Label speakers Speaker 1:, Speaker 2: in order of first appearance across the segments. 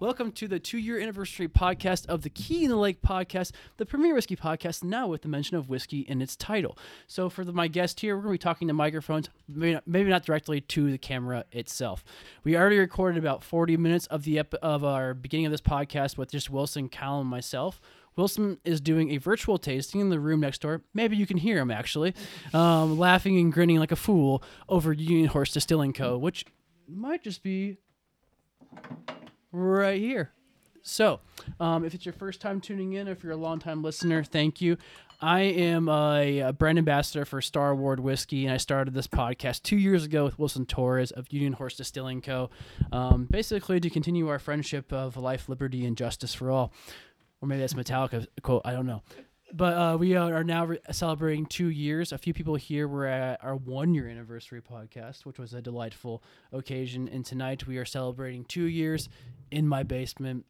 Speaker 1: Welcome to the two year anniversary podcast of the Key in the Lake podcast, the premier whiskey podcast, now with the mention of whiskey in its title. So, for the, my guest here, we're going to be talking to microphones, maybe not, maybe not directly to the camera itself. We already recorded about 40 minutes of, the ep- of our beginning of this podcast with just Wilson, Cal, and myself. Wilson is doing a virtual tasting in the room next door. Maybe you can hear him actually, um, laughing and grinning like a fool over Union Horse Distilling Co., which might just be right here. So, um, if it's your first time tuning in, if you're a longtime listener, thank you. I am a, a brand ambassador for Star Award Whiskey, and I started this podcast two years ago with Wilson Torres of Union Horse Distilling Co. Um, basically, to continue our friendship of life, liberty, and justice for all or maybe that's Metallica quote. I don't know. But uh, we are are now re- celebrating two years. A few people here were at our one year anniversary podcast, which was a delightful occasion. And tonight we are celebrating two years in my basement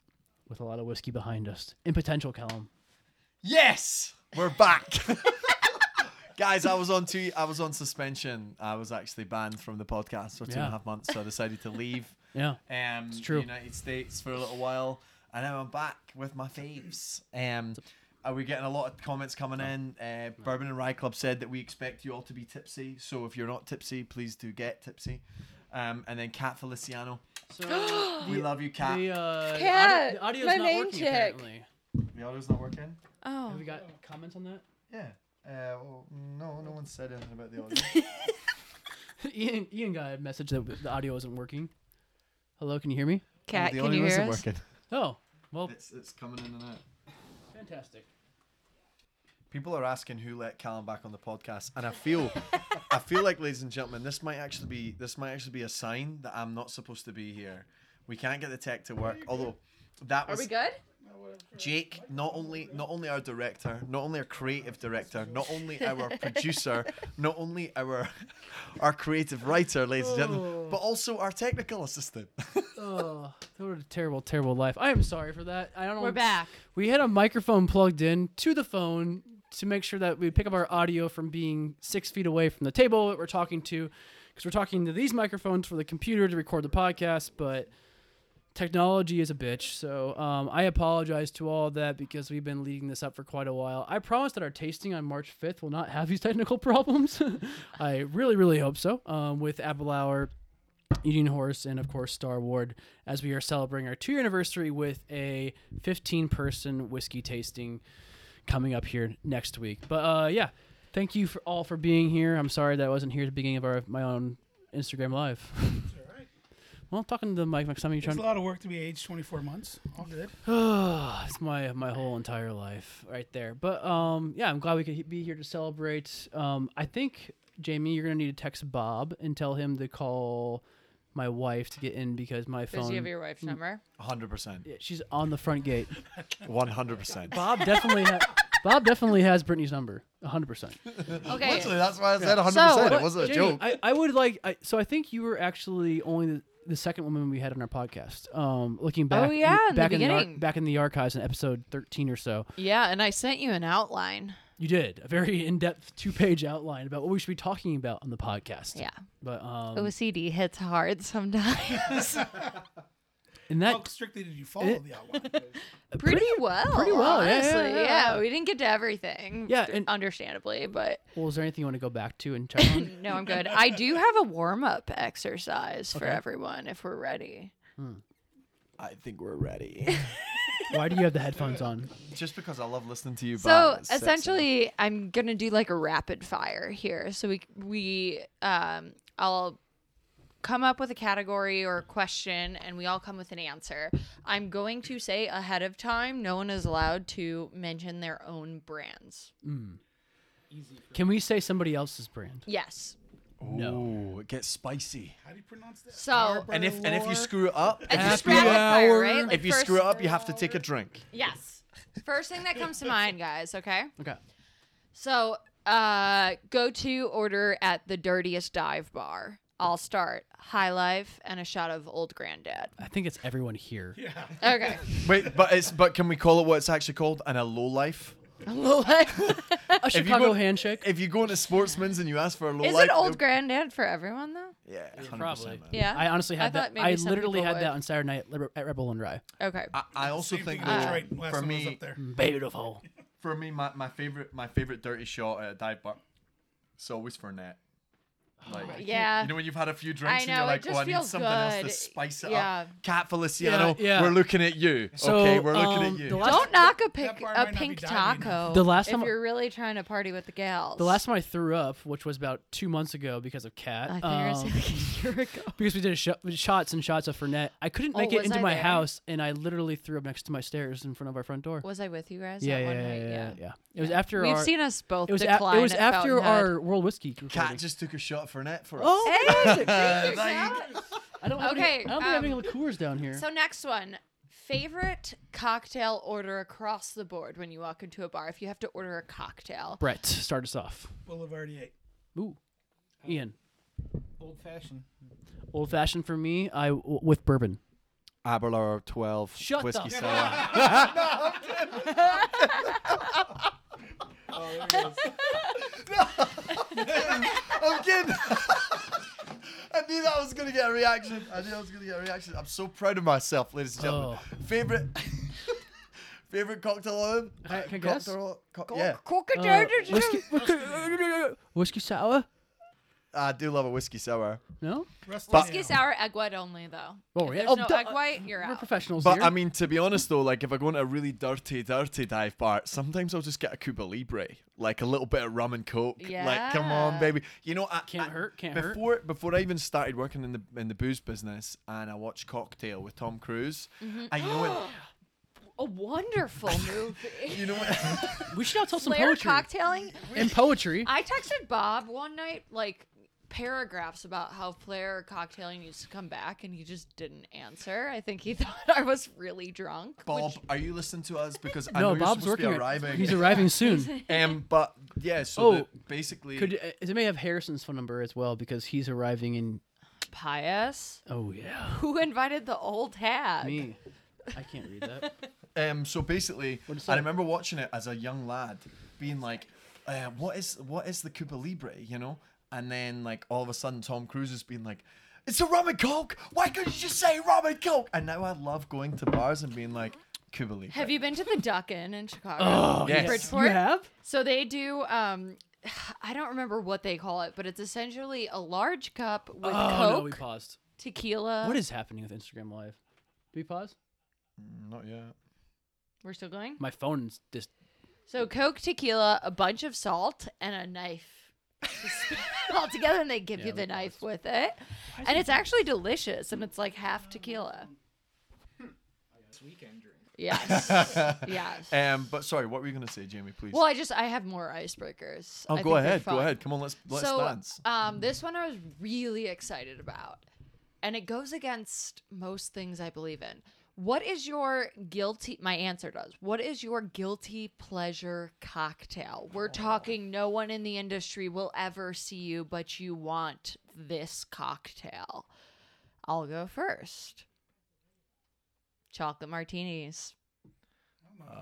Speaker 1: with a lot of whiskey behind us in potential Callum.
Speaker 2: Yes, we're back. Guys, I was on two. I was on suspension. I was actually banned from the podcast for two and a half
Speaker 1: Yeah.
Speaker 2: months, so I decided to leave.
Speaker 1: Yeah.
Speaker 2: Um,
Speaker 1: true.
Speaker 2: The United States for a little while, and now I'm back with my faves. Um, are we getting a lot of comments coming in? Uh, Bourbon and Rye Club said that we expect you all to be tipsy. So if you're not tipsy, please do get tipsy. Um, and then Cat Feliciano,
Speaker 1: So the,
Speaker 2: we love you, Cat.
Speaker 1: the, uh, the
Speaker 3: Cat,
Speaker 1: audio, the audio's
Speaker 3: my
Speaker 1: not
Speaker 3: main
Speaker 1: working
Speaker 3: chick.
Speaker 1: apparently.
Speaker 2: The audio's not working.
Speaker 3: Oh.
Speaker 1: Have we got comments on that?
Speaker 2: Yeah. Uh, well, no, no one said anything about the audio.
Speaker 1: Ian, Ian got a message that the audio wasn't working. Hello, can you hear me?
Speaker 3: Cat,
Speaker 2: the
Speaker 3: can
Speaker 2: audio
Speaker 3: you hear
Speaker 2: isn't
Speaker 3: us?
Speaker 2: working.
Speaker 1: Oh, well,
Speaker 2: It's it's coming in and out.
Speaker 1: fantastic.
Speaker 2: People are asking who let Callum back on the podcast, and I feel, I feel like, ladies and gentlemen, this might actually be this might actually be a sign that I'm not supposed to be here. We can't get the tech to work. Although that
Speaker 3: Are
Speaker 2: was
Speaker 3: we good?
Speaker 2: Jake, not only not only our director, not only our creative director, not only our producer, not only our our creative writer, ladies and gentlemen, but also our technical assistant.
Speaker 1: Oh, what a terrible, terrible life. I am sorry for that. I don't.
Speaker 3: We're back.
Speaker 1: We had a microphone plugged in to the phone to make sure that we pick up our audio from being six feet away from the table that we're talking to, because we're talking to these microphones for the computer to record the podcast. But technology is a bitch, so um, I apologize to all of that because we've been leading this up for quite a while. I promise that our tasting on March fifth will not have these technical problems. I really, really hope so. Um, with Apple Hour Union Horse, and of course Star Ward, as we are celebrating our two year anniversary with a 15 person whiskey tasting coming up here next week. But uh, yeah, thank you for all for being here. I'm sorry that I wasn't here at the beginning of our my own Instagram live. Well, I'm talking to the mic next time you're
Speaker 4: It's
Speaker 1: trying.
Speaker 4: a lot of work to be aged 24 months. All good.
Speaker 1: it's my my whole entire life right there. But um, yeah, I'm glad we could he- be here to celebrate. Um, I think Jamie, you're gonna need to text Bob and tell him to call my wife to get in because my phone.
Speaker 3: Does you have your wife's number?
Speaker 2: Hundred percent,
Speaker 1: Yeah, she's on the front gate.
Speaker 2: one hundred percent.
Speaker 1: Bob definitely ha- Bob definitely has Brittany's number, 100%.
Speaker 3: Okay.
Speaker 2: Literally, that's why I said one hundred
Speaker 3: So-
Speaker 2: percent. It
Speaker 3: But,
Speaker 2: wasn't a
Speaker 1: Jamie,
Speaker 2: joke.
Speaker 1: I, I would like I, so I think you were actually only the, the second woman we had on our podcast. Um looking back
Speaker 3: Oh, yeah, in the
Speaker 1: back in the ar-
Speaker 3: beginning.
Speaker 1: back in the archives in episode 13 or so.
Speaker 3: Yeah, and I sent you an outline.
Speaker 1: You did a very in-depth two-page outline about what we should be talking about on the podcast.
Speaker 3: Yeah.
Speaker 1: But um
Speaker 3: OCD hits hard sometimes.
Speaker 1: and that
Speaker 4: How strictly did you follow the outline?
Speaker 3: pretty, well.
Speaker 1: pretty well, yeah, yeah,
Speaker 3: Honestly.
Speaker 1: yeah, yeah.
Speaker 3: we didn't get to everything.
Speaker 1: Yeah,
Speaker 3: d-
Speaker 1: and-
Speaker 3: understandably, but
Speaker 1: well, is there anything you want to go back to and check on?
Speaker 3: no, I'm good. I do have a warm up exercise for
Speaker 1: Okay.
Speaker 3: everyone if we're ready.
Speaker 2: I think we're ready.
Speaker 1: Why do you have the headphones on?
Speaker 2: Just because I love listening to you.
Speaker 3: So essentially, I'm gonna do like a rapid fire here. So we we um I'll come up with a category or a question, and we all come with an answer. I'm going to say ahead of time, no one is allowed to mention their own brands.
Speaker 1: Can we say somebody else's brand?
Speaker 3: Yes.
Speaker 2: no, it gets spicy.
Speaker 4: How do you pronounce that?
Speaker 3: So
Speaker 2: And if and if you screw it up,
Speaker 3: it's just
Speaker 1: Happy
Speaker 3: rapid fire,
Speaker 1: hour.
Speaker 3: right? Like
Speaker 2: if you
Speaker 3: first-
Speaker 2: screw it up, you have to take a drink.
Speaker 3: yes. First thing that comes to mind, guys. Okay.
Speaker 1: Okay.
Speaker 3: So, uh, go to order at the dirtiest dive bar. I'll start high life and a shot of old granddad.
Speaker 1: I think it's everyone here.
Speaker 3: Okay.
Speaker 2: Wait, but it's but can we call it what it's actually called? An a low life.
Speaker 1: A
Speaker 2: you
Speaker 1: Chicago
Speaker 2: go-
Speaker 1: handshake.
Speaker 2: If you go into Sportsman's and you ask for a low
Speaker 3: Is
Speaker 2: life,
Speaker 3: it old granddad for everyone though?
Speaker 2: Yeah, 100%,
Speaker 1: probably.
Speaker 2: man.
Speaker 3: Yeah.
Speaker 1: I honestly had
Speaker 3: I
Speaker 1: that.
Speaker 3: thought maybe
Speaker 1: I
Speaker 3: some
Speaker 1: literally
Speaker 3: people
Speaker 1: had that
Speaker 3: would.
Speaker 1: on Saturday night at Liber- at Rebel and Rye.
Speaker 3: Okay.
Speaker 2: I, I also
Speaker 4: Same
Speaker 2: think
Speaker 4: thing with
Speaker 2: that
Speaker 4: Detroit last
Speaker 2: for
Speaker 4: time I was
Speaker 2: me-
Speaker 4: up there.
Speaker 1: Mm-hmm. Beautiful.
Speaker 2: for me, my, my favorite my favorite dirty shot at a dive bar, it's always for net.
Speaker 3: Oh
Speaker 2: Like,
Speaker 3: Yeah.
Speaker 2: You know when you've had a few drinks and
Speaker 3: Uh, know,
Speaker 2: you're
Speaker 3: it
Speaker 2: like, oh,
Speaker 3: just
Speaker 2: I need
Speaker 3: feels
Speaker 2: something else to
Speaker 3: good.
Speaker 2: spice it
Speaker 3: Yeah.
Speaker 2: up. Cat Feliciano,
Speaker 1: Yeah, yeah.
Speaker 2: we're looking at you.
Speaker 1: So,
Speaker 2: okay, we're looking
Speaker 1: um,
Speaker 2: at you.
Speaker 1: the last-
Speaker 3: Don't knock a, pic-
Speaker 4: bar
Speaker 3: a
Speaker 4: might not be
Speaker 3: pink
Speaker 4: diving enough.
Speaker 3: taco.
Speaker 1: The last
Speaker 3: if
Speaker 1: time-
Speaker 3: you're really trying to party with the gals.
Speaker 1: The last time I threw up, which was about two months ago, because of cat.
Speaker 3: I think
Speaker 1: um,
Speaker 3: it was like a year ago.
Speaker 1: because we did a sho- we did shots and shots of Fernet. I couldn't
Speaker 3: Oh,
Speaker 1: make it
Speaker 3: was
Speaker 1: into
Speaker 3: I
Speaker 1: my
Speaker 3: there?
Speaker 1: house, and I literally threw up next to my stairs in front of our front door.
Speaker 3: Was I with you guys?
Speaker 1: yeah,
Speaker 3: that
Speaker 1: yeah,
Speaker 3: one
Speaker 1: yeah,
Speaker 3: night?
Speaker 1: yeah, yeah, yeah. It was after
Speaker 3: We've
Speaker 1: our.
Speaker 3: seen us both
Speaker 1: it was, a-
Speaker 3: decline.
Speaker 1: it was
Speaker 3: at
Speaker 1: after
Speaker 3: Fountainhead.
Speaker 1: our World Whiskey.
Speaker 2: Cat
Speaker 1: recording.
Speaker 2: just took a shot for net for us.
Speaker 1: Oh, fantastic.
Speaker 2: Uh,
Speaker 1: I don't have
Speaker 3: Okay,
Speaker 1: Any, I don't think I have any
Speaker 3: um,
Speaker 1: liqueurs down here.
Speaker 3: So next one, favorite cocktail order across the board when you walk into a bar. If you have to order a cocktail,
Speaker 1: Brett, start us off.
Speaker 4: Boulevard 8.
Speaker 1: Ooh, Ian,
Speaker 5: Old fashioned.
Speaker 1: old fashioned for me. I w- with bourbon.
Speaker 2: Aberlour 12
Speaker 1: Shut the
Speaker 2: whiskey
Speaker 1: fuck
Speaker 2: sour.
Speaker 5: Oh, there it is.
Speaker 2: I'm kidding. I knew that I was gonna get a reaction. I knew I was gonna get a reaction. I'm so proud of myself, ladies and gentlemen.
Speaker 1: Oh.
Speaker 2: Favorite, favorite cocktail oil?
Speaker 1: Can I- can I guess?
Speaker 2: cocktail, co- yeah,
Speaker 1: Uh, whiskey, whiskey, whiskey sour.
Speaker 2: I do love a whiskey sour.
Speaker 1: No,
Speaker 4: Rusty
Speaker 3: whiskey
Speaker 4: Nail.
Speaker 3: sour, egg white only though.
Speaker 1: Oh,
Speaker 3: If
Speaker 1: yeah.
Speaker 3: there's
Speaker 1: Oh,
Speaker 3: no
Speaker 1: duh.
Speaker 3: egg white, you're
Speaker 1: we're
Speaker 3: out.
Speaker 1: professionals
Speaker 2: But
Speaker 1: here.
Speaker 2: I mean, to be honest though, like if I go into a really dirty, dirty dive bar, sometimes I'll just get a Cuba Libre, like a little bit of rum and coke. Like, come on,
Speaker 3: Yeah.
Speaker 2: baby. You know, I,
Speaker 1: Can't
Speaker 2: I-
Speaker 1: hurt, can't hurt.
Speaker 2: before before I even started working in the in the booze business, and I watched Cocktail with Tom Cruise. I you know what?
Speaker 3: A wonderful movie.
Speaker 2: You know what?
Speaker 1: we should now tell some
Speaker 3: Flair
Speaker 1: poetry.
Speaker 3: cocktailing.
Speaker 1: In poetry,
Speaker 3: I texted Bob one night, like paragraphs about how Flair cocktailing needs to come back, and he just didn't answer. I think he thought I was really drunk. which-
Speaker 2: Bob, are you listening to us? Because I know
Speaker 1: no,
Speaker 2: you're
Speaker 1: Bob's
Speaker 2: supposed
Speaker 1: working.
Speaker 2: to be
Speaker 1: at-
Speaker 2: arriving.
Speaker 1: He's arriving soon.
Speaker 2: um, but yeah, so
Speaker 1: Oh.
Speaker 2: the- basically,
Speaker 1: Could uh, they may have Harrison's phone number as well because he's arriving in.
Speaker 3: pious.
Speaker 1: Oh yeah,
Speaker 3: Who invited the old hag?
Speaker 1: me. I can't read that.
Speaker 2: um, so basically,
Speaker 1: What is
Speaker 2: I
Speaker 1: that?
Speaker 2: remember watching it as a young lad, being like, uh, "What is what is the Cuba Libre?" You know, and then like all of a sudden, Tom Cruise has been like. It's a rum and coke. Why couldn't you just say rum and coke? And now I love going to bars and being like, Cuba Libre.
Speaker 3: Have you been to the Duck Inn in Chicago?
Speaker 2: yes.
Speaker 3: Bridgeport?
Speaker 1: Oh, You have?
Speaker 3: So they do. Um, I don't remember what they call it, but it's essentially a large cup with
Speaker 1: Oh no,
Speaker 3: Coke, Uh.
Speaker 1: we paused.
Speaker 3: tequila.
Speaker 1: What is happening with Instagram Live? Do we pause?
Speaker 2: Not yet.
Speaker 3: We're still going.
Speaker 1: My phone's just.
Speaker 3: So Coke, tequila, a bunch of salt, and a knife. Just all together, and they give you the knife with it, and it's actually delicious, and it's like half tequila.
Speaker 5: It's weekend drink.
Speaker 3: Yes, yes.
Speaker 2: Um, but sorry, what were you gonna say, Jamie? Please.
Speaker 3: Well, I just I have more icebreakers.
Speaker 2: oh,
Speaker 3: I
Speaker 2: go
Speaker 3: think they're
Speaker 2: ahead. Go
Speaker 3: fun.
Speaker 2: ahead. Come on, let's let's
Speaker 3: so,
Speaker 2: dance.
Speaker 3: Um, this one I was really excited about, and it goes against most things I believe in. What is your guilty? My answer does. What is your guilty pleasure cocktail? We're talking no one in the industry will ever see you, but you want this cocktail. I'll go first. Chocolate martinis.
Speaker 2: Uh,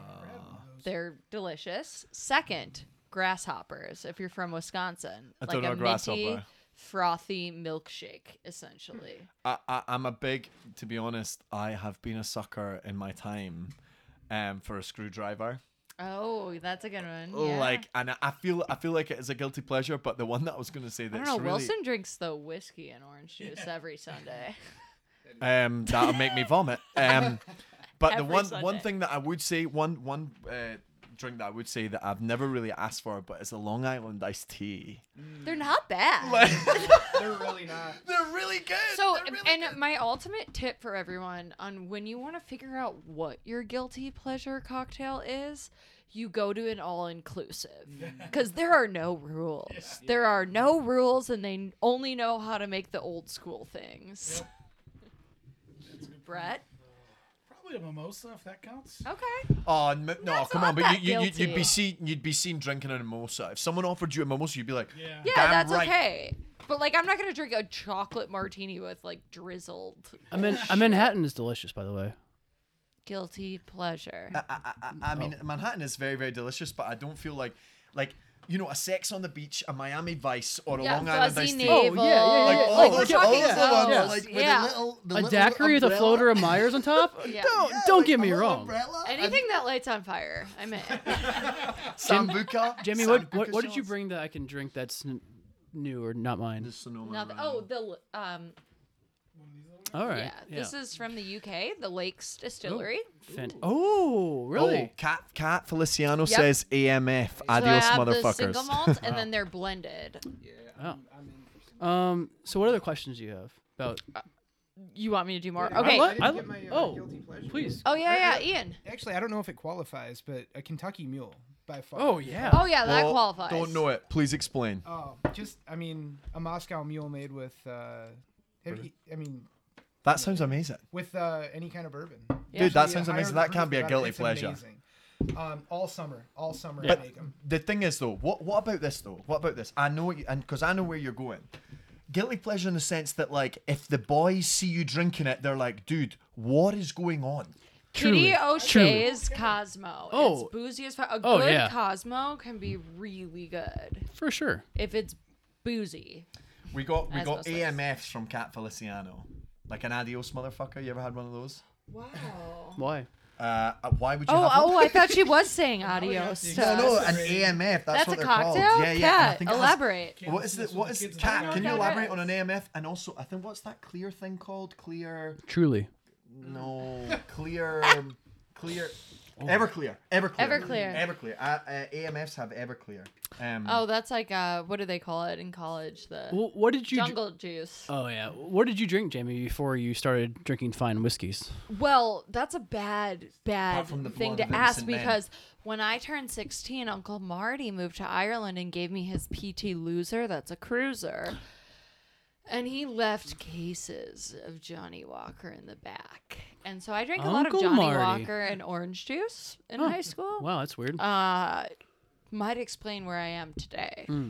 Speaker 3: They're delicious. Second, grasshoppers. If you're from Wisconsin,
Speaker 2: I
Speaker 3: like
Speaker 2: don't know
Speaker 3: a minty,
Speaker 2: grasshopper.
Speaker 3: frothy milkshake, essentially.
Speaker 2: I, I, I'm a big, to be honest, I have been a sucker in my time um, for a screwdriver.
Speaker 3: Oh, that's a good one. Yeah.
Speaker 2: Like, and I- I feel I feel like it is a guilty pleasure, but the one that I was going to say
Speaker 3: I don't
Speaker 2: that's
Speaker 3: know.
Speaker 2: really,
Speaker 3: Wilson drinks the whiskey and orange juice every Sunday.
Speaker 2: um, that'll make me vomit. Um, but the
Speaker 3: Every
Speaker 2: one one
Speaker 3: Sunday.
Speaker 2: thing that I would say, one one uh, drink that I would say that I've never really asked for, but it's a Long Island iced tea.
Speaker 3: They're not bad.
Speaker 5: They're really not.
Speaker 2: They're really good.
Speaker 3: so,
Speaker 2: They're really
Speaker 3: and my ultimate tip for everyone on when you want to figure out what your guilty pleasure cocktail is, you go to an all inclusive because there are no rules. There are no rules, and they only know how to make the old school things. Brett,
Speaker 4: Probably a mimosa, if that counts.
Speaker 3: okay,
Speaker 2: Oh n- no!
Speaker 3: That's
Speaker 2: come
Speaker 3: not
Speaker 2: on, but
Speaker 3: that
Speaker 2: you, you, you, you'd be
Speaker 3: guilty.
Speaker 2: seen you'd be seen drinking a mimosa. If someone offered you a mimosa, you'd be like,
Speaker 4: Yeah.
Speaker 3: yeah,
Speaker 2: Damn
Speaker 3: that's
Speaker 2: right.
Speaker 3: okay. But like, I'm not gonna drink a chocolate martini with like drizzled
Speaker 1: I mean, a Manhattan is delicious, by the way.
Speaker 3: guilty pleasure.
Speaker 2: Uh,
Speaker 1: Oh.
Speaker 2: I, I, I, I mean, Manhattan is very very delicious, but I don't feel like like you know, a Sex on the Beach, a Miami Vice, or a
Speaker 3: Yeah,
Speaker 2: Long Island
Speaker 3: fuzzy
Speaker 2: iced tea.
Speaker 3: navel.
Speaker 1: Oh, yeah, yeah,
Speaker 2: Like
Speaker 1: yeah,
Speaker 2: all
Speaker 1: Like,
Speaker 2: those,
Speaker 1: we're
Speaker 2: all
Speaker 1: talking
Speaker 2: those the ones
Speaker 1: those.
Speaker 2: like with
Speaker 3: Yeah.
Speaker 2: a little,
Speaker 1: a
Speaker 2: the little
Speaker 1: daiquiri with a
Speaker 2: umbrella.
Speaker 1: floater of Myers on top.
Speaker 3: Yeah.
Speaker 1: Don't
Speaker 2: Yeah,
Speaker 1: don't
Speaker 2: like
Speaker 1: get
Speaker 2: a
Speaker 1: me
Speaker 2: little
Speaker 1: wrong.
Speaker 2: Umbrella,
Speaker 3: Anything that lights on fire, I'm in.
Speaker 2: Sambuca.
Speaker 1: Jamie, what, what
Speaker 2: Sambuca
Speaker 1: what did you
Speaker 2: shots.
Speaker 1: bring that I can drink that's n- new or not mine?
Speaker 2: The Sonoma.
Speaker 3: Not the-
Speaker 2: Round.
Speaker 3: oh, the um,
Speaker 1: All right.
Speaker 3: yeah, This is from the UK, the Lakes Distillery.
Speaker 1: Fan- oh, really?
Speaker 2: Oh, Cat Cat Feliciano
Speaker 3: Yep.
Speaker 2: says AMF.
Speaker 3: so I
Speaker 2: Adios,
Speaker 3: have the
Speaker 2: motherfuckers.
Speaker 3: single malt, and then they're blended.
Speaker 5: Yeah.
Speaker 1: Oh.
Speaker 5: I'm, I'm in for some.
Speaker 1: Um. So, what other questions do you have about?
Speaker 3: You want me to do more?
Speaker 5: Yeah, I
Speaker 3: Okay.
Speaker 1: like-
Speaker 5: didn't
Speaker 1: I-
Speaker 5: get my, uh,
Speaker 1: oh,
Speaker 5: guilty pleasure.
Speaker 1: Please.
Speaker 3: Oh yeah, yeah, Ian.
Speaker 5: Actually, I don't know if it qualifies, but a Kentucky Mule by far.
Speaker 1: Oh yeah.
Speaker 3: Oh yeah, that
Speaker 2: Well,
Speaker 3: qualifies.
Speaker 2: Don't know it. Please explain.
Speaker 5: Oh, just I mean, a Moscow Mule made with, uh, have you, I mean,
Speaker 2: That sounds amazing.
Speaker 5: with uh, any kind of bourbon.
Speaker 3: Yeah.
Speaker 2: Dude, that
Speaker 5: Actually,
Speaker 2: sounds
Speaker 5: I
Speaker 2: amazing.
Speaker 5: heard
Speaker 2: That can
Speaker 5: proof
Speaker 2: be a
Speaker 5: about it.
Speaker 2: guilty
Speaker 5: It's
Speaker 2: pleasure.
Speaker 5: amazing. Um, all summer, all summer
Speaker 1: Yeah.
Speaker 5: I make 'em.
Speaker 2: The thing is, though, what what about this though? What about this? I know, you, and because I know where you're going. Guilty pleasure in the sense that, like, if the boys see you drinking it, they're like, "Dude, what is going on?"
Speaker 1: Truly,
Speaker 3: Kitty O'Shea's Cosmo.
Speaker 1: Oh.
Speaker 3: It's boozy as fuck. A
Speaker 1: Oh,
Speaker 3: good
Speaker 1: yeah.
Speaker 3: Cosmo can be really good
Speaker 1: for sure.
Speaker 3: if it's boozy.
Speaker 2: We got we
Speaker 3: As
Speaker 2: got
Speaker 3: most likes.
Speaker 2: AMFs from Cat Feliciano, like an adios motherfucker. You ever had one of those?
Speaker 3: Wow.
Speaker 1: Why?
Speaker 2: Uh, uh, why would you?
Speaker 3: Oh,
Speaker 2: have one?
Speaker 3: oh, I thought she was saying adios.
Speaker 5: No,
Speaker 2: no,
Speaker 3: to
Speaker 2: no,
Speaker 3: us.
Speaker 2: an AMF. That's,
Speaker 3: That's,
Speaker 2: what
Speaker 3: a
Speaker 2: they're
Speaker 3: cocktail?
Speaker 2: called. Yeah, yeah. and I
Speaker 3: Cat,
Speaker 2: think it has-
Speaker 3: elaborate.
Speaker 4: Can't
Speaker 2: what is
Speaker 4: listen
Speaker 2: it?
Speaker 4: to
Speaker 2: What
Speaker 4: the
Speaker 2: is
Speaker 4: kids
Speaker 2: Cat?
Speaker 4: about
Speaker 2: Can
Speaker 4: it.
Speaker 2: you
Speaker 3: that
Speaker 2: elaborate
Speaker 3: is.
Speaker 2: on an AMF? And also, I think what's that clear thing called? Clear.
Speaker 1: Truly.
Speaker 2: No, clear, um, clear, Everclear, Everclear,
Speaker 3: Everclear.
Speaker 2: Everclear. Uh, uh, AMFs have Everclear. Um,
Speaker 3: Oh, that's like uh, what do they call it in college? The
Speaker 1: Well, what did you? dr-
Speaker 3: jungle juice.
Speaker 1: oh yeah. What did you drink, Jamie, before you started drinking fine whiskeys?
Speaker 3: Well, that's a bad, bad
Speaker 2: Apart from the
Speaker 3: thing
Speaker 2: blonde
Speaker 3: to
Speaker 2: Vincent
Speaker 3: ask
Speaker 2: man.
Speaker 3: because when I turned 16, Uncle Marty moved to Ireland and gave me his PT Loser. That's a cruiser. And he left cases of Johnny Walker in the back. And so I drank a lot of
Speaker 1: Uncle
Speaker 3: Johnny
Speaker 1: Marty.
Speaker 3: Walker and orange juice in high school.
Speaker 1: Wow, that's weird.
Speaker 3: Uh, might explain where I am today.
Speaker 1: Hmm.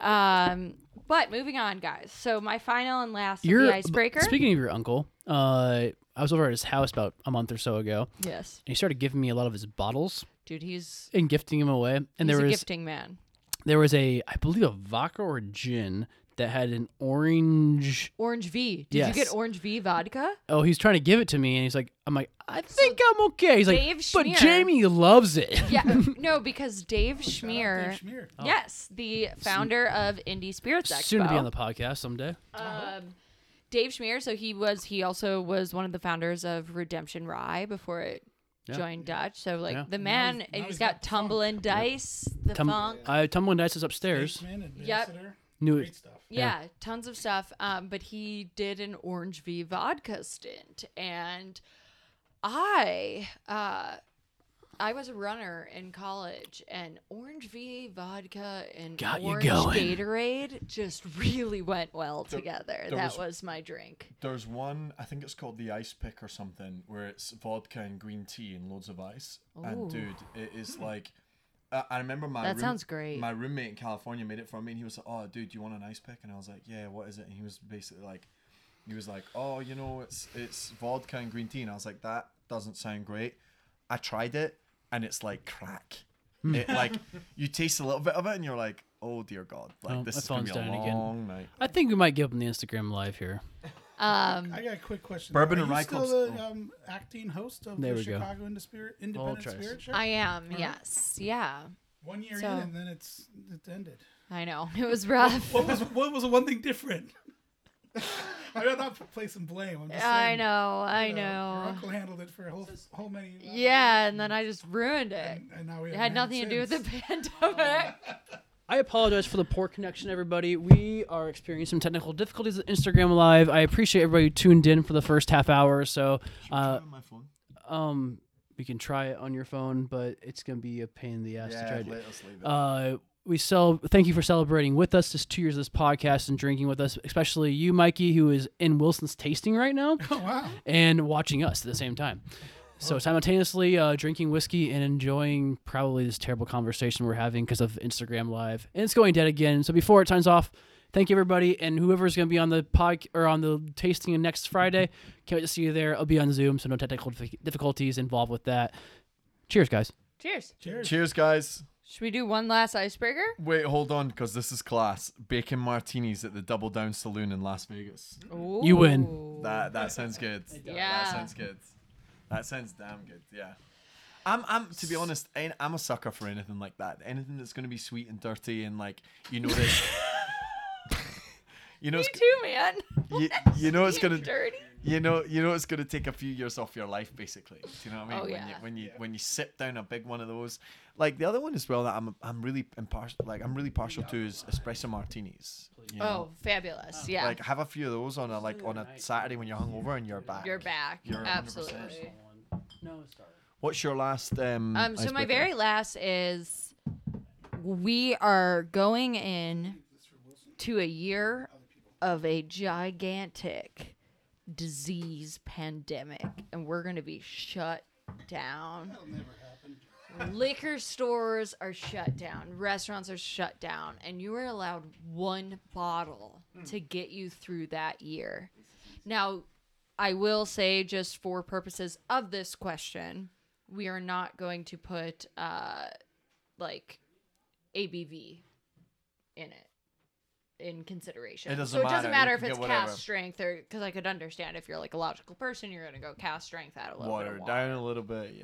Speaker 3: Um, but moving on, guys. So my final and last of
Speaker 1: Your-
Speaker 3: the icebreaker.
Speaker 1: Speaking of your uncle, uh, I was over at his house about a month or so ago, and
Speaker 3: yes,
Speaker 1: he started giving me a lot of his bottles
Speaker 3: dude, he's
Speaker 1: and gifting them away. And
Speaker 3: he's
Speaker 1: there
Speaker 3: a
Speaker 1: was
Speaker 3: gifting man.
Speaker 1: there was a I believe a vodka or a gin that had an orange.
Speaker 3: Orange V. Did you
Speaker 1: Yes.
Speaker 3: get Orange V vodka?
Speaker 1: Oh, he's trying to give it to me, and he's like, I'm like, I think I'm okay. He's like,
Speaker 3: Dave
Speaker 1: but
Speaker 3: Schmier-
Speaker 1: Jamie loves it.
Speaker 3: Yeah. no, because
Speaker 1: Oh,
Speaker 3: Dave Schmier.
Speaker 4: Dave Schmier.
Speaker 3: Yes, the founder of Indie Spirits Expo.
Speaker 1: Soon to be on the podcast someday.
Speaker 3: um, Dave Schmier. So he was. He also was one of the founders of Redemption Rye before it
Speaker 1: Yeah.
Speaker 3: joined Dutch. So like
Speaker 1: Yeah.
Speaker 3: the man,
Speaker 4: he's-
Speaker 3: and
Speaker 4: now
Speaker 3: he's
Speaker 4: he's
Speaker 3: got,
Speaker 4: got the
Speaker 3: Tumble and Dice, the
Speaker 1: Tum-
Speaker 3: funk.
Speaker 1: I Tumble and Dice is upstairs.
Speaker 4: Baseman,
Speaker 3: Yep.
Speaker 4: ambassador,
Speaker 1: Knew
Speaker 4: Great
Speaker 1: it.
Speaker 4: stuff.
Speaker 1: Yeah.
Speaker 3: Yeah, tons of stuff. Um, but he did an Orange V vodka stint, and I, uh, I was a runner in college, and Orange V vodka and
Speaker 1: Got you
Speaker 3: Orange
Speaker 1: going.
Speaker 3: Gatorade just really went well together.
Speaker 2: there
Speaker 3: that
Speaker 2: was-
Speaker 3: was, my drink.
Speaker 2: There's one, I think it's called the Ice Pick or something, where it's vodka and green tea and loads of ice.
Speaker 3: Ooh. Hmm.
Speaker 2: And dude, it is like, I I remember my
Speaker 3: That sounds great.
Speaker 2: My roommate in California made it for me, and he was like, "Oh, dude, you want an ice pick?" And I was like, "Yeah, what is it?" And he was basically like, he was like, "Oh, you know, it's it's vodka and green tea." And I was like, "That doesn't sound great." I tried it, and it's like crack.
Speaker 1: Hmm.
Speaker 2: it like you taste a little bit of it, and you're like, "Oh dear God, like
Speaker 1: Oh,
Speaker 2: this
Speaker 1: that
Speaker 2: is gonna
Speaker 1: phone's
Speaker 2: be a
Speaker 1: down again.
Speaker 2: long night."
Speaker 1: I think we might give him the Instagram live here.
Speaker 3: Um,
Speaker 4: I got a quick question.
Speaker 2: Bourbon
Speaker 4: Are
Speaker 2: and
Speaker 4: you
Speaker 2: rye
Speaker 4: still
Speaker 2: clubs-
Speaker 4: the um, acting host of
Speaker 1: There
Speaker 4: the
Speaker 1: we go.
Speaker 4: Chicago Indi- Spirit- Independent
Speaker 1: try
Speaker 4: Spirit Show?
Speaker 3: I am. Yes. Yeah.
Speaker 4: One year
Speaker 3: So-
Speaker 4: in, and then it's it ended.
Speaker 3: I know it was rough.
Speaker 4: What was what was the one thing different? I'm not placing blame. I'm just
Speaker 3: I
Speaker 4: saying,
Speaker 3: know. I
Speaker 4: you Your
Speaker 3: know.
Speaker 4: uncle handled it for a whole whole many.
Speaker 3: Yeah, and then I just ruined it.
Speaker 4: And, and now we
Speaker 3: It
Speaker 4: haven't
Speaker 3: had nothing to do with the
Speaker 4: since.
Speaker 3: pandemic.
Speaker 1: I apologize for the poor connection, everybody. We are experiencing some technical difficulties with Instagram Live. I appreciate everybody who tuned in for the first half hour or so. Uh,
Speaker 2: my phone.
Speaker 1: um, we can try it on your phone, but it's gonna be a pain in the ass to
Speaker 2: Yeah,
Speaker 1: try
Speaker 2: let
Speaker 1: to.
Speaker 2: us leave it.
Speaker 1: Uh, we cel- thank you for celebrating with us this two years of this podcast and drinking with us, especially you, Mikey, who is in Wilson's tasting right now
Speaker 4: Oh wow!
Speaker 1: and watching us at the same time. So simultaneously uh, drinking whiskey and enjoying probably this terrible conversation we're having because of Instagram Live, and it's going dead again. So before it times off, thank you everybody, and whoever's going to be on the pod or on the tasting next Friday, can't wait to see you there. I'll be on Zoom, so no technical difficulties involved with that. Cheers, guys.
Speaker 3: Cheers.
Speaker 4: Cheers.
Speaker 2: Cheers, guys.
Speaker 3: Should we do one last icebreaker?
Speaker 2: Wait, hold on, because this is class. Bacon martinis at the Double Down Saloon in Las Vegas.
Speaker 1: You win.
Speaker 3: Ooh.
Speaker 2: That that sounds good.
Speaker 3: Yeah.
Speaker 2: That sounds good. That sounds damn good. Yeah. I'm, I'm to be honest, I- I'm a sucker for anything like that. Anything that's going to be sweet and dirty and like you know that. you know,
Speaker 3: Me
Speaker 2: it's,
Speaker 3: too, man.
Speaker 2: you, you know it's
Speaker 3: You
Speaker 2: gonna
Speaker 3: dirty.
Speaker 2: you know you know it's gonna take a few years off your life basically do you know what i mean
Speaker 3: Oh,
Speaker 2: when you
Speaker 3: yeah.
Speaker 2: when you when you sip down a big one of those like the other one as well that i'm i'm really impartial like i'm really partial to is espresso martinis you
Speaker 3: Oh,
Speaker 2: know? Uh,
Speaker 3: fabulous. Yeah.
Speaker 2: like have a few of those on a like on a
Speaker 1: Nice.
Speaker 2: saturday when you're hungover and you're back
Speaker 3: You're back.
Speaker 2: You're 100%.
Speaker 3: Absolutely.
Speaker 1: No, sorry.
Speaker 2: what's your last um
Speaker 3: Um, so my
Speaker 2: icebreaker?
Speaker 3: very last is we are going in to a year of a gigantic disease pandemic, and we're going to be shut down. Liquor stores are shut down, restaurants are shut down, and you are allowed one bottle
Speaker 2: Hmm.
Speaker 3: to get you through that year. Now, I will say, just for purposes of this question, we are not going to put uh, like ABV in it in consideration.
Speaker 2: It doesn't
Speaker 3: so it doesn't
Speaker 2: matter.
Speaker 3: matter
Speaker 2: You
Speaker 3: if
Speaker 2: can
Speaker 3: it's
Speaker 2: get whatever.
Speaker 3: cast strength or because I could understand if you're like a logical person, you're going to go cast strength out a little
Speaker 2: water
Speaker 3: bit. Of
Speaker 2: down a little bit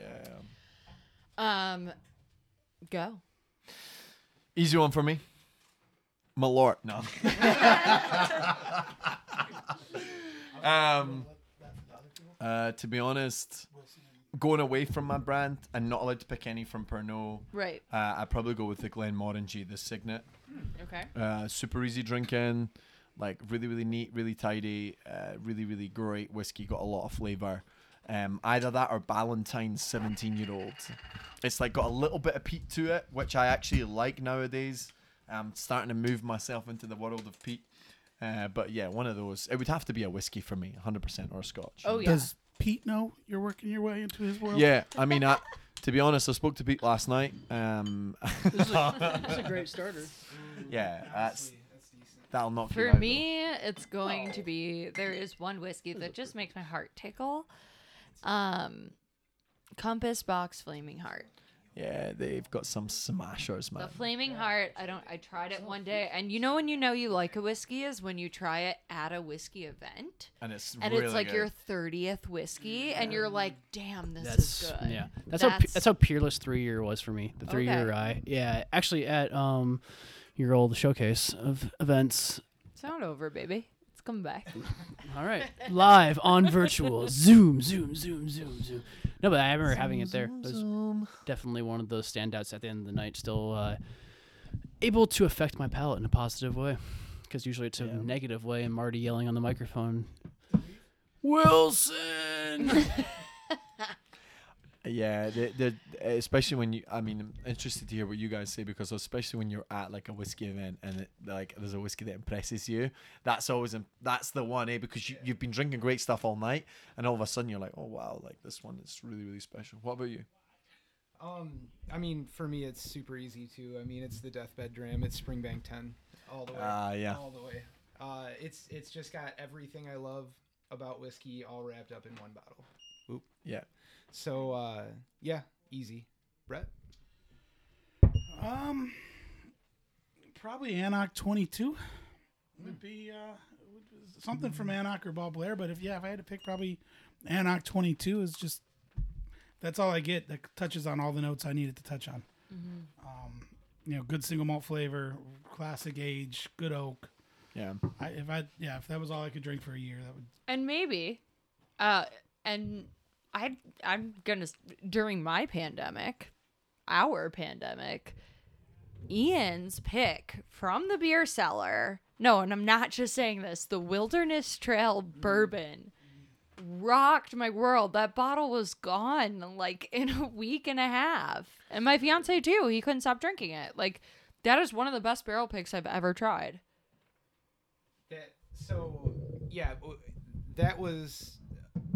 Speaker 2: yeah
Speaker 3: Um, go.
Speaker 2: easy one for me malort no um uh to be honest going away from my brand and not allowed to pick any from Pernod,
Speaker 3: Right.
Speaker 2: uh, I'd probably go with the Glenmorangie, the Signet.
Speaker 3: Okay.
Speaker 2: Uh, super easy drinking, like really, really neat, really tidy, uh, really, really great whiskey, got a lot of flavour. Um, either that or Ballantine's 17 year old. It's like got a little bit of peat to it, which I actually like nowadays. I'm starting to move myself into the world of peat. Uh, but yeah, one of those. It would have to be a whiskey for me, 100% or a scotch.
Speaker 3: Oh yeah.
Speaker 4: Does Pete know you're working your way into his world?
Speaker 2: Yeah, I mean, I, to be honest, I spoke to Pete last night. Um,
Speaker 1: That's a great starter.
Speaker 2: yeah, that's
Speaker 5: That's decent.
Speaker 2: that'll not
Speaker 3: For me, it's going
Speaker 1: Oh.
Speaker 3: to be there is one whiskey that just makes my heart tickle. Um Compass Box Flaming Heart.
Speaker 2: Yeah, they've got some smashers,
Speaker 3: The
Speaker 2: man.
Speaker 3: Flaming Heart, I don't I tried it one day and you know when you know you like a whiskey is when you try it at a whiskey event
Speaker 2: And it's
Speaker 3: and
Speaker 2: really
Speaker 3: it's like
Speaker 2: good.
Speaker 3: your 30th whiskey and you're like, "Damn, this is
Speaker 1: That's
Speaker 3: good."
Speaker 1: yeah. That's, how pe-
Speaker 3: That's-
Speaker 1: that's how peerless three year was for me. The three year
Speaker 3: Okay.
Speaker 1: I yeah. Actually, at um your old showcase of events.
Speaker 3: It's not over, baby. It's coming back.
Speaker 1: All right, live on virtual Zoom, Zoom, Zoom, Zoom, Zoom. No, but I remember having it there. It was definitely one of those standouts at the end of the night. Still uh, able to affect my palate in a positive way, because usually it's a negative way. And Marty yelling on the microphone. Wilson.
Speaker 2: Yeah, they, they, especially when you. I mean, I'm interested to hear what you guys say because especially when you're at like a whiskey event and it, like there's a whiskey that impresses you, that's always im- that's the one, eh? Because you, you've been drinking great stuff all night, and all of a sudden you're like, oh wow, like this one is really really special. What about you?
Speaker 5: Um, I mean, for me, it's super easy too. I mean, it's the deathbed dram. It's Springbank Ten, all the way.
Speaker 2: Ah, yeah.
Speaker 5: All the way. Uh, it's it's just got everything I love about whiskey all wrapped up in one bottle.
Speaker 2: Oop, yeah.
Speaker 5: So uh, yeah, easy. Brett,
Speaker 4: Um, probably Anok 22 would be uh, would- something from Anok or Bob Blair. But if yeah, if I had to pick, probably Anok 22 is just that's all I get that touches on all the notes I needed to touch on. Um, you know, good single malt flavor, classic age, good oak.
Speaker 2: Yeah.
Speaker 4: I, if I yeah, if that was all I could drink for a year, that would
Speaker 3: And maybe, uh, and I I'm gonna s- during my pandemic, our pandemic, Ian's pick from the beer cellar. No, and I'm not just saying this. The Wilderness Trail bourbon rocked my world. That bottle was gone like in a week and a half. And my fiance too. He couldn't stop drinking it. Like that is one of the best barrel picks I've ever tried.
Speaker 5: that so yeah, w- that was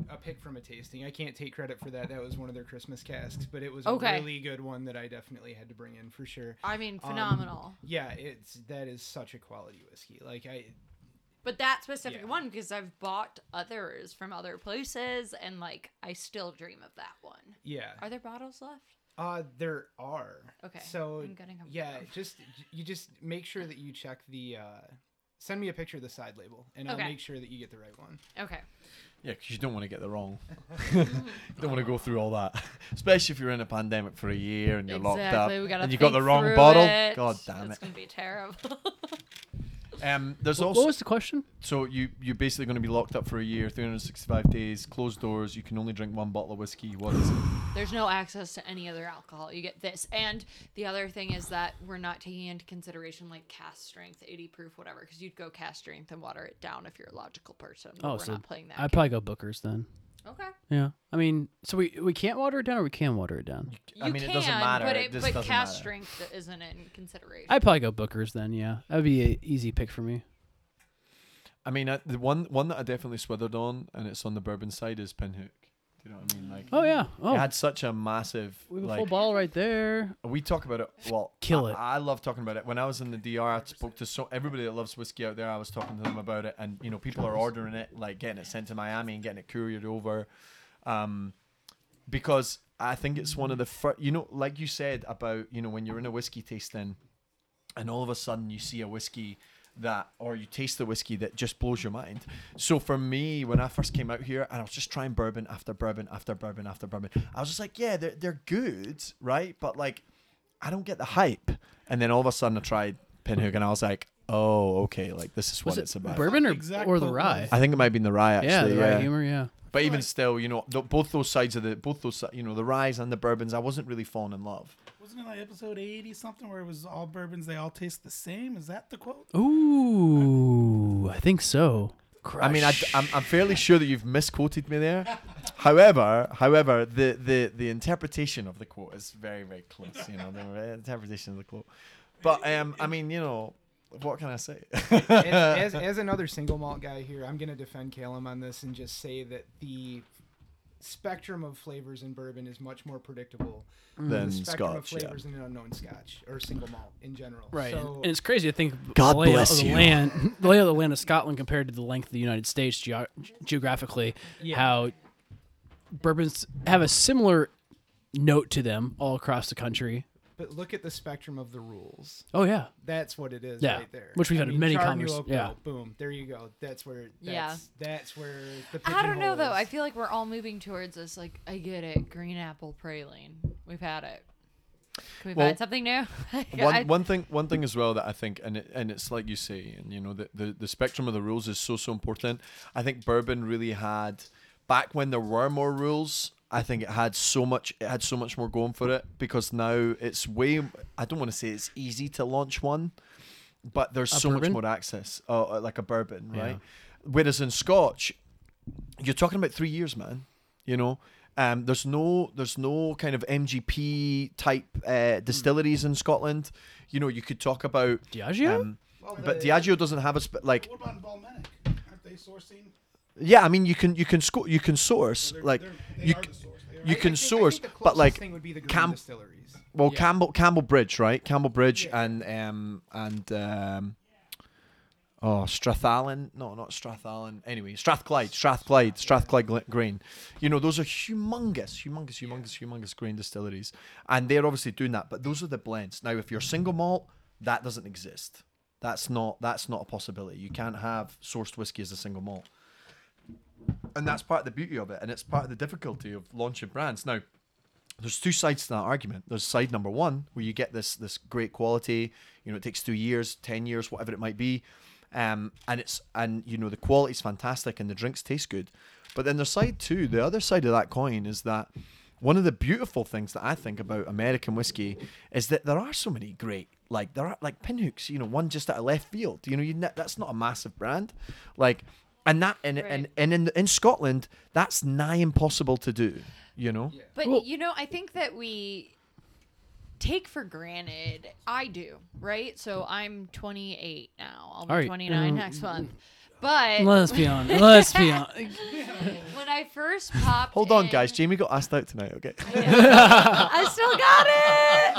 Speaker 5: a pick from a tasting. I can't take credit for that. That was one of their Christmas casks, but it was
Speaker 3: Okay.
Speaker 5: a really good one that I definitely had to bring in for sure.
Speaker 3: I mean,
Speaker 5: Um,
Speaker 3: phenomenal.
Speaker 5: Yeah, it's that is such a quality whiskey. Like I
Speaker 3: But that specific
Speaker 5: Yeah.
Speaker 3: one, because I've bought others from other places, and like I still dream of that one.
Speaker 5: yeah.
Speaker 3: Are there bottles left?
Speaker 5: Uh, there are.
Speaker 3: Okay,
Speaker 5: So
Speaker 3: I'm gonna come
Speaker 5: yeah,
Speaker 3: grab.
Speaker 5: just you just make sure that you check the. uh Send me a picture of the side label, and I'll
Speaker 3: Okay.
Speaker 5: make sure that you get the right one.
Speaker 3: Okay.
Speaker 2: Yeah, because you don't want to get the wrong. you don't want to go through all that, especially if you're in a pandemic for a year and you're locked up
Speaker 3: exactly. We gotta
Speaker 2: and you got the
Speaker 3: think
Speaker 2: wrong
Speaker 3: through
Speaker 2: bottle.
Speaker 3: it.
Speaker 2: God damn
Speaker 3: It's
Speaker 2: it!
Speaker 3: gonna be terrible.
Speaker 2: Um, there's
Speaker 1: Wh-
Speaker 2: also
Speaker 1: what was the question?
Speaker 2: so you you're basically going to be locked up for a year, 365 days, closed doors. You can only drink one bottle of whiskey. What is it?
Speaker 3: There's no access to any other alcohol. You get this, and the other thing is that we're not taking into consideration like cast strength, 80 proof, whatever, because you'd go cast strength and water it down if you're a logical person. but
Speaker 1: Oh,
Speaker 3: we're
Speaker 1: so
Speaker 3: not playing that.
Speaker 1: I'd probably go Bookers then.
Speaker 3: game. okay.
Speaker 1: Yeah. I mean, so we we can't water it down, or we can water it down.
Speaker 2: I
Speaker 3: You
Speaker 2: mean,
Speaker 3: can,
Speaker 2: it doesn't matter.
Speaker 3: But,
Speaker 2: It just
Speaker 3: but
Speaker 2: doesn't
Speaker 3: cast
Speaker 2: matter.
Speaker 3: strength isn't in consideration.
Speaker 1: I'd probably go Bookers then. Yeah, that'd be an easy pick for me.
Speaker 2: I mean, I, the one one that I definitely swithered on, and it's on the bourbon side, is Pinhook. Do you know what I mean? Like,
Speaker 1: Oh yeah. Oh,
Speaker 2: it had such a massive.
Speaker 1: we have a
Speaker 2: like,
Speaker 1: full ball right there.
Speaker 2: We talk about it. Well,
Speaker 1: Kill
Speaker 2: I,
Speaker 1: it.
Speaker 2: I love talking about it. When I was in the DR, I spoke to so everybody that loves whiskey out there. I was talking to them about it, and you know, people are ordering it, like getting it sent to Miami and getting it couriered over, um, because I think it's one of the first. You know, like you said about you know when you're in a whiskey tasting, and all of a sudden you see a whiskey that or you taste the whiskey that just blows your mind. So for me, when I first came out here and I was just trying bourbon after bourbon after bourbon after bourbon, I was just like, yeah, they're they're good, right? But like, I don't get the hype. And then all of a sudden, I tried Pinhook and I was like, oh, okay, like this is what
Speaker 1: Was
Speaker 2: it's
Speaker 1: it
Speaker 2: about.
Speaker 1: bourbon or,
Speaker 4: Exact
Speaker 1: or the
Speaker 4: quote
Speaker 1: rye?
Speaker 4: was-
Speaker 2: I think it might be in the rye actually.
Speaker 1: yeah, the
Speaker 2: yeah.
Speaker 1: rye humor. Yeah.
Speaker 2: But even still, you know, th- both those sides of the both those si- you know the ryes and the bourbons, I wasn't really falling in love.
Speaker 4: Wasn't it like episode 80 something where it was all bourbons, they all taste the same? Is that the quote?
Speaker 1: Ooh, I think so.
Speaker 2: I mean, I, am I'm fairly sure that you've misquoted me there. however, however, the, the, the interpretation of the quote is very, very close. You know, the interpretation of the quote. But um, I mean, you know, what can I say?
Speaker 5: as, as, as another single malt guy here, I'm going to defend Calum on this and just say that the spectrum of flavors in bourbon is much more predictable
Speaker 2: Then
Speaker 5: the spectrum of
Speaker 2: Scotch, yeah.
Speaker 5: flavors in an unknown scotch or single malt in general.
Speaker 1: Right, and-
Speaker 5: So,
Speaker 1: and it's crazy to think
Speaker 2: God
Speaker 1: the layout
Speaker 2: bless
Speaker 1: of the
Speaker 2: you.
Speaker 1: land, the layout of the land of Scotland compared to the length of the United States geo geographically,
Speaker 5: Yeah.
Speaker 1: how bourbons have a similar note to them all across the country.
Speaker 5: but look at the spectrum of the rules.
Speaker 1: Oh yeah,
Speaker 5: That's what it is
Speaker 1: Yeah,
Speaker 5: right there.
Speaker 1: which we've
Speaker 5: I
Speaker 1: had
Speaker 5: mean,
Speaker 1: many
Speaker 5: Char, New
Speaker 1: convers-
Speaker 5: Oak,
Speaker 1: yeah.
Speaker 5: Boom. There you go. That's where. That's,
Speaker 3: Yeah.
Speaker 5: That's where the.
Speaker 3: I don't know
Speaker 5: pigeonhole
Speaker 3: though. I
Speaker 5: is.
Speaker 3: feel like we're all moving towards this. Like, I get it. Green apple praline. We've had it. Can we
Speaker 2: Well,
Speaker 3: find something new?
Speaker 2: one,
Speaker 3: I-
Speaker 2: one thing one thing as well that I think and it, and it's like you say and you know the, the the spectrum of the rules is so so important. I think bourbon really had back when there were more rules. I think it had so much it had so much more going for it because now it's way I don't want to say it's easy to launch one, but there's so
Speaker 1: bourbon?
Speaker 2: much more access uh, like a bourbon, right? Whereas in Scotch, you're talking about three years, man. You know, um, there's no there's no kind of MGP type uh, distilleries in Scotland. You know, you could talk about,
Speaker 1: Diageo.
Speaker 2: um,
Speaker 4: Well,
Speaker 2: but Diageo doesn't have a sp- like.
Speaker 4: What about Balmenic? Aren't they sourcing?
Speaker 2: Yeah, I mean, you can you can sco- you can source
Speaker 4: They're,
Speaker 2: like
Speaker 4: they're, they
Speaker 2: you
Speaker 4: are
Speaker 2: c-
Speaker 4: the source. They
Speaker 2: you
Speaker 4: are.
Speaker 5: I
Speaker 2: can
Speaker 5: think- I think
Speaker 2: source,
Speaker 5: the
Speaker 2: but
Speaker 5: closest
Speaker 2: like
Speaker 5: thing would be the green
Speaker 2: Camp-
Speaker 5: distilleries.
Speaker 2: well
Speaker 1: Yeah.
Speaker 2: Campbell Campbell Bridge, right? Campbell Bridge
Speaker 5: Yeah.
Speaker 2: and um and um. Oh, Strathallan? No, not Strathallan. Anyway, Strathclyde, Strathclyde, Strathclyde Gl- Grain. You know, those are humongous, humongous, humongous, humongous grain distilleries, and they're obviously doing that. But those are the blends. Now, if you're single malt, that doesn't exist. That's not that's not a possibility. You can't have sourced whiskey as a single malt, and that's part of the beauty of it, and it's part of the difficulty of launching brands. Now, there's two sides to that argument. There's side number one where you get this this great quality. You know, it takes two years, ten years, whatever it might be, um, and it's and you know the quality's fantastic and the drinks taste good. But then there's side two. The other side of that coin is that one of the beautiful things that I think about American whiskey is that there are so many great like there are like pinhooks. You know, one just out of left field. You know, you ne- that's not a massive brand, like. And that and and,
Speaker 3: Right.
Speaker 2: and in in Scotland, that's nigh impossible to do, you know.
Speaker 3: But
Speaker 1: Well-
Speaker 3: you know, I think that we take for granted. I do, right? So I'm 28 now. I'll be
Speaker 1: All right,
Speaker 3: 29
Speaker 2: Mm.
Speaker 1: um,
Speaker 3: next month. But
Speaker 1: Let's be on. Let's be on.
Speaker 3: when I first popped,
Speaker 2: Hold on,
Speaker 3: in-
Speaker 2: guys. Jamie got asked out tonight. Okay.
Speaker 3: I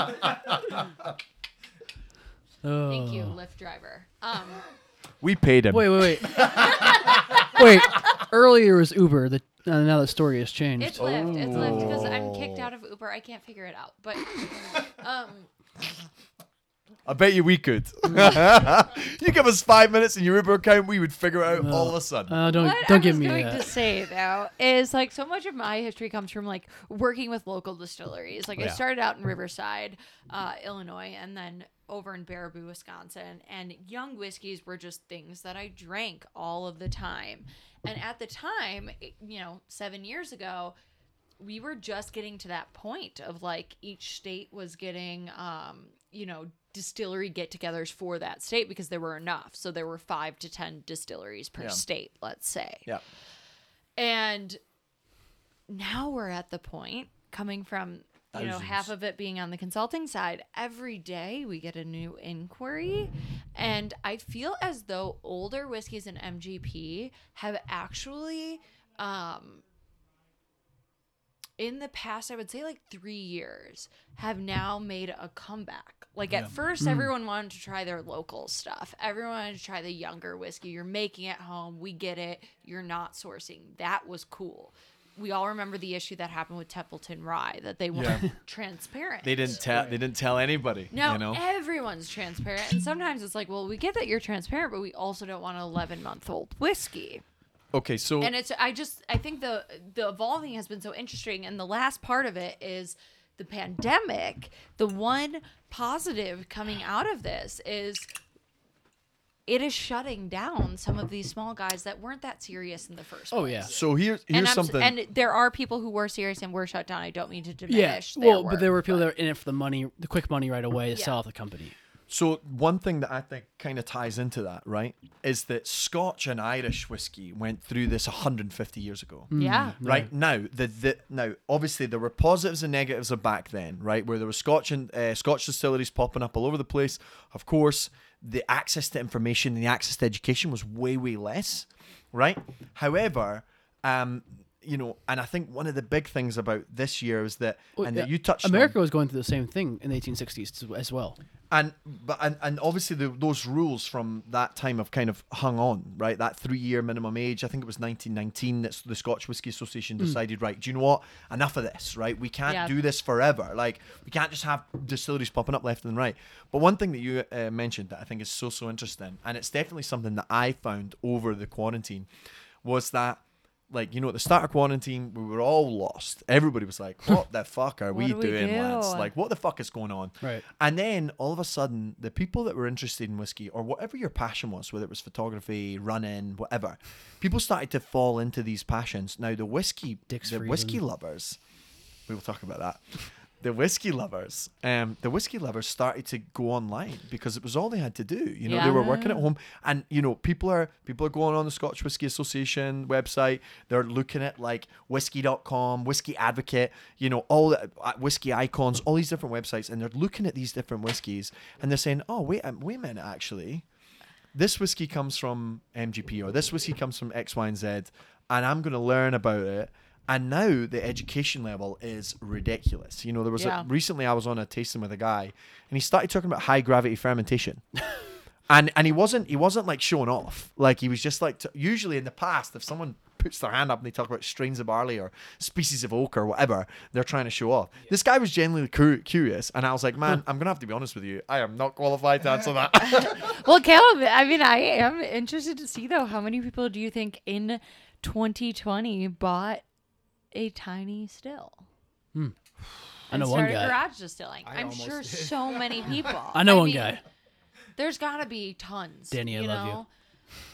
Speaker 3: still got it. Thank you,
Speaker 1: Ugh.
Speaker 3: Lyft driver. Um,
Speaker 2: We paid him.
Speaker 1: Wait, wait, wait. wait. Earlier was Uber. The Now, now the story has changed.
Speaker 3: It's left. It's left because I'm
Speaker 2: Oh.
Speaker 3: kicked out of Uber. I can't figure it out. But um,
Speaker 2: I bet you we could. you give us five minutes in your Uber account, we would figure it out all of a sudden.
Speaker 1: Uh, don't
Speaker 3: what
Speaker 1: don't
Speaker 3: I
Speaker 1: give
Speaker 3: was
Speaker 1: me
Speaker 3: going
Speaker 1: that.
Speaker 3: to say though is like so much of my history comes from like working with local distilleries. Like I
Speaker 1: Yeah.
Speaker 3: started out in Riverside, uh, Illinois, and then over in Baraboo, Wisconsin. And young whiskeys were just things that I drank all of the time. And at the time, it- you know, seven years ago, we were just getting to that point of like each state was getting um you know distillery get-togethers for that state because there were enough so there were five to ten distilleries per
Speaker 2: Yeah.
Speaker 3: state let's say
Speaker 2: yeah.
Speaker 3: and now we're at the point coming from you know half of it being on the consulting side every day we get a new inquiry and i feel as though older whiskeys and mgp have actually um in the past i would say like three years have now made a comeback like at first everyone wanted to try their local stuff everyone wanted to try the younger whiskey you're making at home we get it you're not sourcing that was cool we all remember the issue that happened with templeton rye that they weren't transparent
Speaker 2: They didn't tell. They didn't tell anybody.
Speaker 3: no,
Speaker 2: you know.
Speaker 3: everyone's transparent. And sometimes it's like, well, we get that you're transparent, but we also don't want an 11 month old whiskey.
Speaker 2: okay, so
Speaker 3: And it's I just I think the the evolving has been so interesting and the last part of it is the pandemic. The one positive coming out of this is it is shutting down some of these small guys that weren't that serious in the first
Speaker 1: Oh
Speaker 3: place.
Speaker 1: yeah.
Speaker 2: so here's here's
Speaker 3: And, I'm, s-
Speaker 2: something.
Speaker 3: and there are people who were serious and were shut down. I don't mean to
Speaker 1: Yeah.
Speaker 3: diminish. their
Speaker 1: Well, but
Speaker 3: work,
Speaker 1: there were people that were in it for the money, the quick money right away to
Speaker 3: Yeah.
Speaker 1: sell off the company.
Speaker 2: So one thing that I think kind of ties into that, right, is that Scotch and Irish whiskey went through this 150 years ago.
Speaker 1: mm,
Speaker 3: yeah.
Speaker 2: Right now, the, the now obviously there were positives and negatives of back then, right, where there were Scotch and uh, Scotch distilleries popping up all over the place. Of course, the access to information and the access to education was way way less, right? However, um, you know, and I think one of the big things about this year is that,
Speaker 1: Well,
Speaker 2: and that
Speaker 1: yeah,
Speaker 2: you touched on-
Speaker 1: America was going through the same thing in the 1860s as- as well.
Speaker 2: and but and, and obviously the, those rules from that time have kind of hung on right that three year minimum age i think it was 1919 that s- the scotch whisky association decided right do you know what enough of this right we can't
Speaker 3: Hmm. Yeah.
Speaker 2: do this forever like we can't just have distilleries popping up left and right but one thing that you uh, mentioned that i think is so so interesting and it's definitely something that i found over the quarantine was that like you know at the start of quarantine we were all lost everybody was like what the fuck are we
Speaker 3: do we
Speaker 2: doing lads
Speaker 3: do?
Speaker 2: like what the fuck is going on
Speaker 1: Mm-hmm. Right.
Speaker 2: and then all of a sudden, the people that were interested in whiskey or whatever your passion was, whether it was photography, running, whatever, people started to fall into these passions. Now the whiskey,
Speaker 1: Dick's
Speaker 2: the
Speaker 1: freezing.
Speaker 2: whiskey lovers, we will talk about that. The whiskey lovers, um, the whiskey lovers started to go online because it was all they had to do. You know, they were working at home, and you know, people are people are going on the Scotch Whisky Association website. They're looking at like whiskey.com, Whiskey Advocate, you know, all the uh, whiskey icons, all these different websites, and they're looking at these different whiskeys, and they're saying, "Oh, wait, a- wait a minute, actually." this whiskey comes from MGP or this whiskey comes from X, Y, and Z, and I'm going to learn about it. And now the education level is ridiculous. You know, there was
Speaker 3: Yeah.
Speaker 2: a, recently I was on a tasting with a guy, and he started talking about high gravity fermentation. And, and he wasn't he wasn't like showing off like he was just like t- usually in the past if someone puts their hand up and they talk about strains of barley or species of oak or whatever they're trying to show off this guy was genuinely cu- curious and I was like man I'm gonna have to be honest with you I am not qualified to answer that
Speaker 3: Well, Caleb, I mean, I am interested to see though how many people do you think in 2020 bought a tiny still?
Speaker 1: Hmm. I know
Speaker 3: and
Speaker 1: one
Speaker 3: started
Speaker 1: guy.
Speaker 3: garage distilling.
Speaker 5: I
Speaker 3: I'm
Speaker 5: almost
Speaker 3: sure
Speaker 5: did.
Speaker 3: so many people.
Speaker 1: I know one
Speaker 3: mean,
Speaker 1: guy.
Speaker 3: There's got to be tons.
Speaker 1: Danny, I
Speaker 3: you
Speaker 1: love you.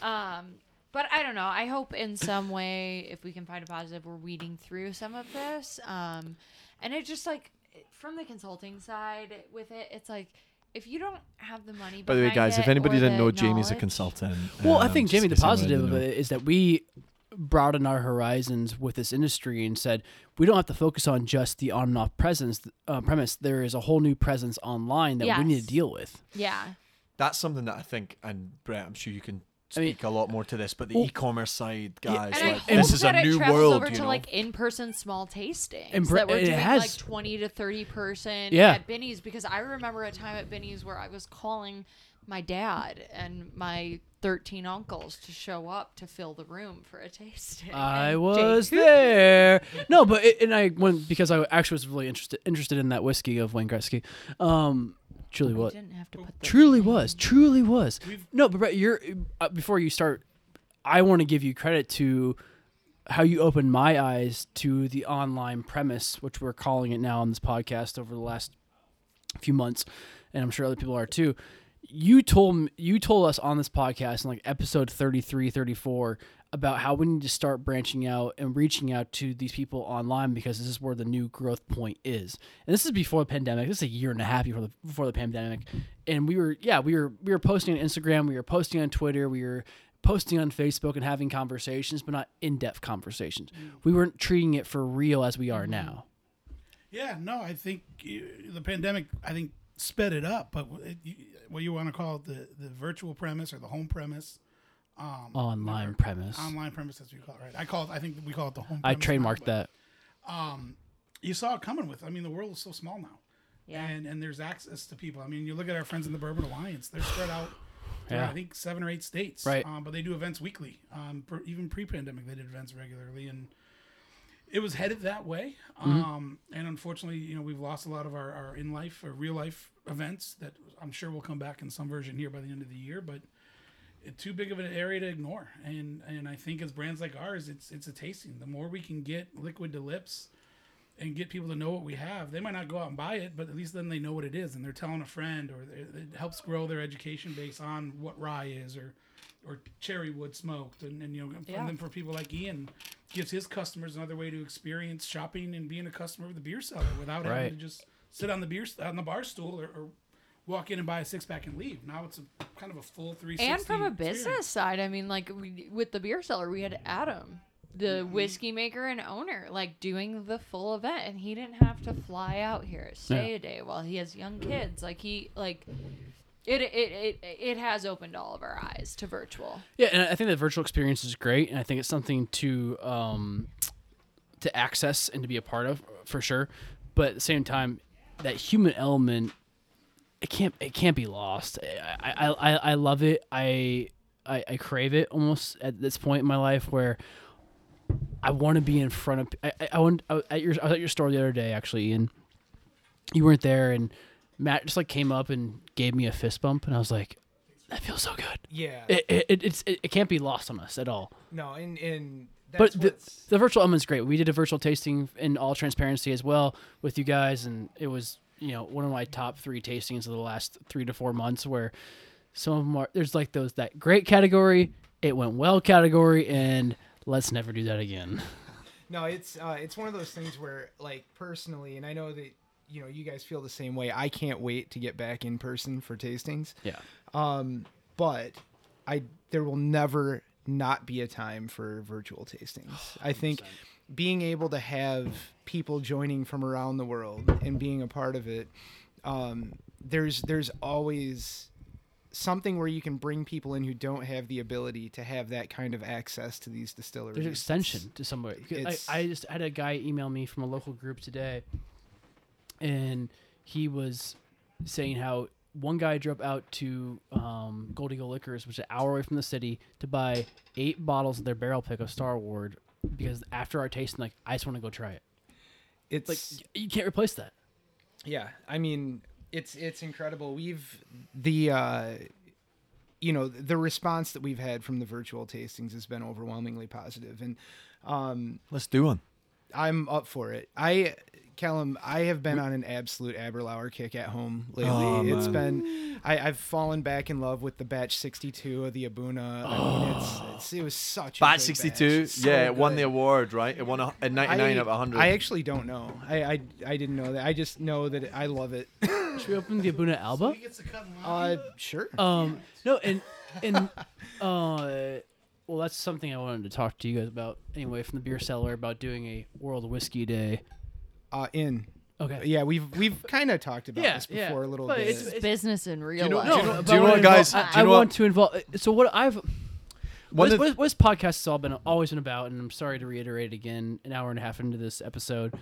Speaker 3: know? Um, but I don't know. I hope in some way, if we can find a positive, we're weeding through some of this. Um, and it just like from the consulting side with it, it's like if you don't have the money.
Speaker 2: By the way,
Speaker 3: behind
Speaker 2: guys,
Speaker 3: it
Speaker 2: if anybody
Speaker 3: or
Speaker 2: didn't
Speaker 3: the
Speaker 2: know, Jamie's a
Speaker 3: knowledge-
Speaker 2: consultant.
Speaker 1: Well, I
Speaker 2: Um,
Speaker 1: think
Speaker 2: just
Speaker 1: Jamie,
Speaker 2: in
Speaker 1: the
Speaker 2: case somebody
Speaker 1: positive
Speaker 2: didn't
Speaker 1: of
Speaker 2: know.
Speaker 1: it is that we broaden our horizons with this industry and said we don't have to focus on just the on and off presence uh, premise. There is a whole new presence online that we need
Speaker 3: Yes.
Speaker 1: to deal with.
Speaker 3: Yeah.
Speaker 2: That's something that I think, and Brett, I'm sure you can
Speaker 1: I mean- oh.
Speaker 2: speak a lot more to this, but the
Speaker 1: Well-
Speaker 2: e-commerce side, guys,
Speaker 3: and I
Speaker 2: like
Speaker 3: hope
Speaker 2: this is
Speaker 3: that
Speaker 2: a
Speaker 3: it
Speaker 2: new
Speaker 3: travels
Speaker 2: world,
Speaker 3: over
Speaker 2: you
Speaker 3: to
Speaker 2: know.
Speaker 3: like in-person small tastings
Speaker 1: And br-
Speaker 3: that we're
Speaker 1: it
Speaker 3: doing
Speaker 1: has.
Speaker 3: like 20 to 30 person
Speaker 1: Yeah.
Speaker 3: at Binny's because I remember a time at Binny's where I was calling my dad and my 13 uncles to show up to fill the room for a tasting.
Speaker 1: I
Speaker 3: And
Speaker 1: was
Speaker 3: Jake-
Speaker 1: there. No, but it, and I went because I actually was really interested interested in that whiskey of Wayne Gretzky. Um, truly
Speaker 3: I
Speaker 1: was,
Speaker 3: didn't have to put the
Speaker 1: truly was, truly was. No, but Brett, you're uh, before you start. I want to give you credit to how you opened my eyes to the online premise, which we're calling it now on this podcast over the last few months, and I'm sure other people are too. You told m- you told us on this podcast in like episode 33, 34 about how we need to start branching out and reaching out to these people online because this is where the new growth point is. And this is before the pandemic. This is a year and a half before the before the pandemic. And we were yeah, we were we were posting on Instagram, we were posting on Twitter, we were posting on Facebook and having conversations, but not in-depth conversations. We weren't treating it for real as we are now.
Speaker 4: Yeah, no, I think uh, the pandemic, I think, sped it up. But wh- it, you- what you want to call it, the the virtual premise or the home premise,
Speaker 1: Online premise.
Speaker 4: online premise as we call it, right? I call it. I think we call it the home.
Speaker 1: I
Speaker 4: premise now,
Speaker 1: trademarked
Speaker 4: but
Speaker 1: that.
Speaker 4: You saw it coming with. I mean, the world is so small now,
Speaker 3: Yeah.
Speaker 4: and and there's access to people. I mean, you look at our friends in the Bourbon Alliance; they're spread out. throughout,
Speaker 1: Yeah.
Speaker 4: I think seven or eight states.
Speaker 1: Right.
Speaker 4: Um, but they do events weekly. Um, pr- even pre-pandemic, they did events regularly, and it was headed that way.
Speaker 1: Mm-hmm.
Speaker 4: Um, and unfortunately, you know, we've lost a lot of our, our in life or real life events that I'm sure will come back in some version here by the end of the year. But it- too big of an area to ignore, and and I think as brands like ours, it's it's a tasting. The more we can get liquid to lips. And get people to know what we have. They might not go out and buy it, but at least then they know what it is, and they're telling a friend, or it it helps grow their education base on what rye is, or or cherry wood smoked and, and you know and
Speaker 3: Yeah.
Speaker 4: then for people like ian gives his customers another way to experience shopping and being a customer of the beer cellar without
Speaker 1: Right.
Speaker 4: having to just sit on the beer st- on the bar stool or, or walk in and buy a six-pack and leave now it's a kind of a full 360
Speaker 3: And from a
Speaker 4: experience.
Speaker 3: business side, I mean, like we, with the beer seller, we had Adam, the
Speaker 2: Mm-hmm.
Speaker 3: whiskey maker and owner, like doing the full event, and he didn't have to fly out here, stay a day while he has young kids. Like he, like it, it, it, it has opened all of our eyes to virtual.
Speaker 1: Yeah, and I think that virtual experience is great, and I think it's something to um, to access and to be a part of for sure. But at the same time, that human element it can't it can't be lost. I I, I, I love it. I, I I crave it almost at this point in my life where I want to be in front of. I I, I, went, I was at your I was at your store the other day actually, Ian. You weren't there, and Matt just like came up and gave me a fist bump, and I was like, that feels so good
Speaker 5: Yeah.
Speaker 1: it, it, it- it's it, it can't be lost on us at all.
Speaker 5: no, and and
Speaker 1: But
Speaker 5: that's
Speaker 1: the,
Speaker 5: what's-
Speaker 1: the virtual element's great. We did a virtual tasting in all transparency as well with you guys, and it was you know one of my top three tastings of the last three to four months. Where some of them are there's like those that great category, it went well category, and let's never do that again.
Speaker 5: No, it's uh, it's one of those things where, like, personally, and I know that you know you guys feel the same way. I can't wait to get back in person for tastings.
Speaker 1: Yeah,
Speaker 5: Um, but I there will never not be a time for virtual tastings. I think being able to have people joining from around the world and being a part of it, um, there's there's always something where you can bring people in who don't have the ability to have that kind of access to these distilleries.
Speaker 1: there's an extension to somebody. 'Cause
Speaker 5: it's-
Speaker 1: I, I just had a guy email me from a local group today, and he was saying how one guy drove out to um, Gold Eagle Liquors, which is an hour away from the city, to buy eight bottles of their barrel pick of Star Ward because after our tasting, like I just want to go try it.
Speaker 5: It's
Speaker 1: Like you can't replace that.
Speaker 5: yeah i mean it's it's incredible we've the uh you know the response that we've had from the virtual tastings has been overwhelmingly positive and um
Speaker 2: Let's do one.
Speaker 5: i'm up for it i Callum, I have been on an absolute Aberlour kick at home lately.
Speaker 2: Oh,
Speaker 5: it's
Speaker 2: man.
Speaker 5: been, I, I've fallen back in love with the batch 62 of the Abuna. I mean, it's, it's, it was such a good
Speaker 2: Oh. Batch 62.
Speaker 5: So
Speaker 2: yeah, it won the
Speaker 5: good.
Speaker 2: award, right? It won a, at 99 out of 100.
Speaker 5: I actually don't know. I, I, I didn't know that. I just know that I love it.
Speaker 1: Should we open the Abuna Alba?
Speaker 4: he gets to cut in line.
Speaker 5: Uh, sure.
Speaker 1: Um, no, and and uh, well, that's something I wanted to talk to you guys about anyway from the beer cellar about doing a World Whiskey Day.
Speaker 5: Uh, in.
Speaker 1: Okay.
Speaker 5: Yeah, we've we've kind of talked about
Speaker 1: Yeah,
Speaker 5: this
Speaker 1: yeah,
Speaker 5: before a little
Speaker 1: but
Speaker 5: bit.
Speaker 1: it's- it's-
Speaker 3: Business in real
Speaker 2: know-
Speaker 3: life.
Speaker 2: do you know-
Speaker 1: but
Speaker 2: do you
Speaker 1: I
Speaker 2: know
Speaker 1: wanna
Speaker 2: what, guys?
Speaker 1: involve-
Speaker 2: Do
Speaker 1: I,
Speaker 2: you
Speaker 1: I
Speaker 2: know what-
Speaker 1: want to involve. So what I've what,
Speaker 2: One
Speaker 1: this-
Speaker 2: of
Speaker 1: what,
Speaker 2: the-
Speaker 1: this- what this podcast has all been always been about, and I'm sorry to reiterate again, an hour and a half into this episode,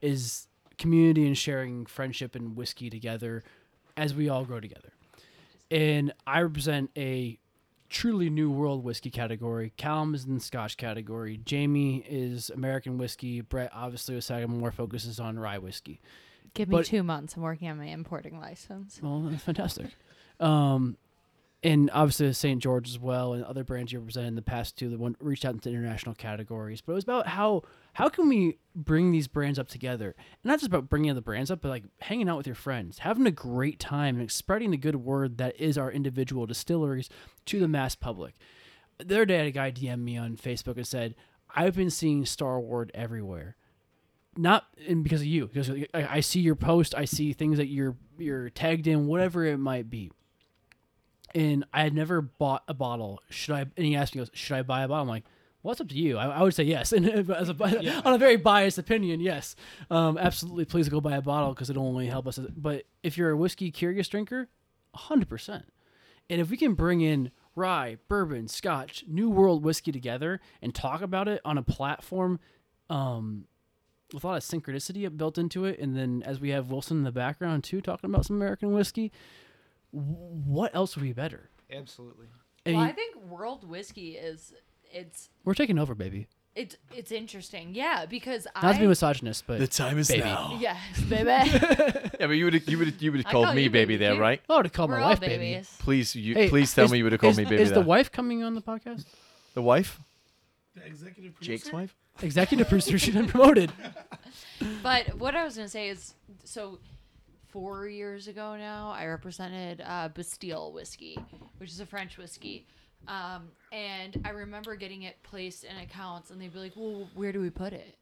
Speaker 1: is community and sharing friendship and whiskey together, as we all grow together. And I represent a truly new world whiskey category. Calm is in the Scotch category. Jamie is American whiskey. Brett obviously with Sagamore focuses on rye whiskey.
Speaker 3: Give me
Speaker 1: But-
Speaker 3: two months. I'm working on my importing license.
Speaker 1: Well, that's fantastic. Um, and obviously St. George as well, and other brands you represented in the past too that went, reached out into international categories. But it was about how how can we bring these brands up together, and not just about bringing the brands up, but like hanging out with your friends, having a great time, and spreading the good word that is our individual distilleries to the mass public. The other day, a guy DM'd me on Facebook and said, "I've been seeing Star Wars everywhere." not and because of you because I, I see your post i see things that you're you're tagged in whatever it might be and i had never bought a bottle should i and he asked me he goes should i buy a bottle i'm like well, it's up to you. I, I would say yes, and as a, on a very biased opinion, yes, um, absolutely. Please go buy a bottle because it'll only help us. But if you're a whiskey curious drinker, hundred percent. And if we can bring in rye, bourbon, scotch, New World whiskey together and talk about it on a platform um, with a lot of synchronicity built into it, and then as we have Wilson in the background too talking about some American whiskey, w- what else would be better?
Speaker 5: Absolutely.
Speaker 1: I mean,
Speaker 3: well, I think world whiskey is it's
Speaker 1: we're taking over, baby.
Speaker 3: it's it's interesting. Yeah, because
Speaker 1: Not to be
Speaker 3: I
Speaker 1: misogynist, but
Speaker 2: The time is
Speaker 1: Baby.
Speaker 2: now.
Speaker 3: yes, baby.
Speaker 6: Yeah, but you would you would you would have
Speaker 3: I
Speaker 6: called
Speaker 3: call
Speaker 6: me
Speaker 3: you
Speaker 6: baby
Speaker 3: baby
Speaker 6: there,
Speaker 3: too.
Speaker 6: right?
Speaker 1: oh, to call
Speaker 3: We're
Speaker 1: my
Speaker 3: all
Speaker 1: wife baby.
Speaker 3: babies.
Speaker 6: Please you
Speaker 1: Hey,
Speaker 6: please tell
Speaker 1: is-
Speaker 6: me you would have called
Speaker 1: is-
Speaker 6: me baby
Speaker 1: Is
Speaker 6: there.
Speaker 1: the wife coming on the podcast?
Speaker 6: The wife?
Speaker 4: The executive producer?
Speaker 6: Jake's wife?
Speaker 1: Executive producer, she's been promoted.
Speaker 3: But what I was gonna say is, so four years ago now, I represented uh, Bastille whiskey, which is a French whiskey. Um, and I remember getting it placed in accounts, and they'd be like, "Well, where do we put it?"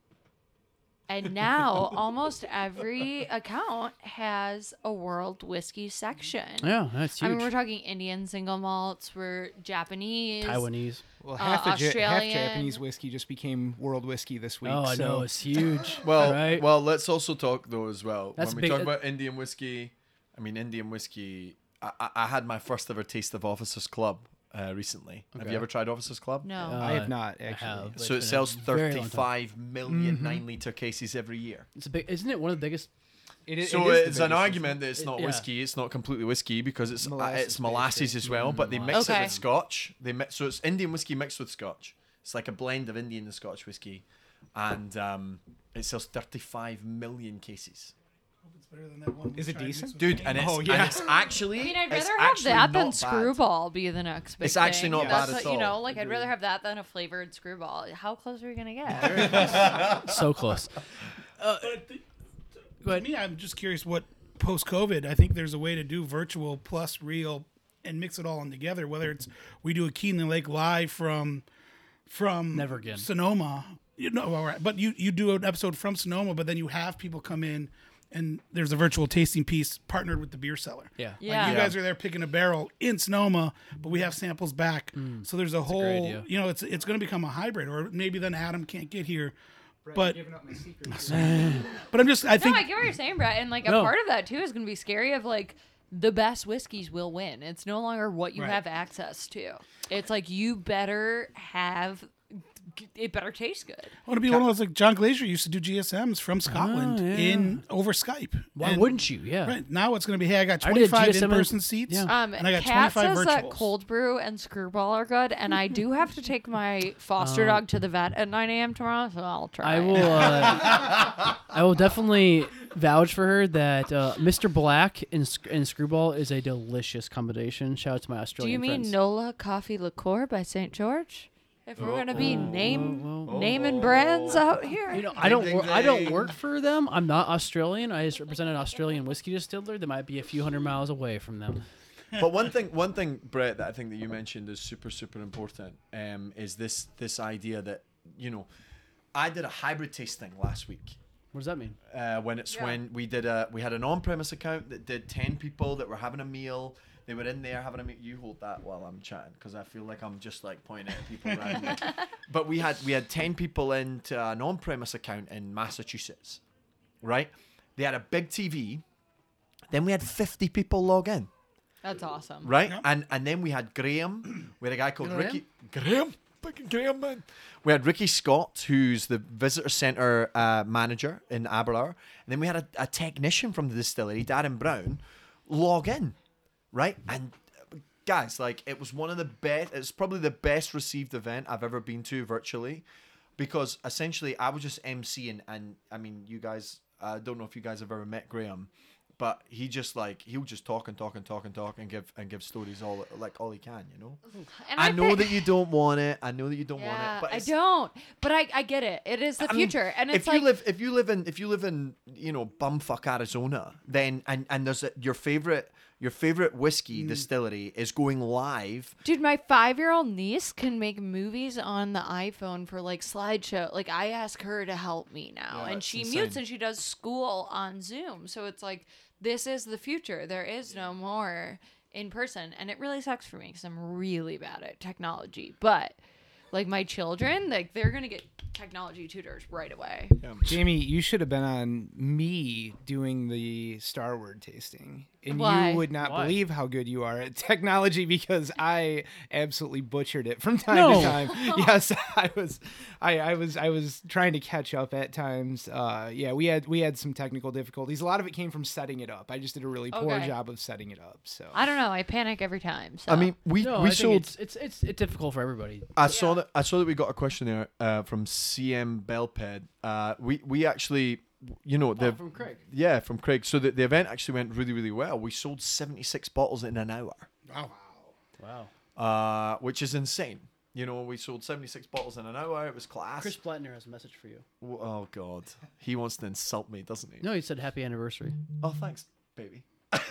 Speaker 3: And now almost every account has a world whiskey section.
Speaker 1: Yeah, that's
Speaker 3: I
Speaker 1: huge.
Speaker 3: mean, we're talking Indian single malts, we're Japanese,
Speaker 1: Taiwanese.
Speaker 5: Well,
Speaker 3: Uh,
Speaker 5: half, a Ja- half
Speaker 3: Australian.
Speaker 5: Japanese whiskey just became world whiskey this week.
Speaker 1: Oh, I
Speaker 5: so
Speaker 1: know it's huge.
Speaker 2: Well,
Speaker 1: right?
Speaker 2: well, let's also talk though as well.
Speaker 1: That's
Speaker 2: when we
Speaker 1: big- uh,
Speaker 2: talk about Indian whiskey, I mean Indian whiskey. I, I, I had my first ever taste of Officers Club uh, recently. Have
Speaker 1: Okay.
Speaker 2: you ever tried Officers Club?
Speaker 3: No,
Speaker 5: I
Speaker 1: Uh,
Speaker 5: have not actually.
Speaker 1: have, but
Speaker 2: So it
Speaker 1: it's been a
Speaker 2: sells
Speaker 1: very long time. Mm-hmm.
Speaker 2: 35 million nine liter cases every year.
Speaker 1: It's a big, isn't it one of the biggest?
Speaker 5: It i-
Speaker 2: So
Speaker 5: it is the
Speaker 2: it's an
Speaker 5: biggest-
Speaker 2: argument that it's not
Speaker 1: yeah.
Speaker 2: whiskey. It's not completely whiskey because it's
Speaker 5: Molasses
Speaker 2: molasses it's molasses as well, but they
Speaker 1: Mm,
Speaker 2: mix it
Speaker 3: Okay.
Speaker 2: with Scotch. They mix so it's Indian whiskey mixed with Scotch. It's like a blend of Indian and Scotch whiskey, and um, it sells thirty five million cases,
Speaker 4: It's better than that one we
Speaker 5: Is it
Speaker 4: tried mixed
Speaker 5: decent?
Speaker 4: with
Speaker 2: dude.
Speaker 4: James.
Speaker 2: And it's,
Speaker 5: Oh,
Speaker 2: and
Speaker 5: yeah.
Speaker 2: it's actually
Speaker 3: I mean, I'd
Speaker 2: it's
Speaker 3: rather have
Speaker 2: actually
Speaker 3: that than
Speaker 2: not bad.
Speaker 3: Screwball be the next big
Speaker 2: It's actually
Speaker 3: thing.
Speaker 2: not
Speaker 5: bad
Speaker 3: That's
Speaker 2: at
Speaker 3: what- You know,
Speaker 2: all.
Speaker 3: like I'd rather have that than a flavored Screwball. How close are we gonna get?
Speaker 1: So close.
Speaker 4: But the,
Speaker 1: Go
Speaker 4: to
Speaker 1: ahead.
Speaker 4: me, I'm just curious what post COVID, I think there's a way to do virtual plus real and mix it all in together. Whether it's we do a Keenan Lake live from from
Speaker 1: Never again.
Speaker 4: Sonoma, you know, all right, but you you do an episode from Sonoma, but then you have people come in and there's a virtual tasting piece partnered with the beer seller.
Speaker 1: Yeah.
Speaker 3: yeah.
Speaker 4: Like you guys are there picking a barrel in Sonoma, but we have samples back.
Speaker 1: Mm.
Speaker 4: So there's a whole,
Speaker 1: idea.
Speaker 4: you know, it's it's going to become a hybrid, or maybe then Adam can't get here. But but I'm just I
Speaker 3: no,
Speaker 4: think
Speaker 3: I get what you're saying, Brett. And like a
Speaker 1: No.
Speaker 3: part of that too is gonna be scary. Of like the best whiskeys will win. It's no longer what you
Speaker 4: Right.
Speaker 3: have access to. It's like you better have. It better taste good.
Speaker 4: I want to be one of those like John Glazier used to do GSMs from Scotland
Speaker 1: Oh, yeah.
Speaker 4: in over Skype.
Speaker 1: Why
Speaker 4: And
Speaker 1: wouldn't you? Yeah.
Speaker 4: Right now it's going to be hey I got
Speaker 1: I did
Speaker 4: 25
Speaker 1: GSM
Speaker 4: in
Speaker 1: in-
Speaker 4: person seats
Speaker 1: yeah.
Speaker 3: Um,
Speaker 4: and I got
Speaker 3: Kat
Speaker 4: 25
Speaker 3: says
Speaker 4: virtuals.
Speaker 3: that cold brew and screwball are good, and I do have to take my
Speaker 4: Um,
Speaker 3: foster dog to the vet at 9 a.m. tomorrow, so I'll try.
Speaker 1: I will. Uh, I will definitely vouch for her that uh, Mr. Black and, Sc- and Screwball is a delicious combination. Shout out to my
Speaker 3: Do
Speaker 1: Australian
Speaker 3: you mean
Speaker 1: friends.
Speaker 3: Nola Coffee Liqueur by St. George? If we're gonna
Speaker 2: Oh,
Speaker 3: be name
Speaker 1: Well,
Speaker 3: naming brands out here,
Speaker 1: you know, I don't.
Speaker 2: Ding,
Speaker 1: wor-
Speaker 2: ding,
Speaker 1: I don't
Speaker 2: ding.
Speaker 1: work for them. I'm not Australian. I just represent an Australian whiskey distiller that might be a few hundred miles away from them.
Speaker 2: but one thing, one thing, Brett, that I think that you mentioned is super, super important um, is this this idea that you know, I did a hybrid taste thing last week.
Speaker 1: What does that mean?
Speaker 2: uh, when it's when we did a we had an on-premise account that did 10 people that were having a meal they were in there having a meal you hold that while i'm chatting because i feel like i'm just like pointing at people around me but we had we had 10 people into an on-premise account in massachusetts right they had a big tv then we had 50 people log in
Speaker 3: that's awesome.
Speaker 2: right? And and then we had Graham, we had a guy called
Speaker 1: Graham?
Speaker 2: Ricky Graham, fucking Graham man. We had Ricky Scott, who's the visitor centre uh, manager in Aberlour, and then we had a, a technician from the distillery, Darren Brown, log in, right? And guys, like it was one of the best. It's probably the best received event I've ever been to virtually, because essentially I was just emceeing, and I mean, you guys, I don't know if you guys have ever met Graham, but he just like he'll just talk and talk and talk and talk and give and give stories all like all he can, you know.
Speaker 3: And
Speaker 2: I, know
Speaker 3: think-
Speaker 2: that you don't want it. I know that you don't want
Speaker 3: Yeah,
Speaker 2: it. But
Speaker 3: I
Speaker 2: it's-
Speaker 3: don't. But I, I get it. It is the
Speaker 2: I mean,
Speaker 3: future, and it's
Speaker 2: if
Speaker 3: like
Speaker 2: you live if you live in if you live in you know bumfuck Arizona, then and and there's a, your favorite your favorite whiskey distillery is going live.
Speaker 3: Dude, my five year old niece can make movies on the iPhone for like slideshow. Like I ask her to help me now.
Speaker 2: Yeah,
Speaker 3: and
Speaker 2: that's
Speaker 3: she
Speaker 2: insane.
Speaker 3: mutes and she does school on Zoom. So it's like this is the future. There is no more in person. And it really sucks for me because I'm really bad at technology. But like my children, like they're gonna get technology tutors right away.
Speaker 5: Jamie, you should have been on me doing the Starward tasting. And
Speaker 3: Why?
Speaker 5: you would not
Speaker 1: Why?
Speaker 5: believe how good you are at technology because I absolutely butchered it from time
Speaker 1: No.
Speaker 5: to time. yes, I was I, I was I was trying to catch up at times. Uh, yeah, we had we had some technical difficulties. A lot of it came from setting it up. I just did a really poor
Speaker 3: Okay.
Speaker 5: job of setting it up. So
Speaker 3: I don't know, I panic every time. So
Speaker 2: I mean, we
Speaker 1: No,
Speaker 2: we
Speaker 1: I think
Speaker 2: sold.
Speaker 1: it's, it's it's it's difficult for everybody.
Speaker 2: I saw that I saw that we got a question there uh, from CM Belped. Uh, we we actually you know the
Speaker 1: Oh, from Craig.
Speaker 2: yeah from Craig. So the, the event actually went really really well. We sold seventy six bottles in an hour.
Speaker 4: Wow.
Speaker 1: Wow.
Speaker 2: uh, which is insane. You know, we sold 76 bottles in an hour. It was class.
Speaker 1: Chris Plattner has a message for you.
Speaker 2: W- Oh, God. He wants to insult me, doesn't he?
Speaker 1: No, he said happy anniversary.
Speaker 2: Oh, thanks, baby.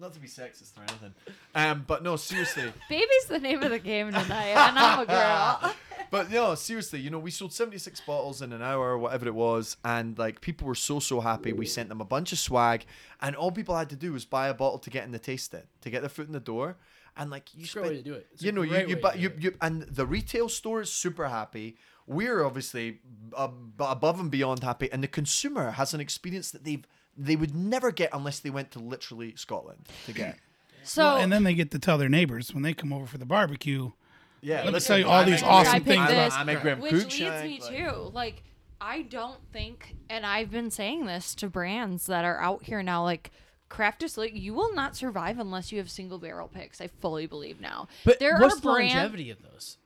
Speaker 2: Not to be sexist or anything. Um, but no, seriously.
Speaker 3: baby's the name of the game tonight, and I'm a girl.
Speaker 2: but no, seriously, you know, we sold 76 bottles in an hour, whatever it was. And like, people were so, so happy. We sent them a bunch of swag. And all people had to do was buy a bottle to get in the taste it, to get their foot in the door. And like, you
Speaker 1: It's a great way to do it. It's a
Speaker 2: you know, you
Speaker 1: great
Speaker 2: you,
Speaker 1: way
Speaker 2: bu-
Speaker 1: to do
Speaker 2: you
Speaker 1: it.
Speaker 2: you and the retail store is super happy. We're obviously ab- above and beyond happy, and the consumer has an experience that they've they would never get unless they went to literally Scotland to get.
Speaker 3: So
Speaker 4: and then they get to tell their neighbors when they come over for the barbecue.
Speaker 2: Yeah,
Speaker 4: Let me
Speaker 2: listen,
Speaker 4: tell you all
Speaker 2: I'm
Speaker 4: these
Speaker 2: a-
Speaker 4: awesome
Speaker 3: I picked
Speaker 4: things.
Speaker 3: This,
Speaker 2: I'm a Graham
Speaker 3: which
Speaker 2: Cruikshank,
Speaker 3: leads
Speaker 2: like-
Speaker 3: me to like I don't think, and I've been saying this to brands that are out here now, like craft distillery. You will not survive unless you have single barrel picks. I fully believe now.
Speaker 1: But
Speaker 3: there
Speaker 1: what's
Speaker 3: are
Speaker 1: the
Speaker 3: brands.
Speaker 1: longevity of those?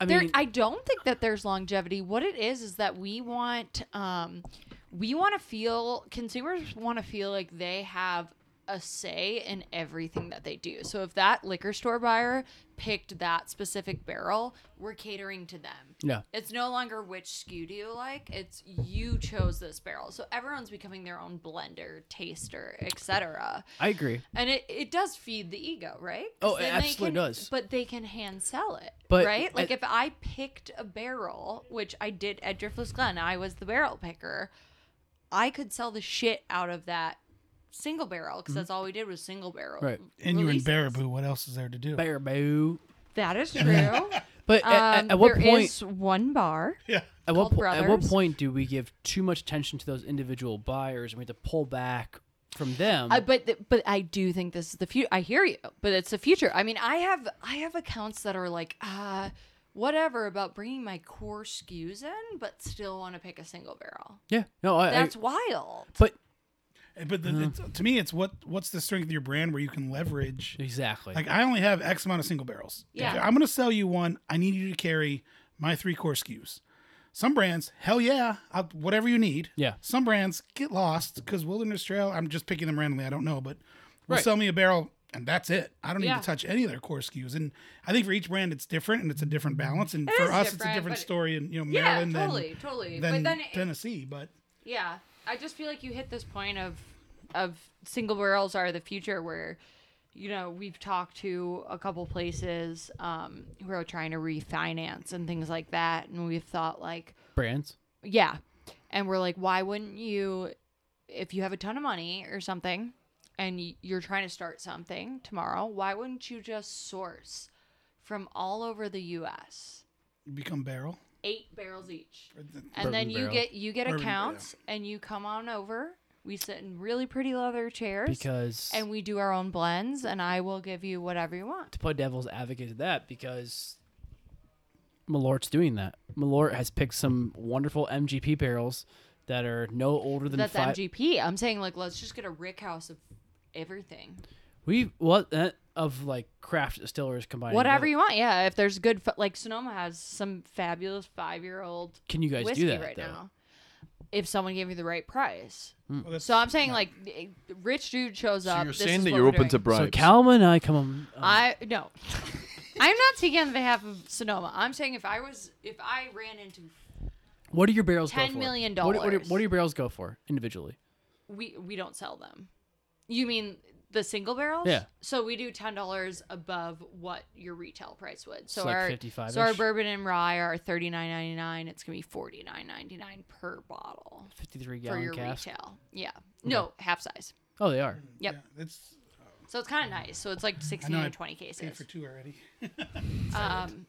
Speaker 1: I
Speaker 3: There,
Speaker 1: mean,
Speaker 3: I don't think that there's longevity. What it is is that we want, um, we want to feel consumers want to feel like they have a say in everything that they do. So if that liquor store buyer picked that specific barrel, we're catering to them.
Speaker 1: yeah.
Speaker 3: It's no longer which skew do you like. It's you chose this barrel. So everyone's becoming their own blender, taster, etc.
Speaker 1: I agree.
Speaker 3: And it, it does feed the ego, right? 'Cause
Speaker 1: Oh, it
Speaker 3: then they
Speaker 1: absolutely
Speaker 3: can-
Speaker 1: does.
Speaker 3: But they can hand sell it,
Speaker 1: But
Speaker 3: right? Like
Speaker 1: I-
Speaker 3: if I picked a barrel, which I did at Driftless Glen, I was the barrel picker. I could sell the shit out of that single barrel because that's all we did was single barrel.
Speaker 1: Mm-hmm. Right.
Speaker 4: And you're in
Speaker 3: releases.
Speaker 4: Baraboo. What else is there to do?
Speaker 1: Bear boo.
Speaker 3: That is true.
Speaker 1: But at- at,
Speaker 3: Um,
Speaker 1: at what
Speaker 3: there
Speaker 1: point?
Speaker 3: is one bar.
Speaker 4: Yeah.
Speaker 1: At what,
Speaker 3: called
Speaker 1: po- at what
Speaker 3: Brothers.
Speaker 1: point do we give too much attention to those individual buyers and we have to pull back from them?
Speaker 3: I, but th- but I do think this is the future. I hear you, but it's the future. I mean, I have I have accounts that are like, uh, whatever about bringing my core skews in, but still want to pick a single barrel.
Speaker 1: yeah, no, I, I-
Speaker 3: That's wild.
Speaker 1: but
Speaker 4: But the,
Speaker 1: Mm-hmm.
Speaker 4: it's, to me, it's what what's the strength of your brand where you can leverage
Speaker 1: exactly.
Speaker 4: Like I only have X amount of single barrels.
Speaker 3: Yeah.
Speaker 4: If I'm gonna sell you one. I need you to carry my three core SKUs. Some brands, hell yeah, I'll, whatever you need.
Speaker 1: Yeah.
Speaker 4: Some brands get lost because Wilderness Trail. I'm just picking them randomly. I don't know, but will
Speaker 1: Right.
Speaker 4: sell me a barrel and that's it. I don't
Speaker 3: Yeah.
Speaker 4: need to touch any of their core SKUs. And I think for each brand, it's different and it's a different
Speaker 1: Mm-hmm.
Speaker 4: balance. And
Speaker 3: It
Speaker 4: for
Speaker 3: is
Speaker 4: us, it's a
Speaker 3: different,
Speaker 4: different
Speaker 3: but-
Speaker 4: story. in you know,
Speaker 3: Yeah,
Speaker 4: Maryland than-
Speaker 3: totally, totally.
Speaker 4: than
Speaker 3: But then it-
Speaker 4: Tennessee. But
Speaker 3: Yeah, I just feel like you hit this point of of single barrels are the future where you know we've talked to a couple places um, who are trying to refinance and things like that, and we've thought like.
Speaker 1: brands.
Speaker 3: Yeah. And we're like, why wouldn't you, if you have a ton of money or something and y- you're trying to start something tomorrow, why wouldn't you just source from all over the US?
Speaker 4: you become barrel.
Speaker 3: Eight barrels each.
Speaker 4: Bourbon
Speaker 3: And then you
Speaker 1: barrel.
Speaker 3: get you get
Speaker 4: Bourbon barrel.
Speaker 3: accounts and you come on over. We sit in really pretty leather chairs
Speaker 1: Because
Speaker 3: and we do our own blends and I will give you whatever you want.
Speaker 1: to play devil's advocate to that, because Malort's doing that. Malort has picked some wonderful MGP barrels that are no older than
Speaker 3: That's
Speaker 1: five.
Speaker 3: MGP. I'm saying like let's just get a rick house of everything.
Speaker 1: We what uh, of like craft distillers combined.
Speaker 3: Whatever
Speaker 1: together.
Speaker 3: you want. Yeah, if there's good, f- like Sonoma has some fabulous five year old
Speaker 1: can you guys
Speaker 3: whiskey
Speaker 1: do that
Speaker 3: right
Speaker 1: though?
Speaker 3: now. If someone gave you the right price,
Speaker 1: Hmm.
Speaker 4: Well, that's-
Speaker 3: so I'm saying like, eh, rich dude shows
Speaker 6: So
Speaker 3: up.
Speaker 6: you're
Speaker 3: this is
Speaker 6: saying that
Speaker 3: what
Speaker 6: you're
Speaker 3: we're
Speaker 6: open to
Speaker 3: doing.
Speaker 6: bribes.
Speaker 1: So Calma and I come. on- um,
Speaker 3: I no. I'm not speaking on behalf of Sonoma. I'm saying if I was if I ran into
Speaker 1: what do your barrels go
Speaker 3: $10
Speaker 1: for?
Speaker 3: million
Speaker 1: What do, what, do,
Speaker 3: dollars.
Speaker 1: what do your barrels go for individually?
Speaker 3: we we don't sell them. You mean the single barrels?
Speaker 1: Yeah.
Speaker 3: So we do ten dollars above what your retail price would. So
Speaker 1: like
Speaker 3: our
Speaker 1: 55-ish.
Speaker 3: so our bourbon and rye are thirty nine ninety nine. It's gonna be forty nine ninety nine per bottle
Speaker 1: Fifty three
Speaker 3: for
Speaker 1: gallon
Speaker 3: your
Speaker 1: cask.
Speaker 3: retail. Yeah. No half size.
Speaker 1: Oh, they are.
Speaker 3: Yep.
Speaker 4: Yeah, it's
Speaker 3: So it's kind of nice. So it's like
Speaker 4: I
Speaker 3: sixteen
Speaker 4: know
Speaker 3: or
Speaker 4: I
Speaker 3: twenty
Speaker 4: paid
Speaker 3: cases.
Speaker 4: for two already.
Speaker 3: Um,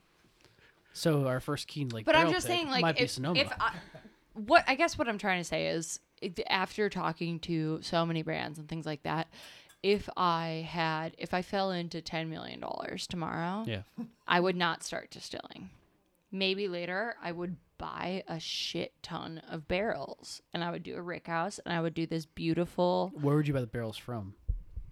Speaker 1: So our first keen like.
Speaker 3: But I'm
Speaker 1: barrel
Speaker 3: just
Speaker 1: pick
Speaker 3: saying, like,
Speaker 1: might be
Speaker 3: if,
Speaker 1: Sonoma.
Speaker 3: if I, what I guess what I'm trying to say is, it- after talking to so many brands and things like that, if I had, if I fell into ten million dollars tomorrow,
Speaker 1: yeah.
Speaker 3: I would not start distilling. Maybe later, I would buy a shit ton of barrels, and I would do a rick house, and I would do this beautiful
Speaker 1: Where would you buy the barrels from?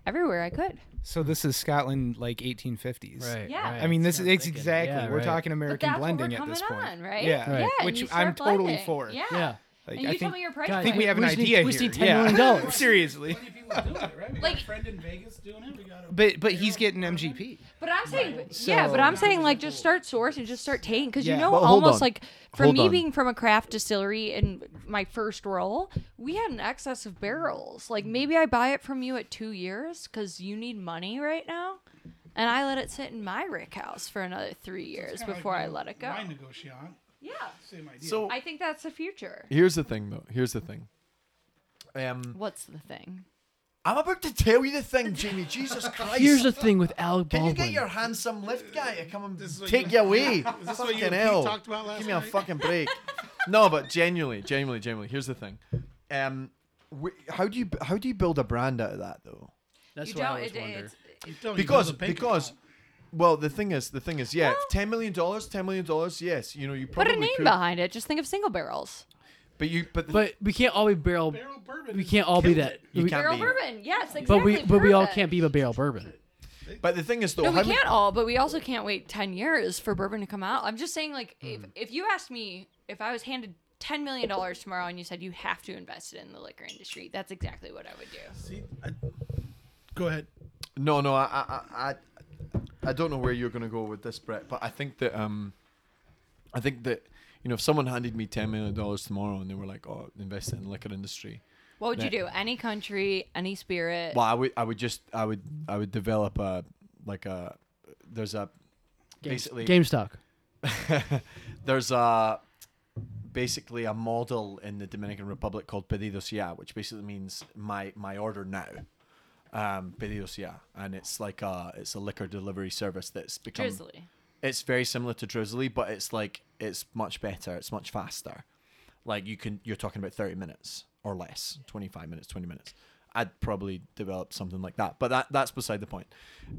Speaker 3: everywhere I could.
Speaker 5: So this is Scotland, like 1850s.
Speaker 3: Yeah.
Speaker 5: I mean, this is
Speaker 1: what I'm
Speaker 5: it's
Speaker 1: thinking.
Speaker 5: exactly.
Speaker 1: Yeah,
Speaker 5: We're
Speaker 1: right.
Speaker 5: talking
Speaker 3: But
Speaker 5: American
Speaker 3: that's what
Speaker 5: blending
Speaker 3: we're
Speaker 5: at
Speaker 3: coming
Speaker 5: this point.
Speaker 3: on, right?
Speaker 5: Yeah.
Speaker 1: Right.
Speaker 3: and
Speaker 5: Which
Speaker 3: you
Speaker 5: I'm
Speaker 3: start
Speaker 5: totally
Speaker 3: blending.
Speaker 5: for.
Speaker 3: Yeah.
Speaker 1: Yeah.
Speaker 5: Like,
Speaker 3: and you
Speaker 5: I
Speaker 3: tell
Speaker 5: think,
Speaker 3: me your price.
Speaker 1: Guys,
Speaker 5: I think we
Speaker 1: Like,
Speaker 5: have
Speaker 1: we
Speaker 5: an
Speaker 1: just need-
Speaker 5: idea
Speaker 1: we
Speaker 5: here.
Speaker 1: just need $10
Speaker 5: yeah.
Speaker 1: million dollars.
Speaker 5: Seriously.
Speaker 4: Plenty of people doing it, right? We got
Speaker 3: Like-
Speaker 4: a friend in Vegas doing it. We got a
Speaker 5: But but he's
Speaker 4: barrel
Speaker 5: getting
Speaker 4: bourbon.
Speaker 5: MGP.
Speaker 3: But I'm saying, yeah, but
Speaker 5: So-
Speaker 3: I'm saying like just start sourcing, just start taking, because
Speaker 5: Yeah.
Speaker 3: you know,
Speaker 6: But hold
Speaker 3: almost
Speaker 6: on.
Speaker 3: like for
Speaker 6: Hold
Speaker 3: me
Speaker 6: on.
Speaker 3: being from a craft distillery in my first role, we had an excess of barrels. Like maybe I buy it from you at two years because you need money right now, and I let it sit in my rick house for another three years
Speaker 4: It's kinda like
Speaker 3: before I
Speaker 4: my-
Speaker 3: let it go.
Speaker 4: My negotiant.
Speaker 3: Yeah,
Speaker 4: Same idea.
Speaker 2: So
Speaker 3: I think that's the future.
Speaker 6: Here's the thing, though. Here's the thing.
Speaker 2: um,
Speaker 3: What's the thing?
Speaker 2: I'm about to tell you the thing, Jamie. Jesus Christ.
Speaker 1: Here's the thing with Alec
Speaker 2: Can you
Speaker 1: Baldwin.
Speaker 2: get your handsome lift guy to come
Speaker 4: This is
Speaker 2: and
Speaker 4: what
Speaker 2: take you,
Speaker 4: you-
Speaker 2: away?
Speaker 4: Is this what you
Speaker 2: fucking
Speaker 4: and Pete
Speaker 2: hell.
Speaker 4: talked about last
Speaker 2: Give me a
Speaker 4: night?
Speaker 2: fucking break. no, but genuinely, genuinely, genuinely. Here's the thing. Um, wh- how do you how do you build a brand out of that though?
Speaker 1: That's
Speaker 3: you
Speaker 1: what I
Speaker 3: don't.
Speaker 1: always
Speaker 3: it- it-
Speaker 1: wonder.
Speaker 3: it's-
Speaker 4: You don't even
Speaker 2: because
Speaker 4: build a bank
Speaker 2: because
Speaker 4: account.
Speaker 2: well the thing is the thing is yeah if 10 million dollars 10 million dollars yes you know you
Speaker 3: put
Speaker 2: probably
Speaker 3: a name
Speaker 2: could,
Speaker 3: behind it. Just think of single barrels.
Speaker 2: but you but, the,
Speaker 1: But we can't all be barrel.
Speaker 4: barrel bourbon.
Speaker 1: We
Speaker 4: is-
Speaker 1: can't all be
Speaker 4: killed
Speaker 1: that.
Speaker 4: it.
Speaker 2: You
Speaker 1: we-
Speaker 2: can't
Speaker 3: Barrel
Speaker 2: be.
Speaker 3: bourbon, yes, exactly.
Speaker 1: but we but we all
Speaker 3: perfect.
Speaker 1: can't be a barrel bourbon.
Speaker 2: but the thing is though
Speaker 3: No,
Speaker 2: how
Speaker 3: we
Speaker 2: many-
Speaker 3: can't all, but we also can't wait 10 years for bourbon to come out. I'm just saying, like,
Speaker 2: Hmm.
Speaker 3: if, if you asked me if I was handed $10 million tomorrow and you said you have to invest it in the liquor industry, that's exactly what I would do.
Speaker 4: See, I, go ahead.
Speaker 2: no no I I, I I I don't know where you're gonna go with this Brett but I think that um I think that you know if someone handed me 10 million dollars tomorrow and they were like oh invest it in liquor industry
Speaker 3: What would you
Speaker 2: Yeah.
Speaker 3: do? Any country, any spirit.
Speaker 2: well I would I would just I would I would develop a like a there's a basically
Speaker 1: Game stock.
Speaker 2: there's a basically a model in the Dominican Republic called pedidos ya, which basically means my my order now. Um, pedidos ya, and it's like a it's a liquor delivery service that's become
Speaker 3: Drizzly.
Speaker 2: it's very similar to drizzly, but it's like it's much better. It's much faster. Like you can you're talking about thirty minutes or less, twenty five minutes, twenty minutes. I'd probably develop something like that, but that that's beside the point.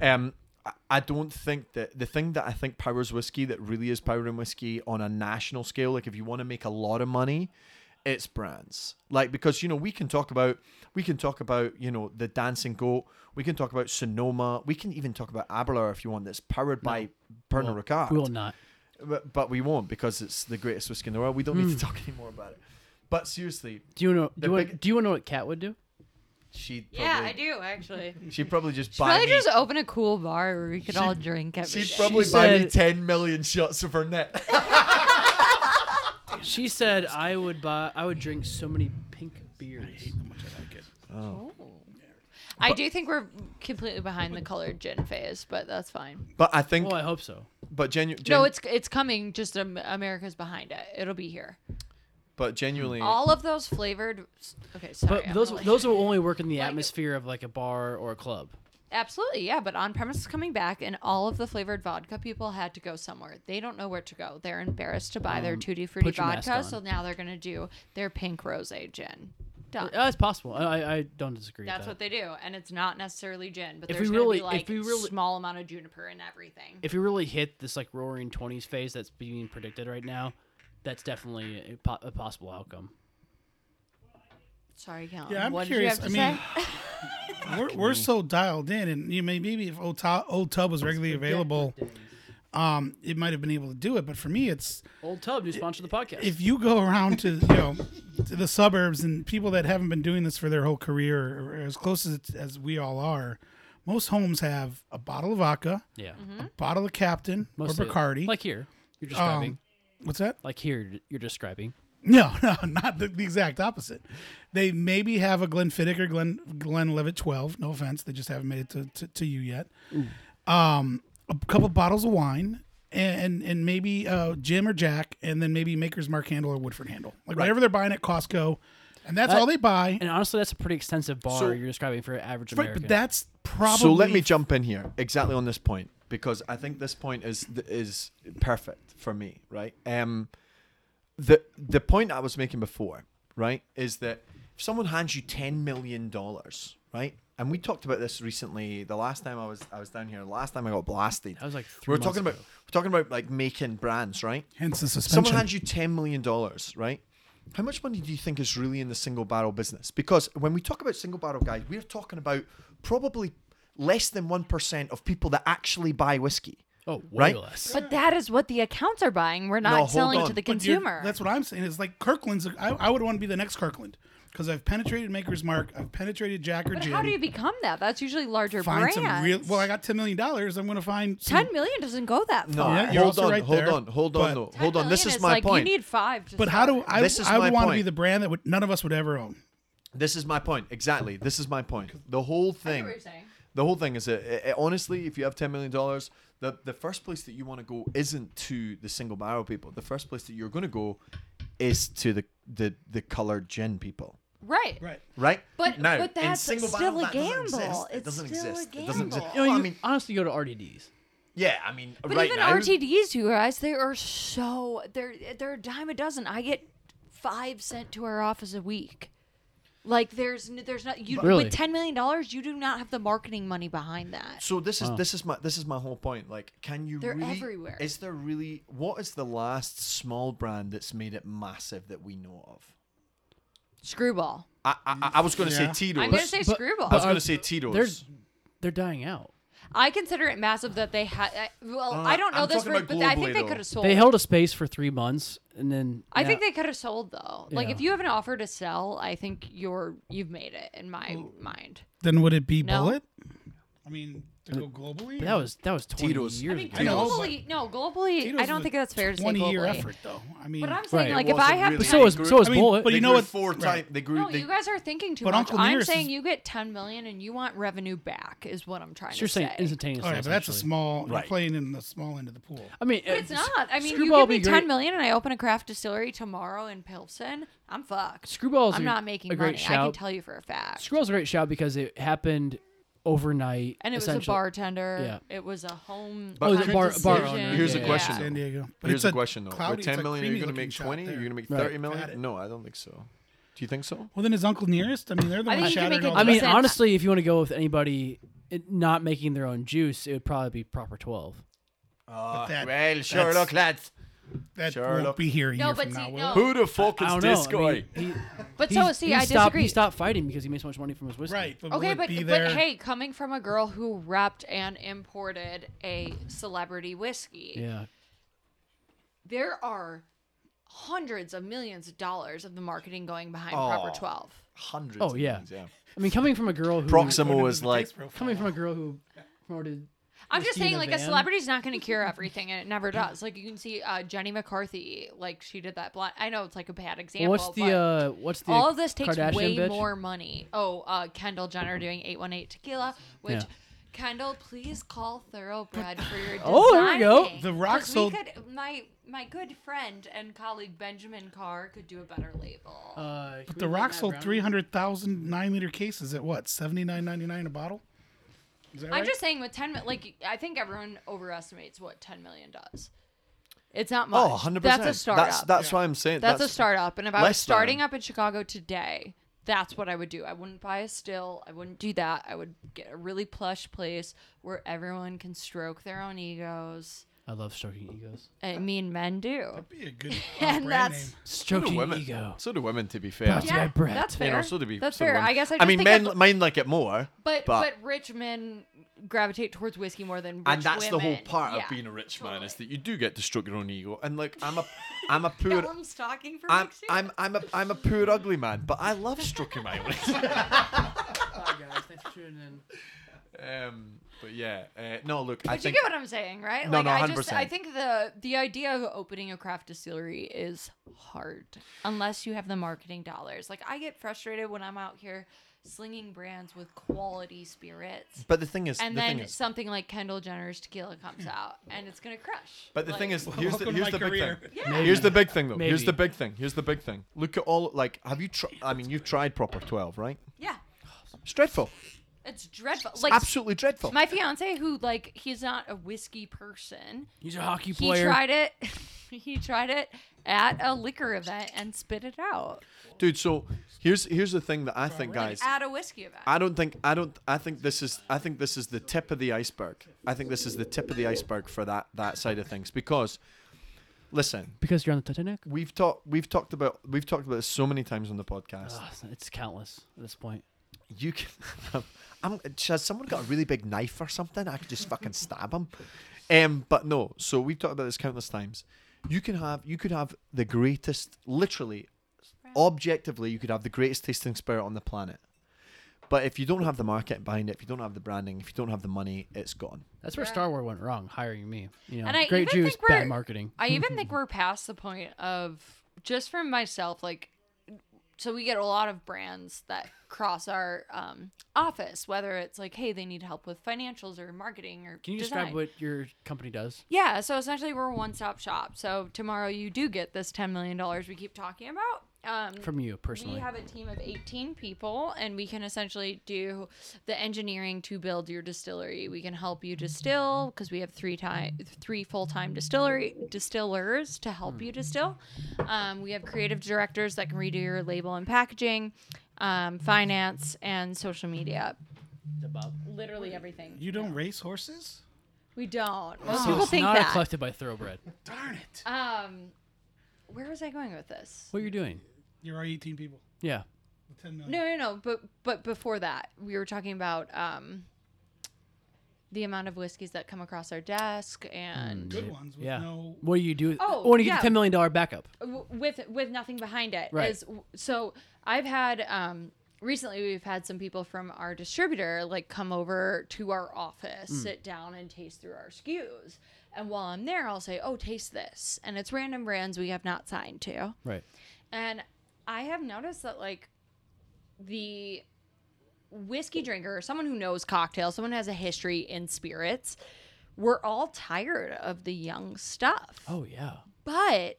Speaker 2: Um, I, I don't think that the thing that I think powers whiskey that really is powering whiskey on a national scale. Like if you want to make a lot of money, it's brands like because you know we can talk about we can talk about you know the dancing goat we can talk about sonoma we can even talk about aberlour if you want that's powered by pernod ricard
Speaker 1: We will not.
Speaker 2: But, but we won't because it's the greatest whiskey in the world we don't need to talk anymore about it but seriously
Speaker 1: Do you know? Do
Speaker 2: The
Speaker 1: you, want,
Speaker 2: big-
Speaker 1: do you want to know what Cat would do?
Speaker 2: she'd probably,
Speaker 3: Yeah, I do, actually.
Speaker 2: she'd probably just
Speaker 3: Should
Speaker 2: buy
Speaker 3: probably
Speaker 2: me,
Speaker 3: just open a cool bar where we could all drink every
Speaker 2: she'd
Speaker 3: day.
Speaker 2: probably
Speaker 1: She
Speaker 2: buy me
Speaker 1: said-
Speaker 2: 10 million shots of her net
Speaker 1: She said I would buy. I would drink so many pink beers.
Speaker 4: How much I like it.
Speaker 3: I do think we're completely behind the colored gin phase, but that's fine.
Speaker 2: but i think
Speaker 1: Oh, I hope so.
Speaker 2: but genu- gen-
Speaker 3: No, it's it's coming. Just um, America's behind it. It'll be here.
Speaker 2: but genuinely
Speaker 3: All of those flavored. Okay, sorry.
Speaker 1: But
Speaker 3: I'm
Speaker 1: those
Speaker 3: really-
Speaker 1: those will only work in the
Speaker 3: Like-
Speaker 1: atmosphere of like a bar or a club.
Speaker 3: Absolutely, yeah. But on premise is coming back, and all of the flavored vodka people had to go somewhere. They don't know where to go. They're embarrassed to buy their tutti frutti
Speaker 1: put your mask
Speaker 3: vodka,
Speaker 1: on.
Speaker 3: so now they're gonna do their pink rose gin. Done.
Speaker 1: Uh, it's possible. I, I- I don't disagree.
Speaker 3: That's
Speaker 1: with
Speaker 3: what
Speaker 1: that.
Speaker 3: they do, and it's not necessarily gin, but
Speaker 1: If
Speaker 3: there's
Speaker 1: we
Speaker 3: gonna
Speaker 1: really-
Speaker 3: be
Speaker 1: if
Speaker 3: like
Speaker 1: we really-
Speaker 3: small amount of juniper and everything.
Speaker 1: If you really hit this like roaring twenties phase that's being predicted right now, that's definitely a, po- a possible outcome.
Speaker 3: Sorry, Callum.
Speaker 4: Yeah, I'm
Speaker 3: what
Speaker 4: curious.
Speaker 3: did you
Speaker 4: I
Speaker 3: have
Speaker 4: mean,
Speaker 3: to
Speaker 4: we're, we're so dialed in, and you may maybe if old tub, old tub was regularly available, um, it might have been able to do it. But for me, it's
Speaker 1: Old Tub, new sponsor of the podcast.
Speaker 4: if you go around to you know to the suburbs and people that haven't been doing this for their whole career, or, as close as as we all are, most homes have a bottle of vodka,
Speaker 1: yeah,
Speaker 3: Mm-hmm.
Speaker 4: a bottle of Captain
Speaker 1: Mostly,
Speaker 4: or Bacardi.
Speaker 1: Like here, you're
Speaker 4: um,
Speaker 1: describing.
Speaker 4: what's that?
Speaker 1: like here, you're describing.
Speaker 4: No, no, not the, the exact opposite. They maybe have a Glenfiddich or Glen Glenlivet 12. No offense, they just haven't made it to, to, to you yet. Um, a couple bottles of wine and and maybe uh, Jim or Jack, and then maybe Maker's Mark handle or Woodford handle, like whatever they're buying at Costco, and that's
Speaker 1: That-
Speaker 4: all they buy.
Speaker 1: And honestly, that's a pretty extensive bar
Speaker 2: So-
Speaker 1: you're describing for average
Speaker 4: Right,
Speaker 1: American.
Speaker 4: but that's probably
Speaker 2: So let me jump in here exactly on this point because I think this point is is perfect for me, right? Um, the the point I was making before, right, is that if someone hands you ten million dollars, right, and we talked about this recently, the last time I was I was down here, the last time I got blasted,
Speaker 1: That was like
Speaker 2: we
Speaker 1: three
Speaker 2: were talking
Speaker 1: months
Speaker 2: about we're talking about like making brands, right?
Speaker 4: hence the
Speaker 2: If someone
Speaker 4: suspension.
Speaker 2: hands you ten million dollars, right? How much money do you think is really in the single barrel business? Because when we talk about single barrel guys, we're talking about probably less than one percent of people that actually buy whiskey.
Speaker 1: oh, way
Speaker 2: right?
Speaker 1: less.
Speaker 3: But that is what the accounts are buying. We're
Speaker 2: No,
Speaker 3: not
Speaker 2: hold
Speaker 3: selling
Speaker 2: on.
Speaker 3: to the
Speaker 4: But you're-
Speaker 3: consumer.
Speaker 4: That's what I'm saying. Is like Kirkland's. I, I would want to be the next Kirkland because I've penetrated Maker's Mark. I've penetrated Jack or
Speaker 3: but
Speaker 4: Jim.
Speaker 3: how do you become that? That's usually larger
Speaker 4: find
Speaker 3: brands.
Speaker 4: some real. Well, I got ten million dollars. I'm going to find some,
Speaker 3: Ten million doesn't go that
Speaker 2: No,
Speaker 3: far.
Speaker 4: Yeah, you're
Speaker 2: hold
Speaker 4: also
Speaker 2: on,
Speaker 4: right
Speaker 2: hold
Speaker 4: there,
Speaker 2: on, hold
Speaker 4: but-
Speaker 2: on, though, hold on. This is my
Speaker 3: like,
Speaker 2: point.
Speaker 3: You need five. to
Speaker 4: But how do
Speaker 3: start.
Speaker 4: I?
Speaker 2: This is
Speaker 4: I
Speaker 2: my
Speaker 4: would want to
Speaker 2: point.
Speaker 4: be the brand that would none of us would ever own.
Speaker 2: this is my point exactly. This is my point. The whole thing.
Speaker 3: what you're saying.
Speaker 2: The whole thing is that uh, uh, honestly, if you have ten million dollars, the the first place that you want to go isn't to the single barrel people. The first place that you're going to go is to the the the colored gin people.
Speaker 3: Right.
Speaker 4: Right.
Speaker 2: right?
Speaker 3: But-
Speaker 2: now,
Speaker 3: but that's
Speaker 2: in single
Speaker 3: still
Speaker 2: barrel,
Speaker 3: a
Speaker 2: that doesn't
Speaker 3: gamble.
Speaker 2: exist. It
Speaker 3: It's
Speaker 2: doesn't
Speaker 3: still a
Speaker 2: exist. It doesn't
Speaker 1: You know,
Speaker 2: exist.
Speaker 3: gamble.
Speaker 4: oh,
Speaker 2: Well,
Speaker 1: you
Speaker 2: I mean,
Speaker 1: honestly, go to RDDs.
Speaker 2: yeah, I mean,
Speaker 3: But
Speaker 2: right
Speaker 3: even
Speaker 2: now,
Speaker 3: RTDs, you guys, they are so they're they're a dime a dozen. I get five sent to our office a week. Like there's n- there's not you
Speaker 1: Really?
Speaker 3: with ten million dollars, you do not have the marketing money behind that.
Speaker 2: So this is this is my this is my whole point. Like, can you
Speaker 3: They're
Speaker 2: really?
Speaker 3: everywhere.
Speaker 2: Is there really? What is the last small brand that's made it massive that we know of?
Speaker 3: Screwball.
Speaker 2: I I, I was going to
Speaker 4: Yeah. uh,
Speaker 2: say Tito's.
Speaker 3: I'm gonna say screwball.
Speaker 2: I was
Speaker 1: But
Speaker 2: going
Speaker 1: are-
Speaker 2: to say Tito's.
Speaker 1: There's, they're dying out.
Speaker 3: I consider it massive that they had. Well,
Speaker 2: no,
Speaker 3: I don't know
Speaker 2: I'm
Speaker 3: this,
Speaker 2: talking
Speaker 3: for,
Speaker 2: about
Speaker 3: but I think
Speaker 2: globally,
Speaker 3: they
Speaker 2: though.
Speaker 3: could have sold.
Speaker 1: They held a space for three months, and then
Speaker 3: I think
Speaker 1: now-
Speaker 3: they could have sold though. Like
Speaker 1: Yeah.
Speaker 3: if you have an offer to sell, I think you're you've made it in my mind.
Speaker 4: Then would it be
Speaker 3: No.
Speaker 4: Bullet? I mean, to go globally.
Speaker 1: But that was that was twenty
Speaker 2: Tito's.
Speaker 1: years
Speaker 3: I mean,
Speaker 1: ago.
Speaker 4: I know, but
Speaker 3: globally, no, globally,
Speaker 4: Tito's
Speaker 3: I don't
Speaker 4: was
Speaker 3: think that's fair to say globally.
Speaker 4: Twenty-year effort, though. I mean,
Speaker 3: But I'm saying,
Speaker 1: Right.
Speaker 3: like,
Speaker 2: It
Speaker 3: if I
Speaker 2: wasn't
Speaker 3: have,
Speaker 2: really-
Speaker 3: to-
Speaker 1: So is
Speaker 2: They
Speaker 1: so is
Speaker 4: I mean,
Speaker 1: Bullet.
Speaker 4: but
Speaker 2: They
Speaker 4: you know
Speaker 2: grew
Speaker 4: what-
Speaker 2: Four
Speaker 4: right.
Speaker 2: times they grew.
Speaker 3: no,
Speaker 2: they,
Speaker 3: you guys are thinking too
Speaker 4: But
Speaker 3: much.
Speaker 4: Uncle
Speaker 3: I'm
Speaker 4: Nearest
Speaker 3: saying
Speaker 4: is-
Speaker 3: you get 10 million and you want revenue back, is what I'm trying
Speaker 1: So you're
Speaker 3: to say.
Speaker 1: saying instantaneous.
Speaker 4: all right, but that's a
Speaker 1: essentially.
Speaker 4: small. You're
Speaker 2: Right.
Speaker 4: playing in the small end of the pool.
Speaker 1: I mean, uh,
Speaker 3: But it's not. I mean,
Speaker 1: Screwball
Speaker 3: you
Speaker 1: would
Speaker 3: give me
Speaker 1: be great.
Speaker 3: 10 million and I open a craft distillery tomorrow in Pilsen, I'm fucked.
Speaker 1: Screwball's
Speaker 3: I'm
Speaker 1: a-
Speaker 3: not making
Speaker 1: a great
Speaker 3: money. I can
Speaker 1: shout.
Speaker 3: tell you for a fact.
Speaker 1: Scroll's a great shout because it happened overnight.
Speaker 3: and it was a
Speaker 1: essentially.
Speaker 3: bartender.
Speaker 1: Yeah.
Speaker 3: It was a home.
Speaker 2: But- Oh,
Speaker 1: it was a bar-
Speaker 3: decision.
Speaker 1: bar owner.
Speaker 2: Here's
Speaker 1: a
Speaker 2: a
Speaker 1: Yeah.
Speaker 2: question.
Speaker 4: San Diego. But
Speaker 2: Here's
Speaker 4: it's
Speaker 2: the question though:
Speaker 4: cloudy-
Speaker 2: With
Speaker 4: it's a
Speaker 2: ten million, are you going to
Speaker 4: creamy-looking
Speaker 2: make
Speaker 4: shot
Speaker 2: twenty? You're
Speaker 4: there.
Speaker 2: going to make
Speaker 1: Right.
Speaker 2: thirty
Speaker 4: Got it.
Speaker 2: million? No, I don't think so. Do you think so?
Speaker 4: Well, then is Uncle Nearest? I mean, they're the
Speaker 3: I
Speaker 4: ones
Speaker 3: think you can
Speaker 4: shattering
Speaker 3: make
Speaker 4: all
Speaker 3: a
Speaker 1: I
Speaker 4: the-
Speaker 1: mean,
Speaker 3: Listen,
Speaker 1: honestly, if you want to go with anybody it, not making their own juice, it would probably be proper twelve.
Speaker 2: Uh,
Speaker 4: that-
Speaker 2: well,
Speaker 4: that's-
Speaker 2: Sherlock, lads.
Speaker 4: that won't
Speaker 2: Sherlock.
Speaker 4: be here a year
Speaker 3: No,
Speaker 4: from
Speaker 3: but
Speaker 4: now.
Speaker 3: see,
Speaker 4: will it?
Speaker 3: no.
Speaker 6: Who the fuck
Speaker 1: Oh, I
Speaker 6: is
Speaker 1: don't
Speaker 6: this
Speaker 1: know. I
Speaker 6: guy?
Speaker 1: mean, he-
Speaker 3: But
Speaker 1: he-
Speaker 3: so, see,
Speaker 1: he
Speaker 3: I
Speaker 1: stopped,
Speaker 3: disagree.
Speaker 1: He stopped fighting because he made so much money from his whiskey.
Speaker 4: Right. But
Speaker 3: Okay,
Speaker 4: will it
Speaker 3: but,
Speaker 4: be
Speaker 3: but
Speaker 4: there?
Speaker 3: hey, coming from a girl who repped and imported a celebrity whiskey,
Speaker 1: Yeah.
Speaker 3: there are hundreds of millions of dollars of the marketing going behind
Speaker 2: Aw.
Speaker 3: Proper 12.
Speaker 2: Hundreds.
Speaker 1: Oh
Speaker 2: of
Speaker 1: yeah.
Speaker 2: millions, yeah.
Speaker 1: I mean, coming from a girl who
Speaker 2: Proximo is like
Speaker 1: coming from a girl who promoted.
Speaker 3: I'm
Speaker 1: Whiskey
Speaker 3: just saying,
Speaker 1: in a
Speaker 3: like, a
Speaker 1: van?
Speaker 3: celebrity's not going to cure everything, and it never does. Like, you can see uh, Jenny McCarthy, like, she did that blonde. I know it's like a bad example.
Speaker 1: what's the
Speaker 3: but
Speaker 1: uh, what's the
Speaker 3: all of this takes
Speaker 1: Kardashian
Speaker 3: way
Speaker 1: bitch?
Speaker 3: more money. Oh, uh, Kendall Jenner doing 818 Tequila, which.
Speaker 1: Yeah.
Speaker 3: Kendall, please call Thoroughbred for your design.
Speaker 1: Oh, there we go.
Speaker 4: The Rock
Speaker 3: 'Cause we
Speaker 4: sold-
Speaker 3: could- my my good friend and colleague Benjamin Carr could do a better label.
Speaker 1: Uh, can we
Speaker 4: The
Speaker 1: get
Speaker 4: Rock
Speaker 1: Matt
Speaker 4: sold
Speaker 1: Brown?
Speaker 4: 300,000 nine liter cases at what, seventy nine ninety nine a bottle? Is that
Speaker 3: I'm
Speaker 4: right?
Speaker 3: just saying with 10 mi- like I think everyone overestimates what 10 million does. It's not much.
Speaker 2: oh, 100 percent.
Speaker 3: That's a startup.
Speaker 2: That's that's why I'm saying
Speaker 3: That's a startup. And if I was
Speaker 2: less than-
Speaker 3: starting up in Chicago today, that's what I would do. I wouldn't buy a still. I wouldn't do that. I would get a really plush place where everyone can stroke their own egos.
Speaker 1: I love stroking egos.
Speaker 3: I mean, men do.
Speaker 4: That'd be a good
Speaker 3: And
Speaker 4: brand
Speaker 3: that's-
Speaker 4: name.
Speaker 6: So do
Speaker 1: Stroking
Speaker 6: women.
Speaker 1: ego.
Speaker 6: So do women, to be fair.
Speaker 1: Yeah, Yeah, Brett.
Speaker 3: that's
Speaker 6: You
Speaker 3: fair.
Speaker 6: know, so do we.
Speaker 3: that's
Speaker 6: so do
Speaker 3: fair.
Speaker 6: women.
Speaker 3: I guess I. Just
Speaker 2: I mean,
Speaker 3: think
Speaker 2: men
Speaker 3: Of,
Speaker 2: men like it more,
Speaker 3: but, but
Speaker 2: but-
Speaker 3: rich men gravitate towards whiskey more than rich
Speaker 2: and that's the whole
Speaker 3: women.
Speaker 2: part
Speaker 3: Yeah.
Speaker 2: of being a rich man is
Speaker 3: totally.
Speaker 2: that you do get to stroke your own ego. And like, I'm a, I'm a poor,
Speaker 3: Callum's talking for
Speaker 2: I'm,
Speaker 3: Mixie.
Speaker 2: I'm, I'm a, I'm a poor ugly man, but I love stroking my own.
Speaker 1: Hi guys, thanks for tuning in.
Speaker 2: um, but yeah, uh, no, look, I
Speaker 3: But you
Speaker 2: think
Speaker 3: get what I'm saying, right?
Speaker 2: No,
Speaker 3: like
Speaker 2: no,
Speaker 3: I just I
Speaker 2: 100%.
Speaker 3: think the the idea of opening a craft distillery is hard unless you have the marketing dollars. Like I get frustrated when I'm out here slinging brands with quality spirits.
Speaker 2: But the thing is,
Speaker 3: And
Speaker 2: the
Speaker 3: then
Speaker 2: thing is, Hmm.
Speaker 3: something like Kendall Jenner's tequila comes out and it's going to crush.
Speaker 2: but the
Speaker 3: Like,
Speaker 2: thing is, here's
Speaker 4: Welcome
Speaker 2: the,
Speaker 4: to
Speaker 2: here's
Speaker 4: my
Speaker 2: the big thing.
Speaker 4: career.
Speaker 3: yeah.
Speaker 2: Here's the big thing, though. Here's the
Speaker 1: Maybe.
Speaker 2: big thing. Here's the big thing. Look at all. Like, have you tried? I mean, you've tried proper twelve, right?
Speaker 3: Yeah.
Speaker 2: It's dreadful.
Speaker 3: It's dreadful.
Speaker 2: It's
Speaker 3: Like
Speaker 2: absolutely dreadful.
Speaker 3: my fiance who like he's not a whiskey person.
Speaker 1: He's a hockey
Speaker 3: He
Speaker 1: player.
Speaker 3: tried it. he tried it at a liquor event and spit it out.
Speaker 2: Dude, so here's here's the thing that I think, guys.
Speaker 3: at a whiskey event.
Speaker 2: I don't think I don't I think this is I think this is the tip of the iceberg. I think this is the tip of the iceberg for that that side of things because listen,
Speaker 1: because you're on the Titanic.
Speaker 2: we've talked we've talked about we've talked about this so many times on the podcast.
Speaker 1: Ugh, it's countless at this point.
Speaker 2: You can um, I'm has someone got a really big knife or something? I could just fucking stab him. Um but no, so we've talked about this countless times. You can have you could have the greatest literally objectively you could have the greatest tasting spirit on the planet. But if you don't have the market behind it, if you don't have the branding, if you don't have the money, it's gone.
Speaker 1: That's where
Speaker 3: Yeah.
Speaker 1: Star Wars went wrong, hiring me. You know,
Speaker 3: And I
Speaker 1: great
Speaker 3: even
Speaker 1: juice,
Speaker 3: think we're-
Speaker 1: bad marketing.
Speaker 3: I even
Speaker 1: Mm-hmm.
Speaker 3: think we're past the point of just from myself, like, so we get a lot of brands that cross our um, office, whether it's like, hey, they need help with financials or marketing or
Speaker 1: Can you
Speaker 3: design.
Speaker 1: describe what your company does?
Speaker 3: Yeah, so essentially we're a one-stop shop. So tomorrow you do get this ten million dollars we keep talking about. Um,
Speaker 1: From you personally.
Speaker 3: We have a team of 18 people, and we can essentially do the engineering to build your distillery. We can help you distill because we have three time, three full time distillery distillers to help you distill. Um, we have creative directors that can redo your label and packaging, um, finance, and social media. Literally everything.
Speaker 4: You don't race horses?
Speaker 3: We don't.
Speaker 1: So
Speaker 3: Most people
Speaker 1: it's
Speaker 3: think
Speaker 1: not
Speaker 3: that.
Speaker 1: collected by Thoroughbred.
Speaker 4: Darn it.
Speaker 3: Um, where was I going with this?
Speaker 1: What you're doing?
Speaker 4: You're our 18 people.
Speaker 1: Yeah.
Speaker 4: The 10 million.
Speaker 3: No, no, no. But but before that, we were talking about um, the amount of whiskeys that come across our desk and
Speaker 4: Good ones with
Speaker 1: Yeah.
Speaker 4: no.
Speaker 1: What do you do?
Speaker 3: Oh,
Speaker 1: when you
Speaker 3: yeah.
Speaker 1: get ten million dollar backup.
Speaker 3: w- with with nothing behind it.
Speaker 1: Right.
Speaker 3: is- so I've had um, recently we've had some people from our distributor like come over to our office, sit down, and taste through our SKUs. And while I'm there, I'll say, "Oh, taste this," and it's random brands we have not signed to.
Speaker 1: Right.
Speaker 3: And I have noticed that like the whiskey drinker, someone who knows cocktails, someone who has a history in spirits, we're all tired of the young stuff.
Speaker 1: Oh yeah.
Speaker 3: But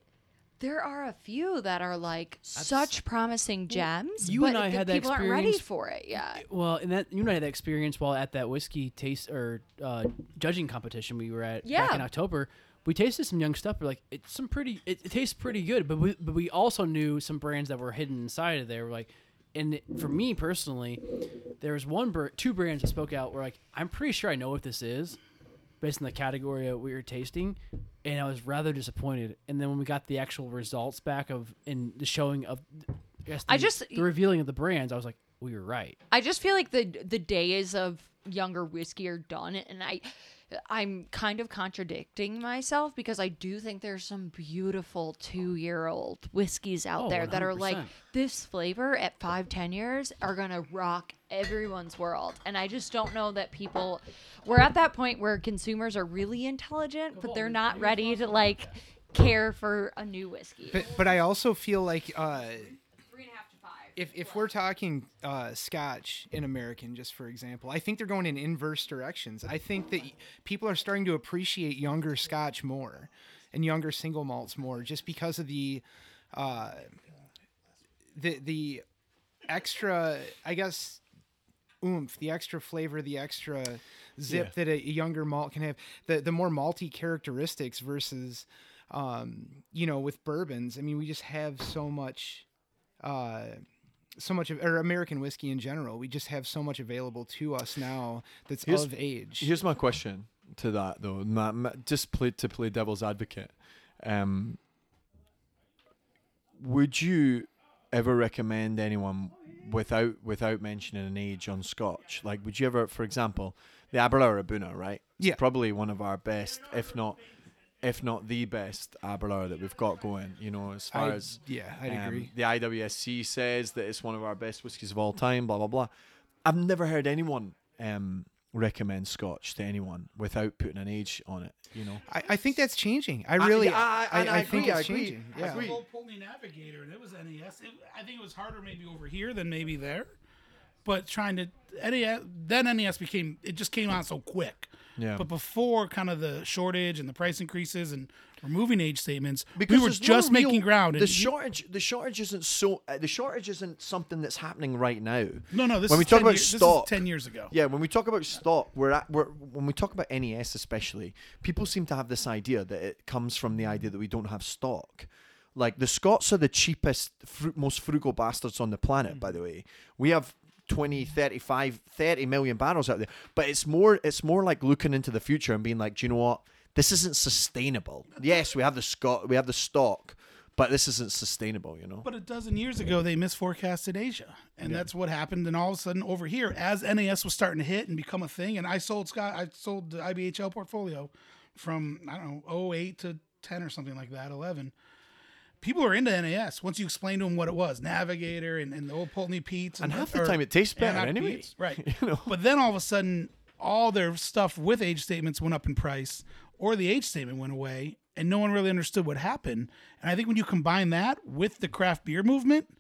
Speaker 3: there are a few that are like such promising gems.
Speaker 1: you
Speaker 3: but
Speaker 1: and I
Speaker 3: the
Speaker 1: had that
Speaker 3: people aren't ready
Speaker 1: experience-
Speaker 3: for it yet.
Speaker 1: Well, and that you and I had that experience while at that whiskey taste or uh, judging competition we were at
Speaker 3: Yeah.
Speaker 1: back in October. We tasted some young stuff. We're like, it's some pretty. It, it tastes pretty good, but we but we also knew some brands that were hidden inside of there. We're like, and it- for me personally, there was one br- two brands that spoke out. We're like, I'm pretty sure I know what this is, based on the category that we were tasting, and I was rather disappointed. And then when we got the actual results back of in the showing of, I, guess
Speaker 3: I
Speaker 1: the-
Speaker 3: just-
Speaker 1: the revealing of the brands, I was like, we were right.
Speaker 3: I just feel like the the days of younger whiskey are done, and I I'm kind of contradicting myself because I do think there's some beautiful two year old whiskeys out
Speaker 1: Oh,
Speaker 3: there that are like
Speaker 1: 100%.
Speaker 3: this flavor at five ten years are gonna rock everyone's world, and I just don't know that people we're at that point where consumers are really intelligent, but they're not ready to like care for a new whiskey.
Speaker 5: But but I also feel like uh,
Speaker 3: Three and a half to five.
Speaker 5: if if we're talking uh, Scotch in American, just for example, I think they're going in inverse directions. I think that y- people are starting to appreciate younger Scotch more and younger single malts more, just because of the uh, the the extra, I guess, oomph, the extra flavor, the extra zip that a younger malt can have, the the more malty characteristics versus, um, you know, with bourbons. I mean, we just have so much, uh, so much of or American whiskey in general. We just have so much available to us now that's
Speaker 2: Here's-
Speaker 5: of age.
Speaker 2: Here's my question. to that though. Ma- ma- just play to play devil's advocate. Um, would you ever recommend anyone without without mentioning an age on Scotch? Like, would you ever, for example, the Aberlour Abuna, right? It's
Speaker 5: Yeah.
Speaker 2: probably one of our best, if not, if not the best Aberlour that we've got going. You know, as far
Speaker 5: I-
Speaker 2: as
Speaker 5: yeah, I'd
Speaker 2: um,
Speaker 5: agree.
Speaker 2: The IWSC says that it's one of our best whiskies of all time, blah, blah, blah. I've never heard anyone um, recommend Scotch to anyone without putting an age on it, you know?
Speaker 5: I, I think that's changing. I really, I, I, think it's changing. yeah.
Speaker 4: The old Pulteney Navigator, and it was NAS. It, I think it was harder maybe over here than maybe there. But trying to NAS, then NAS became it just came out so quick.
Speaker 2: Yeah.
Speaker 4: But before kind of the shortage and the price increases and removing age statements, we were
Speaker 2: there's no
Speaker 4: just
Speaker 2: real-
Speaker 4: making ground.
Speaker 2: The
Speaker 4: and-
Speaker 2: shortage, the shortage isn't so. Uh, the shortage isn't something that's happening right now.
Speaker 4: no, no. This
Speaker 2: when
Speaker 4: is
Speaker 2: we talk
Speaker 4: 10
Speaker 2: about
Speaker 4: year- this is
Speaker 2: stock,
Speaker 4: ten years ago.
Speaker 2: Yeah, when we talk about stock, we're at we're when we talk about NES especially, people seem to have this idea that it comes from the idea that we don't have stock. Like the Scots are the cheapest, fru- most frugal bastards on the planet. By the way, we have 20, 35, 30 million barrels out there, but it's more it's more like looking into the future and being like, do you know what? This isn't sustainable. Yes, we have the Scot, we have the stock, but this isn't sustainable. You know.
Speaker 4: But a dozen years ago, they misforecasted Asia, and that's what happened. And all of a sudden, over here, as NAS was starting to hit and become a thing, and I sold Scott, I sold the IBHL portfolio from I don't know 08 to 10 or something like that, 11. People are into NAS once you explain to them what it was, Navigator and, and the old Pulteney Pete's,
Speaker 2: and half the
Speaker 4: or
Speaker 2: time it tastes better
Speaker 4: Anarch
Speaker 2: anyway.
Speaker 4: Pete's, right?
Speaker 2: You know.
Speaker 4: But then all of a sudden, all their stuff with age statements went up in price, or the age statement went away, and no one really understood what happened. And I think when you combine that with the craft beer movement,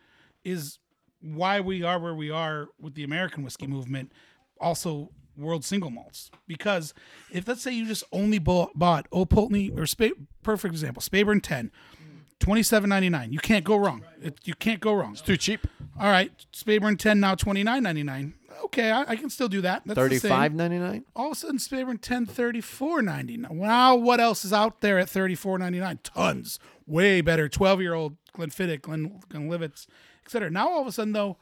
Speaker 4: is why we are where we are with the American whiskey movement, also world single malts. Because if let's say you just only bought, bought Opoltney or Spa- perfect example, Spayburn 10, 27.99, you can't go wrong. It, you can't go wrong.
Speaker 2: Too cheap.
Speaker 4: All right, Spayburn 10 now 29.99. Okay, I, I can still do that. That's the same.
Speaker 2: Thirty-five ninety-nine.
Speaker 4: All of a sudden, Spayburn 10 34.99. Wow, what else is out there at 34.99? Tons. Way better. 12-year-old Glenfiddich, Glen Glenlivet's, et cetera. Now all of a sudden though,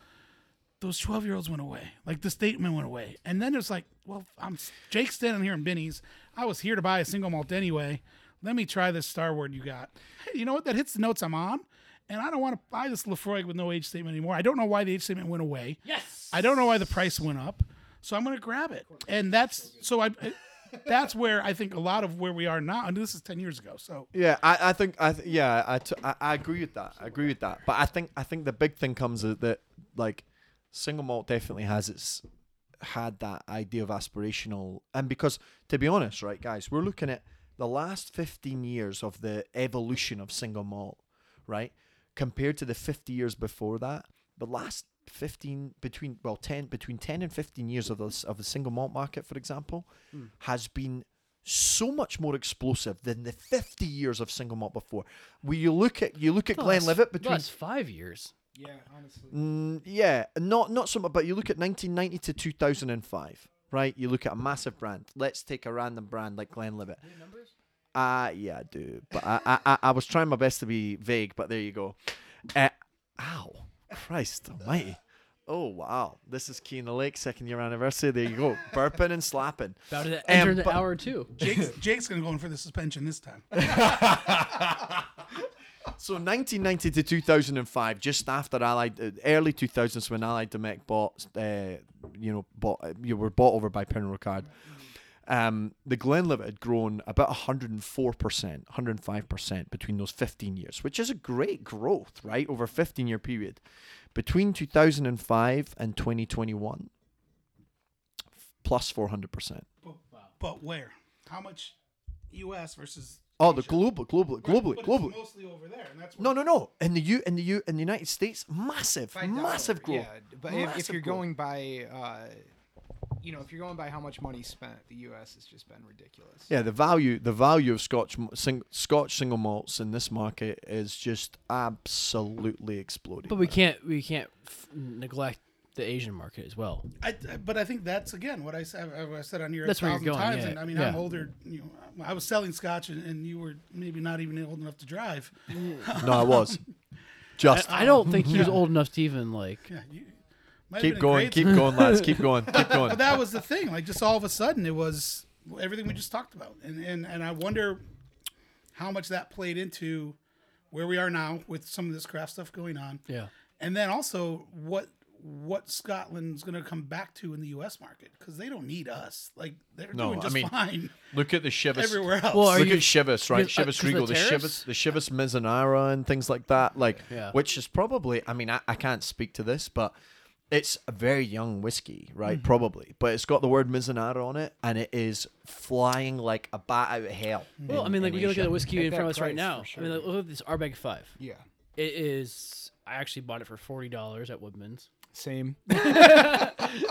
Speaker 4: those 12-year-olds went away. Like the statement went away. And then it's like, well, I'm Jake standing here in Binnie's. I was here to buy a single malt anyway. Let me try this Starward you got. Hey, you know what? That hits the notes I'm on. And I don't want to buy this Lefroy with no age statement anymore. I don't know why the age statement went away. Yes. I don't know why the price went up. So I'm going to grab it. And that's so I that's where I think a lot of where we are now. And this is 10 years ago. So
Speaker 2: Yeah, I, I think I th- yeah I, t- I I agree with that. I agree with that. But I think I think the big thing comes is that like single malt definitely has its had that idea of aspirational and because to be honest, right guys, we're looking at the last 15 years of the evolution of single malt, right? Compared to the 50 years before that, the last 15 between well 10 between 10 and 15 years of this of the single malt market for example has been so much more explosive than the 50 years of single malt before. Where you look at you look at Glenlivet between
Speaker 1: last five years.
Speaker 2: Mm, yeah, not not so much, but you look at 1990 to 2005, right? You look at a massive brand. Let's take a random brand like Glenlivet. Uh yeah, I do. But I, I I- I was trying my best to be vague, but there you go. Uh, ow, Christ Almighty! Oh wow, this is Key in the Lake second year anniversary. There you go, burping and slapping.
Speaker 1: About to
Speaker 2: Um,
Speaker 1: enter the
Speaker 2: but-
Speaker 1: hour two.
Speaker 4: Jake's, Jake's going to go in for the suspension this time.
Speaker 2: So 1990 to 2005, just after Allied, uh, early 2000s when Allied Domecq bought, uh, you know, bought, uh, you were bought over by Pernod Ricard. Um, the Glenlivet had grown about 104 percent, 105 percent between those 15 years, which is a great growth, right, over a 15-year period. Between 2005 and 2021, f- plus 400 percent.
Speaker 4: But where? How much US versus
Speaker 2: Oh, the global, global, globally,
Speaker 4: But it's
Speaker 2: globally.
Speaker 4: mostly over there. And that's where
Speaker 2: No, no, no. In the U, in the U, in the United States, massive, massive growth.
Speaker 5: Yeah, but if, if
Speaker 2: Massive
Speaker 5: you're
Speaker 2: growth.
Speaker 5: going by, uh, you know, if you're going by how much money spent, the U.S. has just been ridiculous.
Speaker 2: Yeah, the value the value of Scotch m- sing, Scotch single malts in this market is just absolutely exploding.
Speaker 1: But we can't we can't f- neglect the Asian market as well.
Speaker 4: I, but I think that's again what I said. I said on here
Speaker 1: That's
Speaker 4: a
Speaker 1: where you're
Speaker 4: thousand
Speaker 1: going,
Speaker 4: times,
Speaker 1: yeah,
Speaker 4: and I mean I'm
Speaker 1: yeah.
Speaker 4: older. You know, I was selling scotch, and, and you were maybe not even old enough to drive.
Speaker 2: no, I was just
Speaker 1: I don't think he was old enough to even like.
Speaker 4: Yeah, you, might have been
Speaker 2: keep
Speaker 4: a
Speaker 2: going,
Speaker 4: grade
Speaker 2: keep
Speaker 4: school-
Speaker 2: going, lads, keep going, keep going.
Speaker 4: But that was the thing. Like just all of a sudden, it was everything we just talked about, and and and I wonder how much that played into where we are now with some of this craft stuff going on.
Speaker 1: Yeah.
Speaker 4: And then also what what Scotland's going to come back to in the U.S. market because they don't need us. Like they're
Speaker 6: No,
Speaker 4: doing
Speaker 6: I
Speaker 4: just
Speaker 6: mean,
Speaker 4: fine
Speaker 6: Look at the Shivas.
Speaker 4: everywhere else.
Speaker 1: Well, are
Speaker 6: Look
Speaker 1: you-
Speaker 6: at Shivas, right?
Speaker 1: with- uh, 'cause
Speaker 6: Shivas
Speaker 1: of the
Speaker 6: Regal, the, Shivas,
Speaker 1: tariffs?
Speaker 6: the Shivas Mizunara and things like that. Like,
Speaker 1: Yeah.
Speaker 6: which is probably. I mean, I, I can't speak to this, but it's a very young whiskey,
Speaker 1: Mm-hmm.
Speaker 6: right? Probably, but it's got the word Mizunara on it, and it is flying like a bat out of hell.
Speaker 1: Well, I mean, like we can look at the whiskey
Speaker 5: At
Speaker 1: in front of
Speaker 5: that
Speaker 1: us right
Speaker 5: price,
Speaker 1: now.
Speaker 5: for
Speaker 1: I mean,
Speaker 5: sure.
Speaker 1: like, look at this Arbeg Five.
Speaker 5: Yeah.
Speaker 1: It is. I actually bought it for forty dollars at Woodman's,
Speaker 5: Same.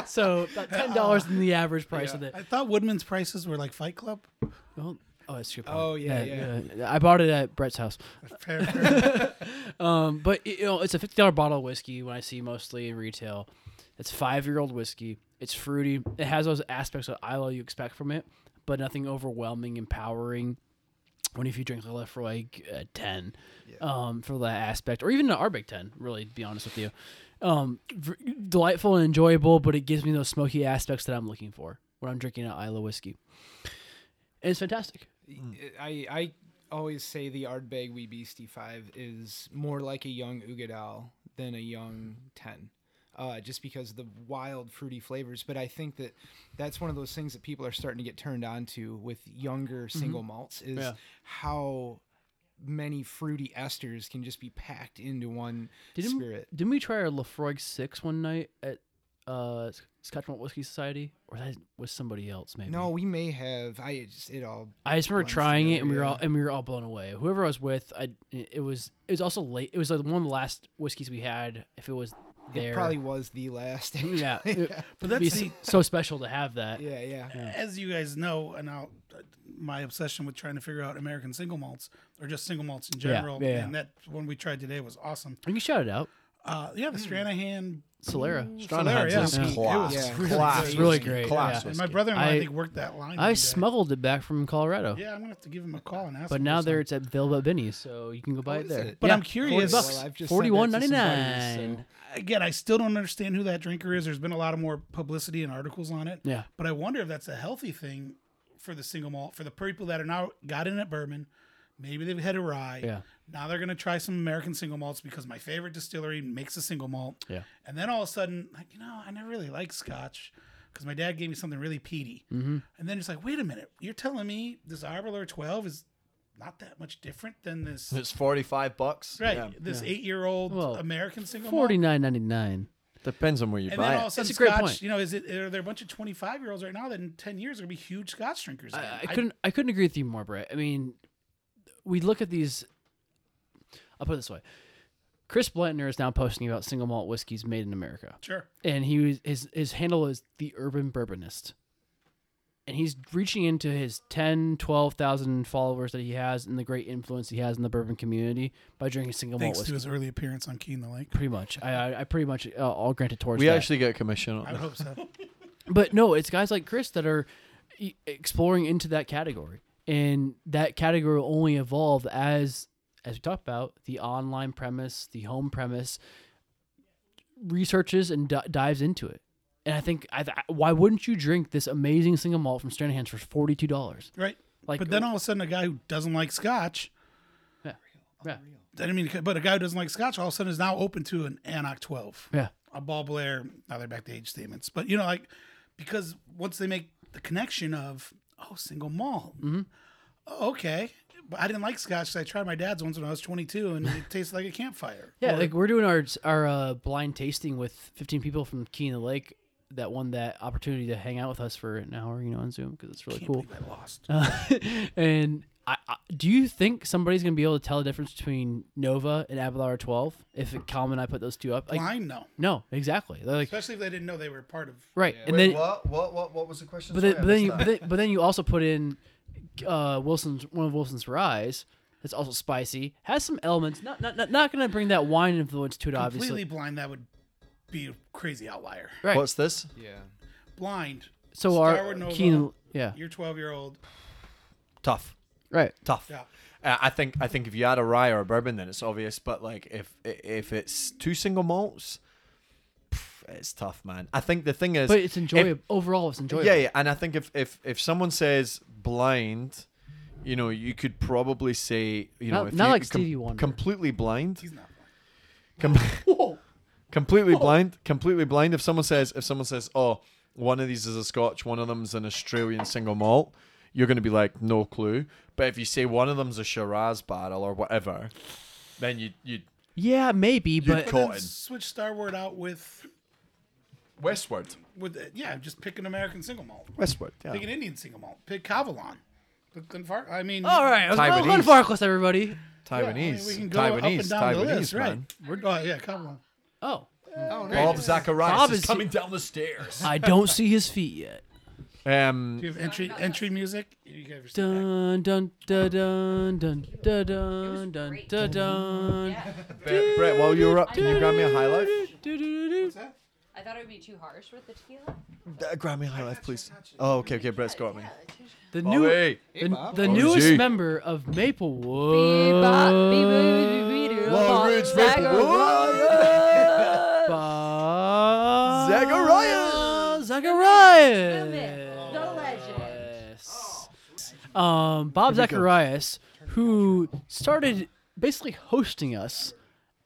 Speaker 1: so about ten dollars in the average price of it.
Speaker 4: I thought Woodman's prices were like Fight Club.
Speaker 1: Well, oh, that's a good point.
Speaker 5: Oh, yeah,
Speaker 1: yeah. I bought it at Brett's house.
Speaker 4: Fair, fair.
Speaker 1: Um, but you know, it's a fifty dollar bottle of whiskey when I see mostly in retail. It's five year old whiskey. It's fruity. It has those aspects of ILO you expect from it, but nothing overwhelming, empowering. When if you drink a Lefroy uh, ten, um, for that aspect, or even an Arctic ten, really to be honest with you, um, v- delightful and enjoyable, but it gives me those smoky aspects that I'm looking for when I'm drinking an Isla whiskey. It's fantastic.
Speaker 5: I I always say the Ardbeg Wee Beastie Five is more like a young Ugadal than a young
Speaker 1: Mm-hmm.
Speaker 5: ten, uh, just because of the wild fruity flavors. But I think that that's one of those things that people are starting to get turned on to with younger single malts is
Speaker 1: Mm-hmm. Yeah.
Speaker 5: how many fruity esters can just be packed into one
Speaker 1: Didn't
Speaker 5: spirit.
Speaker 1: didn't we try our Lefroy six one night at uh Sc- Scotchmont Whiskey Society, or that was somebody else maybe?
Speaker 5: No, we may have. I it just it all.
Speaker 1: I just remember
Speaker 5: blends
Speaker 1: trying it, and we were
Speaker 5: together,
Speaker 1: all and we were all blown away. Whoever I was with, I it was it was also late. It was like one of the last whiskeys we had. If it was
Speaker 5: yeah.
Speaker 1: there,
Speaker 5: It probably was the last.
Speaker 1: yeah. It,
Speaker 4: But
Speaker 1: would be
Speaker 4: that's the,
Speaker 1: s- so special to have that.
Speaker 5: yeah, yeah.
Speaker 4: as you guys know, and I'll, my obsession with trying to figure out American single malts or just single malts in general,
Speaker 1: yeah, yeah.
Speaker 4: and that one we tried today was awesome.
Speaker 1: And you shout it out,
Speaker 4: Uh, yeah,
Speaker 1: Mm.
Speaker 4: the Stranahan
Speaker 1: Solera.
Speaker 4: Mm, Solera, yeah.
Speaker 6: is
Speaker 4: It
Speaker 6: class.
Speaker 4: was
Speaker 5: Yeah.
Speaker 4: really
Speaker 6: Class.
Speaker 4: good.
Speaker 1: It's really great.
Speaker 6: Class.
Speaker 1: yeah.
Speaker 4: And my brother-in-law, I,
Speaker 1: I-
Speaker 4: think, worked that line.
Speaker 1: I
Speaker 4: one day.
Speaker 1: smuggled it back from Colorado,
Speaker 4: Yeah, I'm gonna have to give him a call and ask.
Speaker 1: but
Speaker 4: him
Speaker 1: now
Speaker 4: for some.
Speaker 1: there it's at Velvet Benny's, so you can go buy it
Speaker 5: is
Speaker 1: there.
Speaker 5: it?
Speaker 4: But
Speaker 1: Yeah,
Speaker 4: I'm
Speaker 1: 40
Speaker 4: curious.
Speaker 1: bucks.
Speaker 5: Well, I've just sent that to some
Speaker 1: Forty-one
Speaker 5: buddies,
Speaker 1: ninety-nine.
Speaker 5: so-
Speaker 4: Again, I still don't understand who that drinker is. There's been a lot of more publicity and articles on it.
Speaker 1: Yeah.
Speaker 4: But I wonder if that's a healthy thing for the single malt for the people that are now got in at bourbon. Maybe they've had a rye.
Speaker 1: Yeah.
Speaker 4: Now they're gonna try some American single malts because my favorite distillery makes a single malt.
Speaker 1: Yeah.
Speaker 4: And then all of a sudden, like you know, I never really like Scotch because my dad gave me something really peaty. Mm-hmm. And then it's like, wait a minute, you're telling me this Arbor 12 is not that much different than this
Speaker 6: It's forty-five bucks.
Speaker 4: Right. this eight year old
Speaker 1: Well,
Speaker 4: American single malt.
Speaker 1: Forty-nine ninety-nine.
Speaker 6: Depends on where you
Speaker 4: And
Speaker 6: buy
Speaker 4: then all of a
Speaker 6: it.
Speaker 4: sudden,
Speaker 1: a great
Speaker 4: Scotch,
Speaker 1: point.
Speaker 4: you know, is it are there a bunch of twenty five year olds right now that in ten years are gonna be huge Scotch drinkers?
Speaker 1: I,
Speaker 4: again?
Speaker 1: I couldn't I couldn't agree with you more, Brett. I mean, we look at these. I'll put it this way: Chris Blentner is now posting about single malt whiskeys made in America,
Speaker 4: sure.
Speaker 1: and he was, his his handle is the Urban Bourbonist, and he's reaching into his 10, 12,000 followers that he has and the great influence he has in the bourbon community by drinking single
Speaker 4: Thanks
Speaker 1: malt
Speaker 4: to
Speaker 1: whiskey.
Speaker 4: his early appearance on Key in the Lake.
Speaker 1: Pretty much, I I, I pretty much uh, all granted towards.
Speaker 6: We
Speaker 1: that.
Speaker 6: actually get a commission
Speaker 4: I
Speaker 6: on
Speaker 4: would
Speaker 6: it.
Speaker 4: hope so.
Speaker 1: But no, it's guys like Chris that are e- exploring into that category, and that category will only evolve as, as we talked about, the online premise, the home premise, researches and d- dives into it. And I think, I, I- why wouldn't you drink this amazing single malt from Stranahan's for forty two dollars?
Speaker 4: Right.
Speaker 1: Like,
Speaker 4: but then all of a sudden a guy who doesn't like Scotch
Speaker 1: yeah, yeah,
Speaker 4: I mean but a guy who doesn't like Scotch all of a sudden is now open to an Anok twelve.
Speaker 1: yeah,
Speaker 4: A ball Blair, now they're back to age statements. But you know, like because once they make the connection of oh, single malt.
Speaker 1: Mm-hmm.
Speaker 4: Oh, okay. But I didn't like Scotch. 'cause I tried my dad's once when I was 22, and it tasted like a campfire.
Speaker 1: yeah.
Speaker 4: Or-
Speaker 1: like we're doing our our uh, blind tasting with fifteen people from Key in the Lake that won that opportunity to hang out with us for an hour, you know, on Zoom because it's really
Speaker 4: Can't
Speaker 1: cool. Uh,
Speaker 4: believe I lost.
Speaker 1: and I, I, do you think somebody's gonna be able to tell the difference between Nova and Avalara 12 if Calm and I put those two up? Like,
Speaker 4: Blind, no.
Speaker 1: no, exactly. They're like
Speaker 4: Especially if they didn't know they were part of.
Speaker 1: right, and then
Speaker 6: what? What? What? What was the question?
Speaker 1: but then, but then, you, but then but then you also put in uh, Wilson's one of Wilson's ryes. That's also spicy. Has some elements. Not not not, not gonna bring that wine influence to it.
Speaker 4: Completely
Speaker 1: Obviously,
Speaker 4: blind, that would be a crazy outlier.
Speaker 1: right.
Speaker 6: What's this?
Speaker 5: Yeah.
Speaker 4: Blind,
Speaker 1: so
Speaker 4: Star
Speaker 1: our
Speaker 4: Nova,
Speaker 1: Keen, yeah,
Speaker 4: you're 12 year old.
Speaker 6: Tough.
Speaker 1: right.
Speaker 6: Tough.
Speaker 4: Yeah.
Speaker 6: Uh, I think I think if you add a rye or a bourbon, then it's obvious. But like if if it's two single malts, pff,
Speaker 2: It's tough, man. I think the thing is,
Speaker 1: But it's enjoyable. Overall, it's enjoyable.
Speaker 2: yeah, yeah, and I think if if if someone says blind, you know, you could probably say, you know,
Speaker 1: Not-
Speaker 2: if
Speaker 1: not
Speaker 2: you-
Speaker 1: like Stevie Wonder.
Speaker 2: completely blind,
Speaker 4: He's not.
Speaker 2: com- completely blind, completely blind. If someone says, if someone says, oh, one of these is a Scotch, one of them's an Australian single malt, you're going to be like, no clue. But if you say one of them's a Shiraz barrel or whatever, then you you
Speaker 1: Yeah, maybe, but
Speaker 4: But then
Speaker 2: Cotton.
Speaker 4: switch Starward out with
Speaker 2: westward,
Speaker 4: with uh, yeah, just pick an American single malt,
Speaker 2: westward, yeah.
Speaker 4: pick an Indian single malt, pick Cavalon. But then far, I mean,
Speaker 1: all right. Well,
Speaker 2: Taiwanese.
Speaker 1: Glenn Farkless, everybody.
Speaker 4: yeah, I mean,
Speaker 2: Taiwanese,
Speaker 4: we can go up
Speaker 2: Taiwanese,
Speaker 4: and down the
Speaker 2: Taiwanese,
Speaker 4: list, right?
Speaker 2: man.
Speaker 4: We're, oh yeah, Cavalon.
Speaker 1: Oh,
Speaker 2: Bob Zacharias
Speaker 1: Bob
Speaker 2: is,
Speaker 1: is-
Speaker 2: coming down the stairs.
Speaker 1: I don't see his feet yet.
Speaker 2: Um,
Speaker 4: Do you have entry entry music? You guys ever seen that?
Speaker 1: Dun dun dun dun dun dun dun dun dun dun.
Speaker 2: Brett, Brett, while you were up, can you grab me a high life?
Speaker 1: Do-do-do-do.
Speaker 3: I thought it would be too harsh with the tequila.
Speaker 2: Uh, grab me a high life, please. Oh, okay, okay. Brett's got me.
Speaker 1: The new,
Speaker 2: Bobby.
Speaker 1: the, the
Speaker 2: Bobby
Speaker 1: newest
Speaker 2: G.
Speaker 1: member of Maplewood.
Speaker 3: Long
Speaker 2: Ridge Maple.
Speaker 1: Bob
Speaker 2: Zacharias.
Speaker 1: Zacharias.
Speaker 3: The legend.
Speaker 1: Yes. Um, Bob Zacharias, who started basically hosting us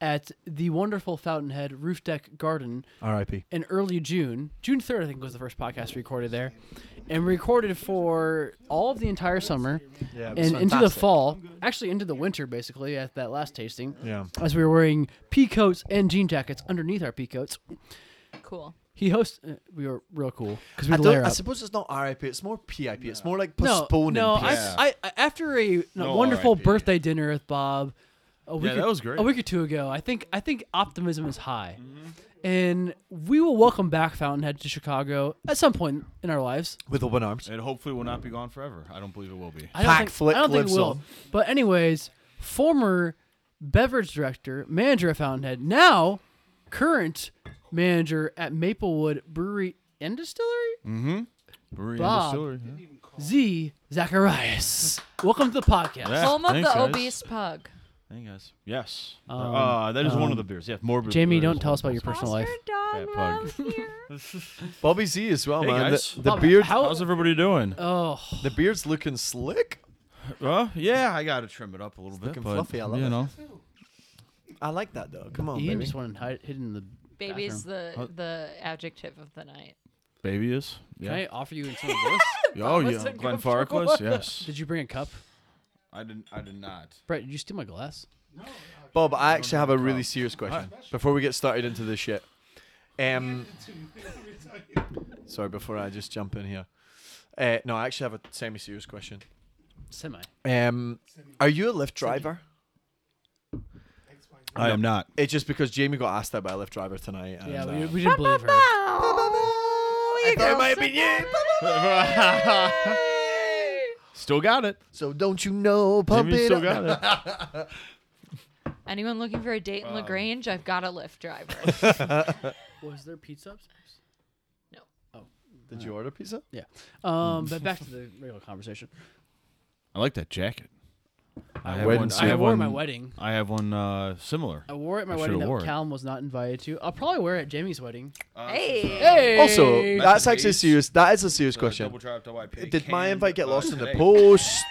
Speaker 1: at the wonderful Fountainhead Roof Deck Garden
Speaker 2: R.I.P.
Speaker 1: in early June. June 3rd, I think, was the first podcast we recorded there. And we recorded for all of the entire summer
Speaker 2: Yeah, it was
Speaker 1: and into the
Speaker 2: fantastic.
Speaker 1: fall, actually into the winter, basically, at that last tasting.
Speaker 2: Yeah.
Speaker 1: As we were wearing pea coats and jean jackets underneath our pea coats.
Speaker 3: Cool.
Speaker 1: He hosts, uh, we were real cool. Because we
Speaker 2: I,
Speaker 1: had layer
Speaker 2: don't, I
Speaker 1: up.
Speaker 2: suppose it's not R.I.P. It's more P.I.P. It's more like
Speaker 1: No,
Speaker 2: postponing.
Speaker 1: no. I,
Speaker 2: peace.
Speaker 1: I, I after a a
Speaker 7: No
Speaker 1: wonderful
Speaker 7: RIP.
Speaker 1: birthday dinner with Bob, a week
Speaker 7: that
Speaker 1: or-
Speaker 7: was great. Mm-hmm.
Speaker 1: A week or two ago, I think I think optimism is high, and we will welcome back Fountainhead to Chicago at some point in our lives.
Speaker 2: with open arms.
Speaker 7: And hopefully will not be gone forever. I don't believe it will be.
Speaker 1: I don't
Speaker 2: Pack
Speaker 1: think,
Speaker 2: flick
Speaker 1: I don't think
Speaker 2: lives
Speaker 1: it will.
Speaker 2: on.
Speaker 1: But anyways, former beverage director, manager at Fountainhead, now current manager at Maplewood Brewery and Distillery,
Speaker 7: Brewery and
Speaker 1: Bob.
Speaker 7: distillery, yeah.
Speaker 1: Z Zacharias. Welcome to the podcast.
Speaker 7: Yeah,
Speaker 3: Home of
Speaker 7: thanks,
Speaker 3: the
Speaker 7: guys.
Speaker 3: obese pug.
Speaker 7: Thank you guys. Yes.
Speaker 1: Um,
Speaker 7: uh, that is one
Speaker 1: um,
Speaker 7: of the beers. Yeah, more beer.
Speaker 1: Jamie, don't tell us about your personal life.
Speaker 3: dog
Speaker 7: Fat pug.
Speaker 3: here.
Speaker 2: Bobby Z as well,
Speaker 7: Hey,
Speaker 2: man.
Speaker 7: guys.
Speaker 2: The, the
Speaker 1: Bob,
Speaker 2: beard,
Speaker 1: how-
Speaker 7: How's everybody doing?
Speaker 1: Oh,
Speaker 2: the beard's looking slick.
Speaker 7: Uh, yeah, I gotta trim it up a little bit.
Speaker 2: looking
Speaker 7: but,
Speaker 2: fluffy, I love
Speaker 7: you
Speaker 2: it.
Speaker 7: know,
Speaker 2: I like that though. Come on,
Speaker 1: Ian
Speaker 2: baby.
Speaker 1: just wanted to hide, hidden in the
Speaker 3: Baby's
Speaker 1: bathroom.
Speaker 3: the
Speaker 7: Huh?
Speaker 3: the adjective of the night.
Speaker 7: baby is.
Speaker 1: Can
Speaker 7: Yeah.
Speaker 1: I offer you some of this?
Speaker 7: Oh
Speaker 3: was
Speaker 7: yeah, Glenn
Speaker 3: uncomfortable.
Speaker 7: Farquhar. Yes.
Speaker 1: Did you bring a cup?
Speaker 7: I didn't. I did not.
Speaker 1: Brett, did you steal my glass?
Speaker 2: Bob, I actually have a really serious question before we get started into this shit. Um, sorry, before I just jump in here. Uh, no, I actually have a semi-serious question.
Speaker 1: Semi.
Speaker 2: Um, are you a Lyft driver?
Speaker 7: I am not.
Speaker 2: It's just because Jamie got asked that by a Lyft driver tonight. And,
Speaker 1: Yeah,
Speaker 2: uh,
Speaker 1: we, we didn't believe her.
Speaker 2: I thought it might be you.
Speaker 7: Still got it.
Speaker 2: So don't you know, pump
Speaker 7: Jamie
Speaker 2: it
Speaker 7: still
Speaker 2: up.
Speaker 7: got it.
Speaker 3: Anyone looking for a date in Lagrange? I've got a Lyft driver.
Speaker 1: Was there pizza upstairs?
Speaker 2: Did you order pizza?
Speaker 1: Yeah. Um, but back to the regular conversation.
Speaker 7: I like that jacket. I have
Speaker 2: Wedding
Speaker 7: one.
Speaker 2: suit.
Speaker 7: I
Speaker 1: I
Speaker 7: have
Speaker 1: wore it
Speaker 7: one.
Speaker 1: at my wedding.
Speaker 7: I have one uh, similar.
Speaker 1: I wore it at my
Speaker 7: I
Speaker 1: wedding
Speaker 7: should've
Speaker 1: that
Speaker 7: wore it.
Speaker 1: Callum was not invited to. I'll probably wear it at Jamie's wedding.
Speaker 3: hey.
Speaker 1: Hey.
Speaker 2: Also, that's
Speaker 7: the
Speaker 2: actually
Speaker 7: base.
Speaker 2: serious. That is a serious question. Did my invite get lost in the post?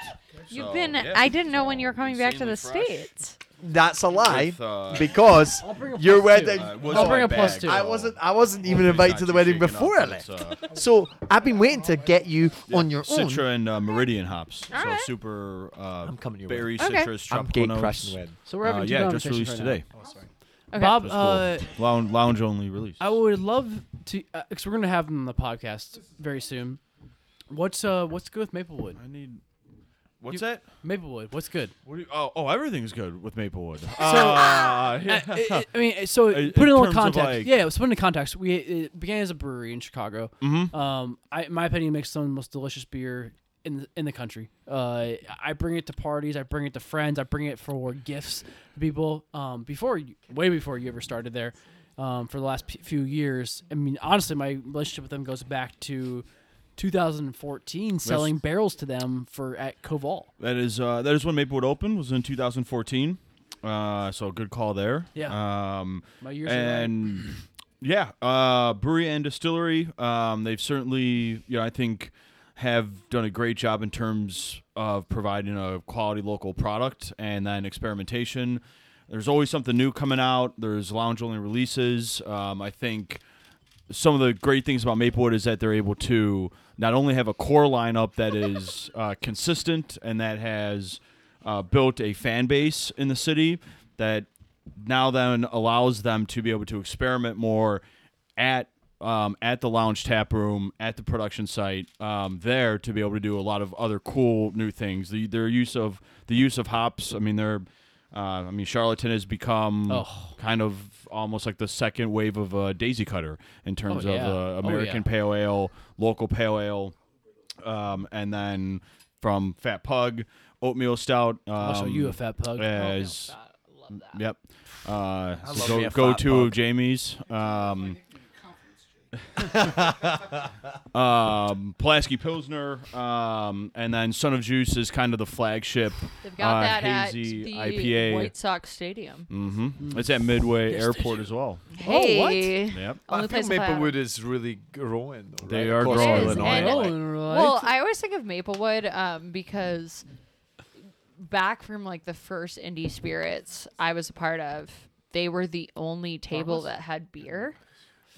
Speaker 3: You've
Speaker 7: So,
Speaker 3: been.
Speaker 7: yeah,
Speaker 3: I didn't know when you were coming back to
Speaker 7: insanely
Speaker 3: the
Speaker 7: fresh.
Speaker 3: states.
Speaker 2: That's a lie
Speaker 7: With, uh,
Speaker 2: because
Speaker 1: bring a
Speaker 2: your
Speaker 1: plus two.
Speaker 2: wedding.
Speaker 7: Uh, it was
Speaker 1: I'll
Speaker 7: on
Speaker 1: bring
Speaker 7: my
Speaker 1: a plus
Speaker 7: bag,
Speaker 1: two.
Speaker 7: so
Speaker 2: I wasn't. I wasn't even
Speaker 7: hopefully
Speaker 2: invited
Speaker 7: it's
Speaker 2: to
Speaker 7: not
Speaker 2: the
Speaker 7: too
Speaker 2: wedding
Speaker 7: shaken up,
Speaker 2: before I
Speaker 7: but
Speaker 2: left.
Speaker 7: it's, uh,
Speaker 2: So I've been waiting to get you on your own.
Speaker 7: Citra and uh, Meridian hops.
Speaker 3: All
Speaker 7: so
Speaker 3: right.
Speaker 7: super uh, I'm
Speaker 2: coming your way.
Speaker 7: berry,
Speaker 3: Okay.
Speaker 7: citrus, tropical notes.
Speaker 1: So we're having
Speaker 7: Uh,
Speaker 1: two
Speaker 7: yeah, just
Speaker 1: conversations
Speaker 7: released
Speaker 1: right now.
Speaker 7: today.
Speaker 3: Okay.
Speaker 1: Bob,
Speaker 7: That's
Speaker 1: uh,
Speaker 7: cool. lounge, lounge only release.
Speaker 1: I would love to, because we're gonna have them on the podcast very soon. What's uh, what's good with Maplewood?
Speaker 7: I need. What's
Speaker 1: You-
Speaker 7: that?
Speaker 1: Maplewood, what's good?
Speaker 7: What do you, oh, oh, everything's good with Maplewood. uh, yeah.
Speaker 1: I- I, I mean, so
Speaker 7: In- in
Speaker 1: put it in a little
Speaker 7: terms of,
Speaker 1: context.
Speaker 7: like-
Speaker 1: yeah, so put it in context. We it began as a brewery in Chicago.
Speaker 7: Mm-hmm.
Speaker 1: Um, I, in my opinion, it makes some of the most delicious beer in the, in the country. Uh, I bring it to parties. I bring it to friends. I bring it for gifts to people. Um, before you- way before you ever started there, um, for the last p- few years. I mean, honestly, my relationship with them goes back to 2014, selling barrels to them for at Koval.
Speaker 7: That is uh, that is when Maplewood opened was in 2014. Uh, so good call there.
Speaker 1: Yeah.
Speaker 7: Um,
Speaker 1: My years are right.
Speaker 7: and Yeah, uh, brewery and distillery. Um, they've certainly, you know, I think, have done a great job in terms of providing a quality local product and then experimentation. There's always something new coming out. There's lounge only releases. Um, I think some of the great things about Maplewood is that they're able to not only have a core lineup that is uh, consistent and that has uh, built a fan base in the city that now then allows them to be able to experiment more at um, at the lounge tap room at the production site um, there to be able to do a lot of other cool new things. The, their use of the use of hops. I mean, they're uh, I mean, Charlatan has become
Speaker 1: Oh.
Speaker 7: kind of almost like the second wave of a daisy cutter in terms
Speaker 1: Oh, yeah.
Speaker 7: of
Speaker 1: Oh,
Speaker 7: uh, American
Speaker 1: yeah.
Speaker 7: pale ale, local pale ale, um, and then from Fat Pug, oatmeal stout. Um,
Speaker 1: I'll show Oh, you a fat pug.
Speaker 7: as
Speaker 3: I love that.
Speaker 7: Yep. Uh,
Speaker 8: love me
Speaker 7: go
Speaker 8: a
Speaker 7: go
Speaker 8: fat
Speaker 7: to
Speaker 8: pug.
Speaker 7: of Jamie's. Um, um, Pulaski Pilsner, um, and then Son of Juice is kind of the flagship.
Speaker 3: They've got
Speaker 7: uh,
Speaker 3: that at
Speaker 7: hazy
Speaker 3: the
Speaker 7: IPA.
Speaker 3: White Sox Stadium.
Speaker 7: Mm-hmm. It's at Midway Airport as well.
Speaker 1: Oh, what?
Speaker 3: Hey.
Speaker 7: Yep.
Speaker 3: Only
Speaker 2: I
Speaker 3: place
Speaker 2: think
Speaker 3: in Florida.
Speaker 2: Maplewood is really growing. Though,
Speaker 7: They
Speaker 2: right?
Speaker 7: are
Speaker 2: Across
Speaker 7: growing.
Speaker 2: Illinois.
Speaker 3: It is,
Speaker 1: Oh,
Speaker 3: and-
Speaker 1: right.
Speaker 3: Well, I always think of Maplewood um, because back from like the first indie spirits I was a part of, they were the only table that had beer.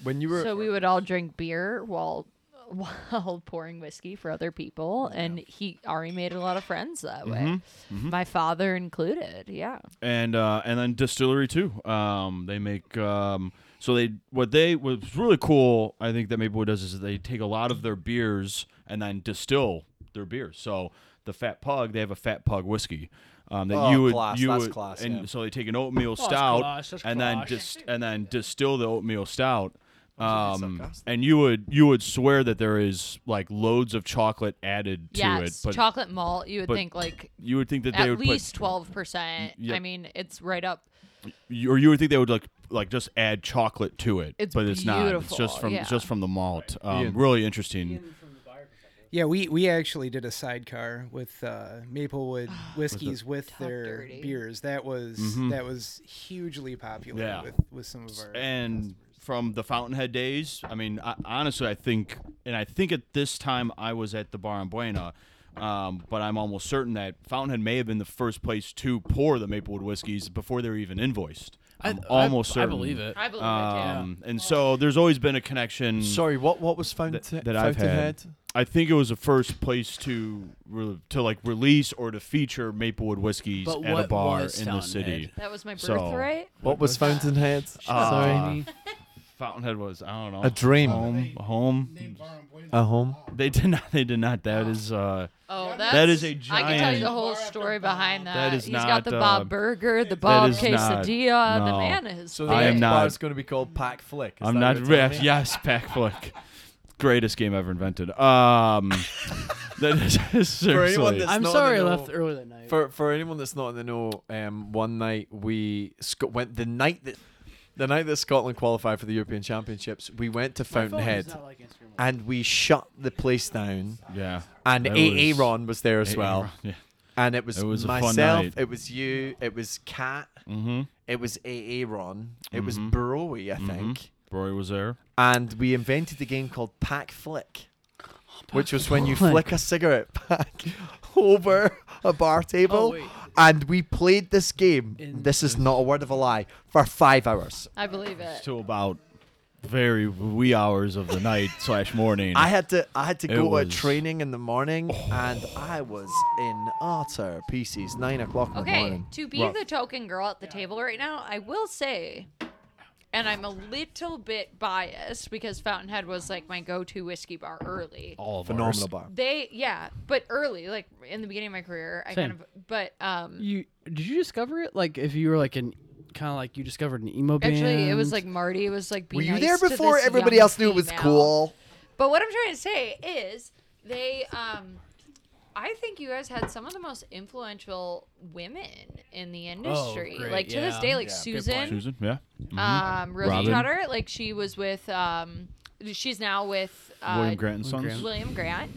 Speaker 2: When you were
Speaker 3: So we would all drink beer while while pouring whiskey for other people, and he Ari made a lot of friends that
Speaker 7: Mm-hmm.
Speaker 3: way, my father included. Yeah,
Speaker 7: and uh, and then distillery too. Um, they make um, so they what they what's really cool. I think that Maplewood does is they take a lot of their beers and then distill their beers. So the Fat Pug, they have a Fat Pug whiskey. Um, that
Speaker 2: Oh,
Speaker 7: you would
Speaker 2: class.
Speaker 7: you
Speaker 2: That's
Speaker 7: would,
Speaker 2: class,
Speaker 7: and
Speaker 2: yeah.
Speaker 7: so they take an oatmeal
Speaker 1: that's
Speaker 7: stout
Speaker 1: class, that's
Speaker 7: and then
Speaker 1: class.
Speaker 7: dis- and then distill the oatmeal stout. Um,
Speaker 2: sarcastic.
Speaker 7: and you would you would swear that there is like loads of chocolate added to it,
Speaker 3: yes,
Speaker 7: but
Speaker 3: chocolate malt. You would
Speaker 7: but
Speaker 3: think like
Speaker 7: you would think that they
Speaker 3: at
Speaker 7: would
Speaker 3: least
Speaker 7: put,
Speaker 3: twelve percent.
Speaker 7: Yep.
Speaker 3: I mean, it's right up.
Speaker 7: you- or you would think they would like like just add chocolate to it,
Speaker 3: It's
Speaker 7: but it's not. It's
Speaker 3: beautiful,
Speaker 7: just from
Speaker 3: yeah.
Speaker 7: it's just from the malt. Um, Really interesting.
Speaker 5: Yeah, we, we actually did a sidecar with uh, Maplewood whiskeys with their
Speaker 3: dirty.
Speaker 5: beers. That was that was hugely popular
Speaker 7: Mm-hmm. Yeah.
Speaker 5: with, with some of our
Speaker 7: And from the Fountainhead days, I mean, I, honestly, I think, and I think at this time I was at the bar in Buena, um, but I'm almost certain that Fountainhead may have been the first place to pour the Maplewood whiskeys before they were even invoiced. I'm almost
Speaker 1: I, I
Speaker 7: certain.
Speaker 1: believe it.
Speaker 3: I believe
Speaker 7: Um, and so there's always been a connection.
Speaker 2: Mm. sorry, what what was found
Speaker 7: that, that I've had. I think it was the first place to re- to like release or to feature Maplewood whiskeys
Speaker 1: But
Speaker 7: at a
Speaker 1: what
Speaker 7: bar in
Speaker 1: was
Speaker 7: the
Speaker 1: Fountainhead?
Speaker 7: city.
Speaker 3: That was my
Speaker 7: So-
Speaker 3: birthright.
Speaker 2: What was Fountainhead? Ah,
Speaker 1: Sorry.
Speaker 7: Fountainhead was I don't know
Speaker 2: a dream.
Speaker 7: home home.
Speaker 2: A home.
Speaker 7: They did not. They did not. That is uh,
Speaker 3: Oh, that's,
Speaker 7: That is a
Speaker 3: I can tell you
Speaker 7: giant-
Speaker 3: the whole story behind that.
Speaker 7: That is
Speaker 3: He's
Speaker 7: not,
Speaker 3: got the
Speaker 7: uh,
Speaker 3: Bob Burger, the Bob
Speaker 7: is not-
Speaker 3: Quesadilla. The
Speaker 7: no.
Speaker 3: man is.
Speaker 2: So
Speaker 7: the
Speaker 2: the
Speaker 7: I am
Speaker 2: next
Speaker 7: not-
Speaker 2: bar is going to be called Pack Flick. Is
Speaker 7: I'm
Speaker 2: that
Speaker 7: not.
Speaker 2: what you're telling me?
Speaker 7: yes, Pack Flick, greatest game ever invented. Um, that is seriously.
Speaker 2: that's-
Speaker 1: I'm
Speaker 2: not
Speaker 1: sorry I
Speaker 2: in the
Speaker 1: left
Speaker 2: know.
Speaker 1: early that night.
Speaker 2: For for anyone that's not in the know, um, one night we sc- went the night that the night that Scotland qualified for the European Championships, we went to Fountainhead and we shut the place down.
Speaker 7: yeah,
Speaker 2: And
Speaker 7: That
Speaker 2: A-
Speaker 7: was-
Speaker 2: Aaron was there as well.
Speaker 7: Yeah.
Speaker 2: And it was,
Speaker 7: It was a fun
Speaker 2: myself,
Speaker 7: night.
Speaker 2: it was you, it was Kat,
Speaker 7: Mm-hmm.
Speaker 2: it was Aaron, it was Broy, I think.
Speaker 7: Roy was there.
Speaker 2: And we invented the game called Pack Flick, which was when you flick a cigarette pack over a bar
Speaker 1: Oh,
Speaker 2: table.
Speaker 1: wait.
Speaker 2: and we played this game,
Speaker 1: In-
Speaker 2: this is not a word of a lie, for five hours.
Speaker 3: I believe it.
Speaker 7: till about very wee hours of the night slash morning.
Speaker 2: I had to I had to
Speaker 7: It
Speaker 2: go to a
Speaker 7: was-
Speaker 2: training in the morning and I was in utter pieces, nine o'clock in the
Speaker 3: Okay,
Speaker 2: morning.
Speaker 3: to be the token girl at the table right now, I will say, and I'm a little bit biased because Fountainhead was like my go-to whiskey bar early.
Speaker 7: all of
Speaker 2: Phenomenal bar.
Speaker 3: They, yeah, but early, like in the beginning of my career, I kind
Speaker 1: Same.
Speaker 3: of, but um,
Speaker 1: You did you discover it? Like if you were like an kind of like you discovered an emo band.
Speaker 3: actually, it was like Marty was like, be
Speaker 2: Were you
Speaker 3: nice
Speaker 2: there
Speaker 3: to
Speaker 2: before
Speaker 3: this
Speaker 2: everybody
Speaker 3: young
Speaker 2: else knew it was
Speaker 3: female.
Speaker 2: cool?
Speaker 3: But what I'm trying to say is they um I think you guys had some of the most influential women in the industry.
Speaker 1: Oh, great,
Speaker 3: like to this
Speaker 1: yeah.
Speaker 3: day, like
Speaker 1: Yeah, good
Speaker 3: Susan,
Speaker 7: Susan, yeah.
Speaker 3: um Rosie
Speaker 7: Mm-hmm. Robin.
Speaker 3: Trotter, like she was with um she's now with uh,
Speaker 7: William Grant Mm-hmm. and Sons.
Speaker 1: Grant.
Speaker 3: William Grant.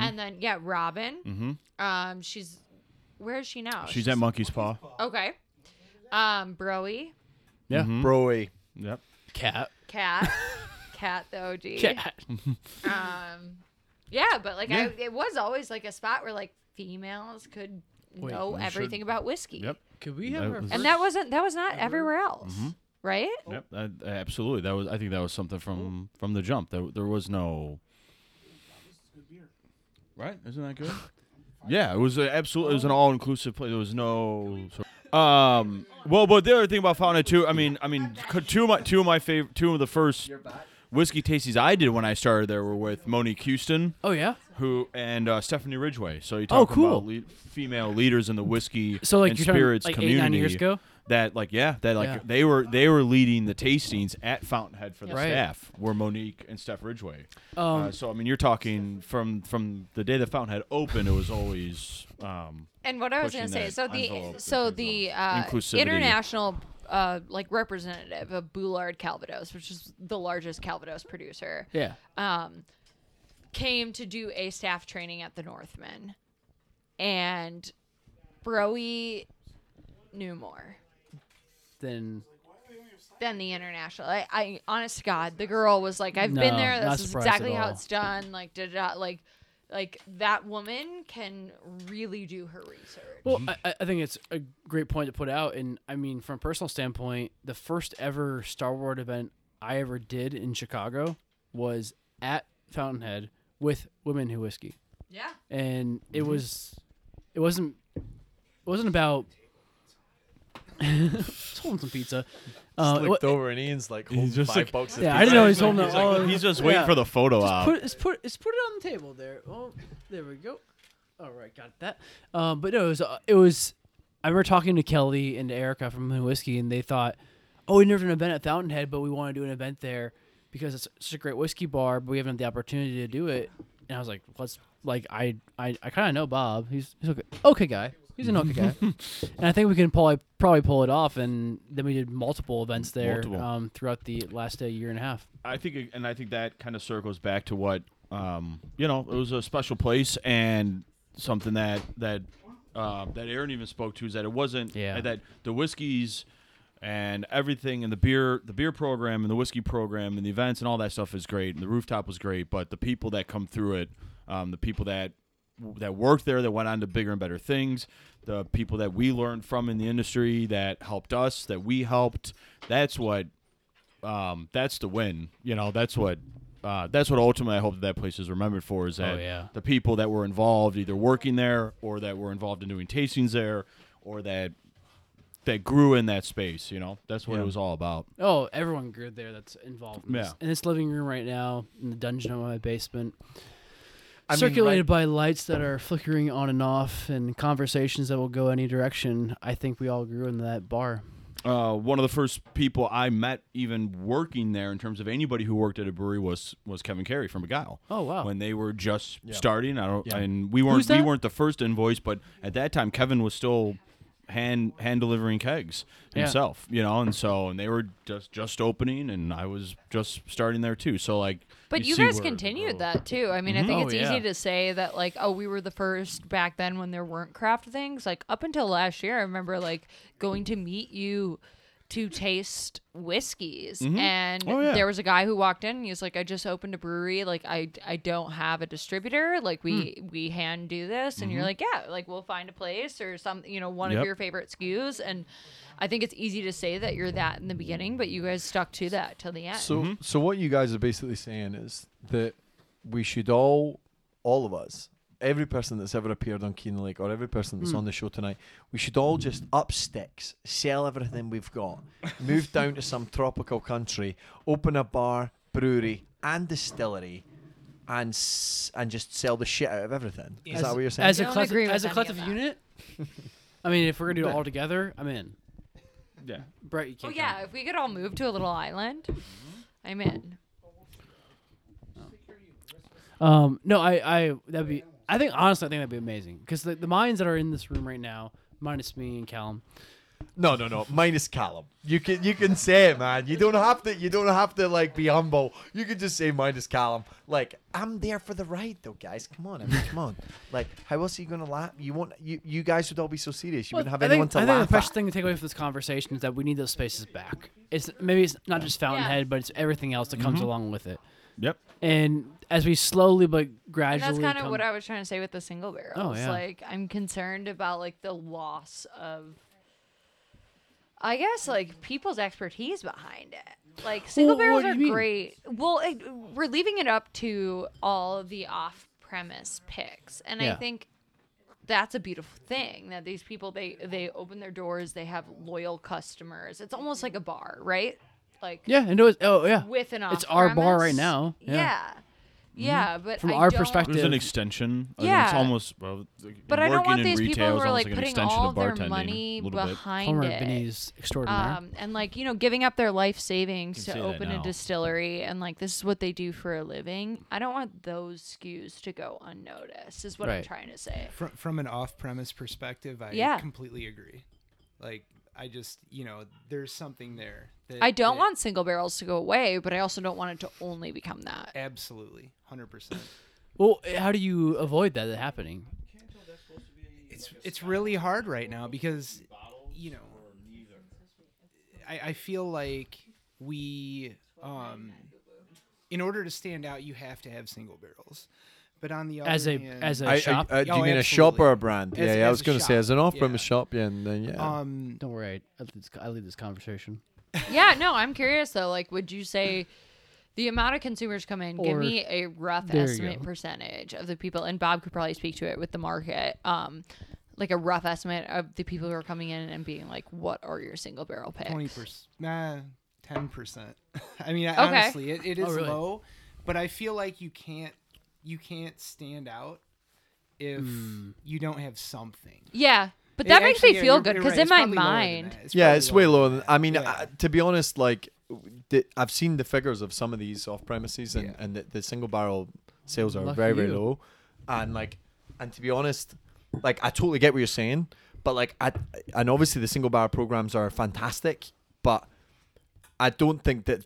Speaker 3: And then yeah, Robin. Um she's where is she now?
Speaker 7: Mm-hmm. She's at Monkey's Paw.
Speaker 3: Okay. Um Broey.
Speaker 1: Yeah.
Speaker 2: Broy.
Speaker 7: Yep.
Speaker 1: Cat.
Speaker 3: Cat, cat the OG.
Speaker 1: Cat.
Speaker 3: Um, yeah, but like I, it was always like a spot where like females could
Speaker 1: Wait,
Speaker 3: know
Speaker 7: we should-
Speaker 3: everything about whiskey.
Speaker 7: Yep. Mm-hmm.
Speaker 1: Could we have
Speaker 7: That
Speaker 1: our
Speaker 7: was-
Speaker 3: And that wasn't that was not everywhere else, right?
Speaker 7: Yep, that, absolutely. That was. I think that was something from from the jump. There, there was no. Right? Isn't that good? yeah, it was a absolute. It was an all inclusive place. There was no. Um. Well, but the other thing about Fountain too. I mean, I mean, c- two of my two of my favorite two of the first whiskey tasties I did when I started there were with Monique Houston
Speaker 1: Oh yeah.
Speaker 7: who and uh, Stephanie Ridgway. So you
Speaker 1: Oh,
Speaker 7: talk
Speaker 1: cool.
Speaker 7: about lead, female leaders in the whiskey
Speaker 1: So, like,
Speaker 7: and
Speaker 1: you're talking,
Speaker 7: spirits
Speaker 1: like, eight,
Speaker 7: community.
Speaker 1: nine years ago?
Speaker 7: That like yeah, that like
Speaker 1: Yeah.
Speaker 7: they were they were leading the tastings at Fountainhead for the
Speaker 1: Right.
Speaker 7: staff. Were Monique and Steph Ridgway.
Speaker 1: Um,
Speaker 7: uh, so I mean, you're talking from from the day the Fountainhead opened, it was always um,
Speaker 3: And what I was gonna
Speaker 7: Pushing
Speaker 3: say,
Speaker 7: that
Speaker 3: so the
Speaker 7: envelope in
Speaker 3: so
Speaker 7: terms
Speaker 3: the
Speaker 7: of
Speaker 3: uh,
Speaker 7: inclusivity.
Speaker 3: international uh, like representative of Boulard Calvados, which is the largest Calvados producer,
Speaker 1: Yeah.
Speaker 3: um, came to do a staff training at the Northmen, and Broe knew more
Speaker 1: Then
Speaker 3: than the international. I, I honest to God, the girl was like, "I've
Speaker 1: No,
Speaker 3: been there.
Speaker 1: not
Speaker 3: This is
Speaker 1: surprised at
Speaker 3: exactly how
Speaker 1: all."
Speaker 3: it's done." Like, da da, like, like that woman can really do her research.
Speaker 1: Well, I- I, I think it's a great point to put out, and I mean, from a personal standpoint, the first ever Star Wars event I ever did in Chicago was at Fountainhead with Women Who Whiskey,
Speaker 3: Yeah.
Speaker 1: and it was, it wasn't, it wasn't about. Just holding some pizza. Uh, it wa-
Speaker 6: Looked over and Ian's like, holding
Speaker 7: just
Speaker 6: five
Speaker 7: like-
Speaker 6: bucks.
Speaker 1: yeah, I didn't know he's holding.
Speaker 7: he's,
Speaker 1: all of-
Speaker 7: just waiting
Speaker 1: yeah.
Speaker 7: for the photo
Speaker 1: Just
Speaker 7: op.
Speaker 1: put, just put, just put it on the table there. Oh, there we go. All right, got that. Um, but no, it was, uh, it was. I remember talking to Kelly and Erica from Moon Whiskey, and they thought, "Oh, we never did an event at Fountainhead, but we want to do an event there because it's such a great whiskey bar, but we haven't had the opportunity to do it." And I was like, "Let's." Like I, I, I kind of know Bob. He's he's okay, okay guy. He's an okay guy, and I think we can probably probably pull it off. And then we did multiple events there
Speaker 7: Multiple.
Speaker 1: Um, throughout the last uh, year and a half.
Speaker 7: I think, it- and I think that kind of circles back to what um, you know. It was a special place and something that that uh, that Aaron even spoke to is that it wasn't
Speaker 1: Yeah.
Speaker 7: uh, that the whiskeys and everything and the beer the beer program and the whiskey program and the events and all that stuff is great and the rooftop was great, but the people that come through it, um, the people that that worked there that went on to bigger and better things the people that we learned from in the industry that helped us that we helped that's what um, that's the win. You know, that's what uh, that's what ultimately I hope that, that place is remembered for is that
Speaker 1: Oh, yeah.
Speaker 7: the people that were involved, either working there or that were involved in doing tastings there, or that that grew in that space. You know, that's what it was all about.
Speaker 1: Oh, everyone good there that's involved in, this,
Speaker 7: Yeah.
Speaker 1: in this living room right now, in the dungeon of my basement.
Speaker 6: I mean,
Speaker 1: circulated by lights that are flickering on and off and conversations that will go any direction. I think we all grew in that bar.
Speaker 7: Uh, one of the first people I met, even working there, in terms of anybody who worked at a brewery, was was Kevin Carey from Beguile.
Speaker 1: Oh, wow.
Speaker 7: When they were just starting, I don't,
Speaker 6: Yeah.
Speaker 7: and we weren't
Speaker 1: Who's
Speaker 7: we
Speaker 1: that?
Speaker 7: weren't the first invoice, but at that time Kevin was still hand hand delivering kegs
Speaker 1: Yeah.
Speaker 7: himself, you know, and so and they were just just opening, and I was just starting there too. So like,
Speaker 3: But you, guys
Speaker 7: see where Oh. Mm-hmm. the
Speaker 3: continued
Speaker 7: growth-
Speaker 3: that too. I mean, I think
Speaker 1: Oh,
Speaker 3: it's
Speaker 1: yeah.
Speaker 3: easy to say that like, oh, we were the first back then when there weren't craft things. Like up until last year, I remember like going to meet you to taste whiskeys and
Speaker 7: Oh, yeah.
Speaker 3: there was a guy who walked in and he was like i just opened a brewery like i i don't have a distributor like we
Speaker 7: Hmm.
Speaker 3: we hand do this and you're like yeah like we'll find a place or some you know one
Speaker 7: Mm-hmm. Yep.
Speaker 3: of your favorite skus and i think it's easy to say that you're that in the beginning but you guys stuck to that till the end
Speaker 6: So, so what you guys are basically saying is that we should all, all of us, every person that's ever appeared on Keen Lake or every person that's on the show tonight, we should all just up sticks, sell everything we've got, move down to some tropical country, open a bar, brewery, and distillery, and s- and just sell the shit out of everything. Is
Speaker 1: As-
Speaker 6: that what you're saying?
Speaker 1: As a
Speaker 3: Don't
Speaker 1: collective,
Speaker 3: agree with
Speaker 1: as a
Speaker 3: any of
Speaker 1: collective
Speaker 3: that.
Speaker 1: unit, I mean, if we're going to do it all together, I'm in.
Speaker 7: Yeah.
Speaker 1: Brett, you
Speaker 3: Oh
Speaker 1: can't.
Speaker 3: yeah, if we could all move to a little island, I'm in.
Speaker 1: come. Um, no, I, I, that'd be, I think, honestly, I think that'd be amazing because the, the minds that are in this room right now, minus me and Callum,
Speaker 6: No, no, no. Minus Callum. You can you can say it, man. You don't have to. You don't have to like be humble. You can just say minus Callum. Like I'm there for the ride, though, guys. Come on, I mean, come on. Like how else are you gonna laugh? You won't. You you guys would all be so serious. You wouldn't have
Speaker 1: I
Speaker 6: anyone
Speaker 1: think,
Speaker 6: to
Speaker 1: I think
Speaker 6: laugh
Speaker 1: the best
Speaker 6: at.
Speaker 1: thing to take away from this conversation is that we need those spaces back. It's maybe it's not just Fountainhead, but it's everything else that comes along with it.
Speaker 7: Yep.
Speaker 1: And as we slowly but
Speaker 3: And
Speaker 1: gradually,
Speaker 3: that's kind of
Speaker 1: come-
Speaker 3: what I was trying to say with the single barrels.
Speaker 1: Oh, yeah.
Speaker 3: Like I'm concerned about like the loss of I guess like people's expertise behind it. Like single
Speaker 1: Well, what
Speaker 3: barrels
Speaker 1: do
Speaker 3: are
Speaker 1: you mean?
Speaker 3: great. Well, it, we're leaving it up to all the off-premise picks. And I
Speaker 1: Yeah.
Speaker 3: think that's a beautiful thing that these people they they open their doors, they have loyal customers. It's almost like a bar, right? Like
Speaker 1: yeah, and it was oh yeah,
Speaker 3: with an off
Speaker 1: It's our bar right now.
Speaker 3: Yeah.
Speaker 1: Yeah. Mm-hmm.
Speaker 3: Yeah, but
Speaker 1: From
Speaker 3: I
Speaker 1: our
Speaker 3: don't-
Speaker 1: perspective,
Speaker 7: There's an extension. I mean,
Speaker 3: Yeah.
Speaker 7: it's almost. Well,
Speaker 3: But I don't
Speaker 7: working
Speaker 3: want
Speaker 7: in
Speaker 3: these people
Speaker 7: retail
Speaker 3: who
Speaker 7: is
Speaker 3: are
Speaker 7: almost
Speaker 3: like
Speaker 7: an
Speaker 3: putting
Speaker 7: extension
Speaker 3: all
Speaker 7: of
Speaker 3: their
Speaker 7: bartending,
Speaker 3: money
Speaker 7: a little bit.
Speaker 3: behind
Speaker 1: Homer
Speaker 3: it.
Speaker 1: Benny's extraordinaire.
Speaker 3: Um, and like you know, giving up their life savings
Speaker 7: can
Speaker 3: to
Speaker 7: say that
Speaker 3: open a
Speaker 7: now.
Speaker 3: distillery and like this is what they do for a living. I don't want those skews to go unnoticed. Is what I'm
Speaker 1: Right.
Speaker 3: trying to say.
Speaker 5: From from an off-premise perspective, I
Speaker 3: Yeah.
Speaker 5: completely agree. Like I just, you know, there's something there. That,
Speaker 3: I don't
Speaker 5: that-
Speaker 3: want single barrels to go away, but I also don't want it to only become that.
Speaker 5: absolutely 100%.
Speaker 1: well, how do you avoid that happening?
Speaker 5: It's it's really hard right now because you know I, I feel like we um in order to stand out you have to have single barrels. But on the other
Speaker 1: As a
Speaker 5: hand,
Speaker 1: as a
Speaker 6: I- I-
Speaker 1: shop,
Speaker 6: uh, do you
Speaker 5: Oh,
Speaker 6: mean a shop or
Speaker 5: absolutely.
Speaker 6: a brand?
Speaker 5: As-
Speaker 6: yeah, yeah. I
Speaker 5: as
Speaker 6: was
Speaker 5: a
Speaker 6: gonna say
Speaker 5: shop,
Speaker 6: as an off-premise
Speaker 5: yeah.
Speaker 6: shop. Yeah, and then yeah.
Speaker 5: um
Speaker 1: don't worry, I, I leave this- I leave this conversation.
Speaker 3: yeah, no, I'm curious though. Like, would you say the amount of consumers come in? give
Speaker 1: Or-
Speaker 3: me a rough
Speaker 1: there you
Speaker 3: estimate
Speaker 1: go.
Speaker 3: percentage of the people, and Bob could probably speak to it with the market. Um, like a rough estimate of the people who are coming in and being like, "What are your single barrel picks?"
Speaker 5: 20%. Nah, 10%. I mean, I,
Speaker 3: Okay.
Speaker 5: honestly, it, it is
Speaker 1: Oh, really?
Speaker 5: low, but I feel like you can't you can't stand out if
Speaker 1: Hmm.
Speaker 5: you don't have something.
Speaker 3: Yeah, but
Speaker 5: It
Speaker 3: that makes
Speaker 5: actually-
Speaker 3: me
Speaker 5: yeah,
Speaker 3: feel
Speaker 5: you're-
Speaker 3: good
Speaker 5: you're
Speaker 3: because
Speaker 5: right,
Speaker 3: in
Speaker 5: it's
Speaker 3: my
Speaker 5: probably lower than
Speaker 3: mind,
Speaker 5: that.
Speaker 6: yeah,
Speaker 5: probably
Speaker 6: it's way lower.
Speaker 5: than
Speaker 6: Than,
Speaker 5: that.
Speaker 6: I mean,
Speaker 5: Yeah.
Speaker 6: I, to be honest, like the, I've seen the figures of some of these off premises, and,
Speaker 5: Yeah.
Speaker 6: and the, the single barrel sales are
Speaker 1: Lucky
Speaker 6: very very
Speaker 1: you.
Speaker 6: low, and like, and to be honest, like I totally get what you're saying, but like I and obviously the single barrel programs are fantastic, but I don't think that.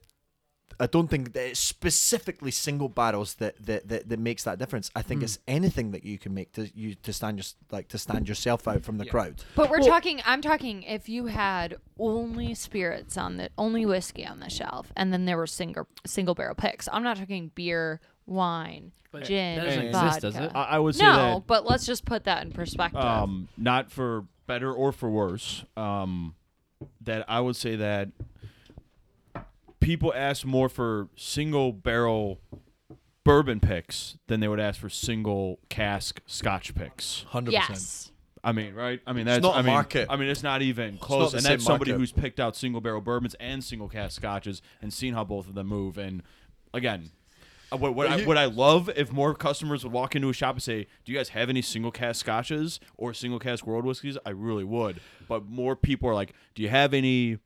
Speaker 6: I don't think that it's specifically single barrels that, that, that, that makes that difference. I
Speaker 5: Hmm.
Speaker 6: think it's anything that you can make to you to stand your, like to stand yourself out from the
Speaker 5: Yeah.
Speaker 6: crowd.
Speaker 3: but we're talking. I'm talking if you had only spirits on the only whiskey on the shelf, and then there were single single barrel picks. I'm not talking beer, wine,
Speaker 1: But
Speaker 3: gin,
Speaker 1: that doesn't
Speaker 3: vodka.
Speaker 1: exist, does it?
Speaker 7: I, I would say
Speaker 3: no,
Speaker 7: that
Speaker 3: but let's just put that in perspective.
Speaker 7: um, not for better or for worse. Um, that I would say that people ask more for single barrel bourbon picks than they would ask for single cask Scotch picks.
Speaker 6: Hundred
Speaker 3: yes.
Speaker 7: I mean, right? I mean, that's
Speaker 6: not
Speaker 7: I
Speaker 6: a
Speaker 7: mean,
Speaker 6: market.
Speaker 7: I mean, it's not even
Speaker 6: not
Speaker 7: close.
Speaker 6: the
Speaker 7: and
Speaker 6: same
Speaker 7: that's somebody
Speaker 6: market.
Speaker 7: who's picked out single barrel bourbons and single cask scotches and seen how both of them move. And again. uh, What, what, I,
Speaker 6: you-
Speaker 7: what I love if more customers would walk into a shop and say, "Do you guys have any single cask scotches or single cask world whiskeys?" I really would, but more people are like, "Do you have any?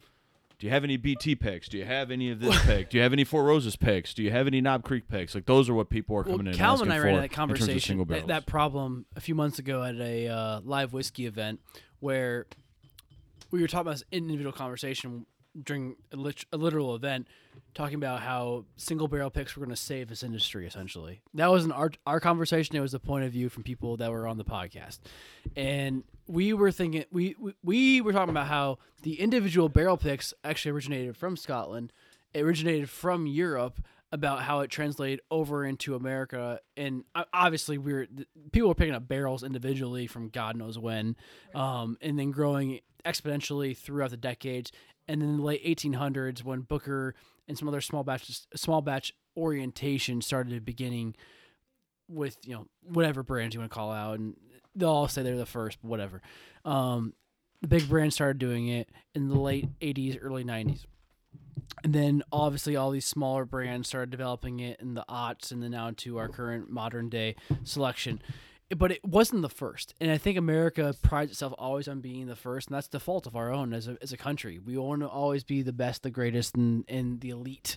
Speaker 7: Do you have any BT picks? Do you have any of this pick? Do you have any Four Roses picks? Do you have any Knob Creek picks?" Like those are what people are coming
Speaker 1: well,
Speaker 7: in.
Speaker 1: Calvin and I
Speaker 7: asking
Speaker 1: ran
Speaker 7: for
Speaker 1: that
Speaker 7: in terms of
Speaker 1: conversation,
Speaker 7: single
Speaker 1: that,
Speaker 7: barrels.
Speaker 1: that problem a few months ago at a uh, live whiskey event where we were talking about this individual conversation during a, lit- a literal event, talking about how single barrel picks were going to save this industry. Essentially, that wasn't our our conversation. It was the point of view from people that were on the podcast, and we were thinking we we, we were talking about how the individual barrel picks actually originated from Scotland, it originated from Europe. About how it translated over into America, and uh, obviously we were th- people were picking up barrels individually from God knows when, um, and then growing exponentially throughout the decades. And then the late 1800s, when Booker and some other small batch small batch orientation started beginning with you know whatever brands you want to call out, and they'll all say they're the first, but whatever. Um, the big brands started doing it in the late 80s, early 90s. And then obviously all these smaller brands started developing it in the aughts and then now to our current modern day selection. But it wasn't the first. And I think America prides itself always on being the first, and that's the fault of our own as a, as a country. We want to always be the best, the greatest, and, and the elite.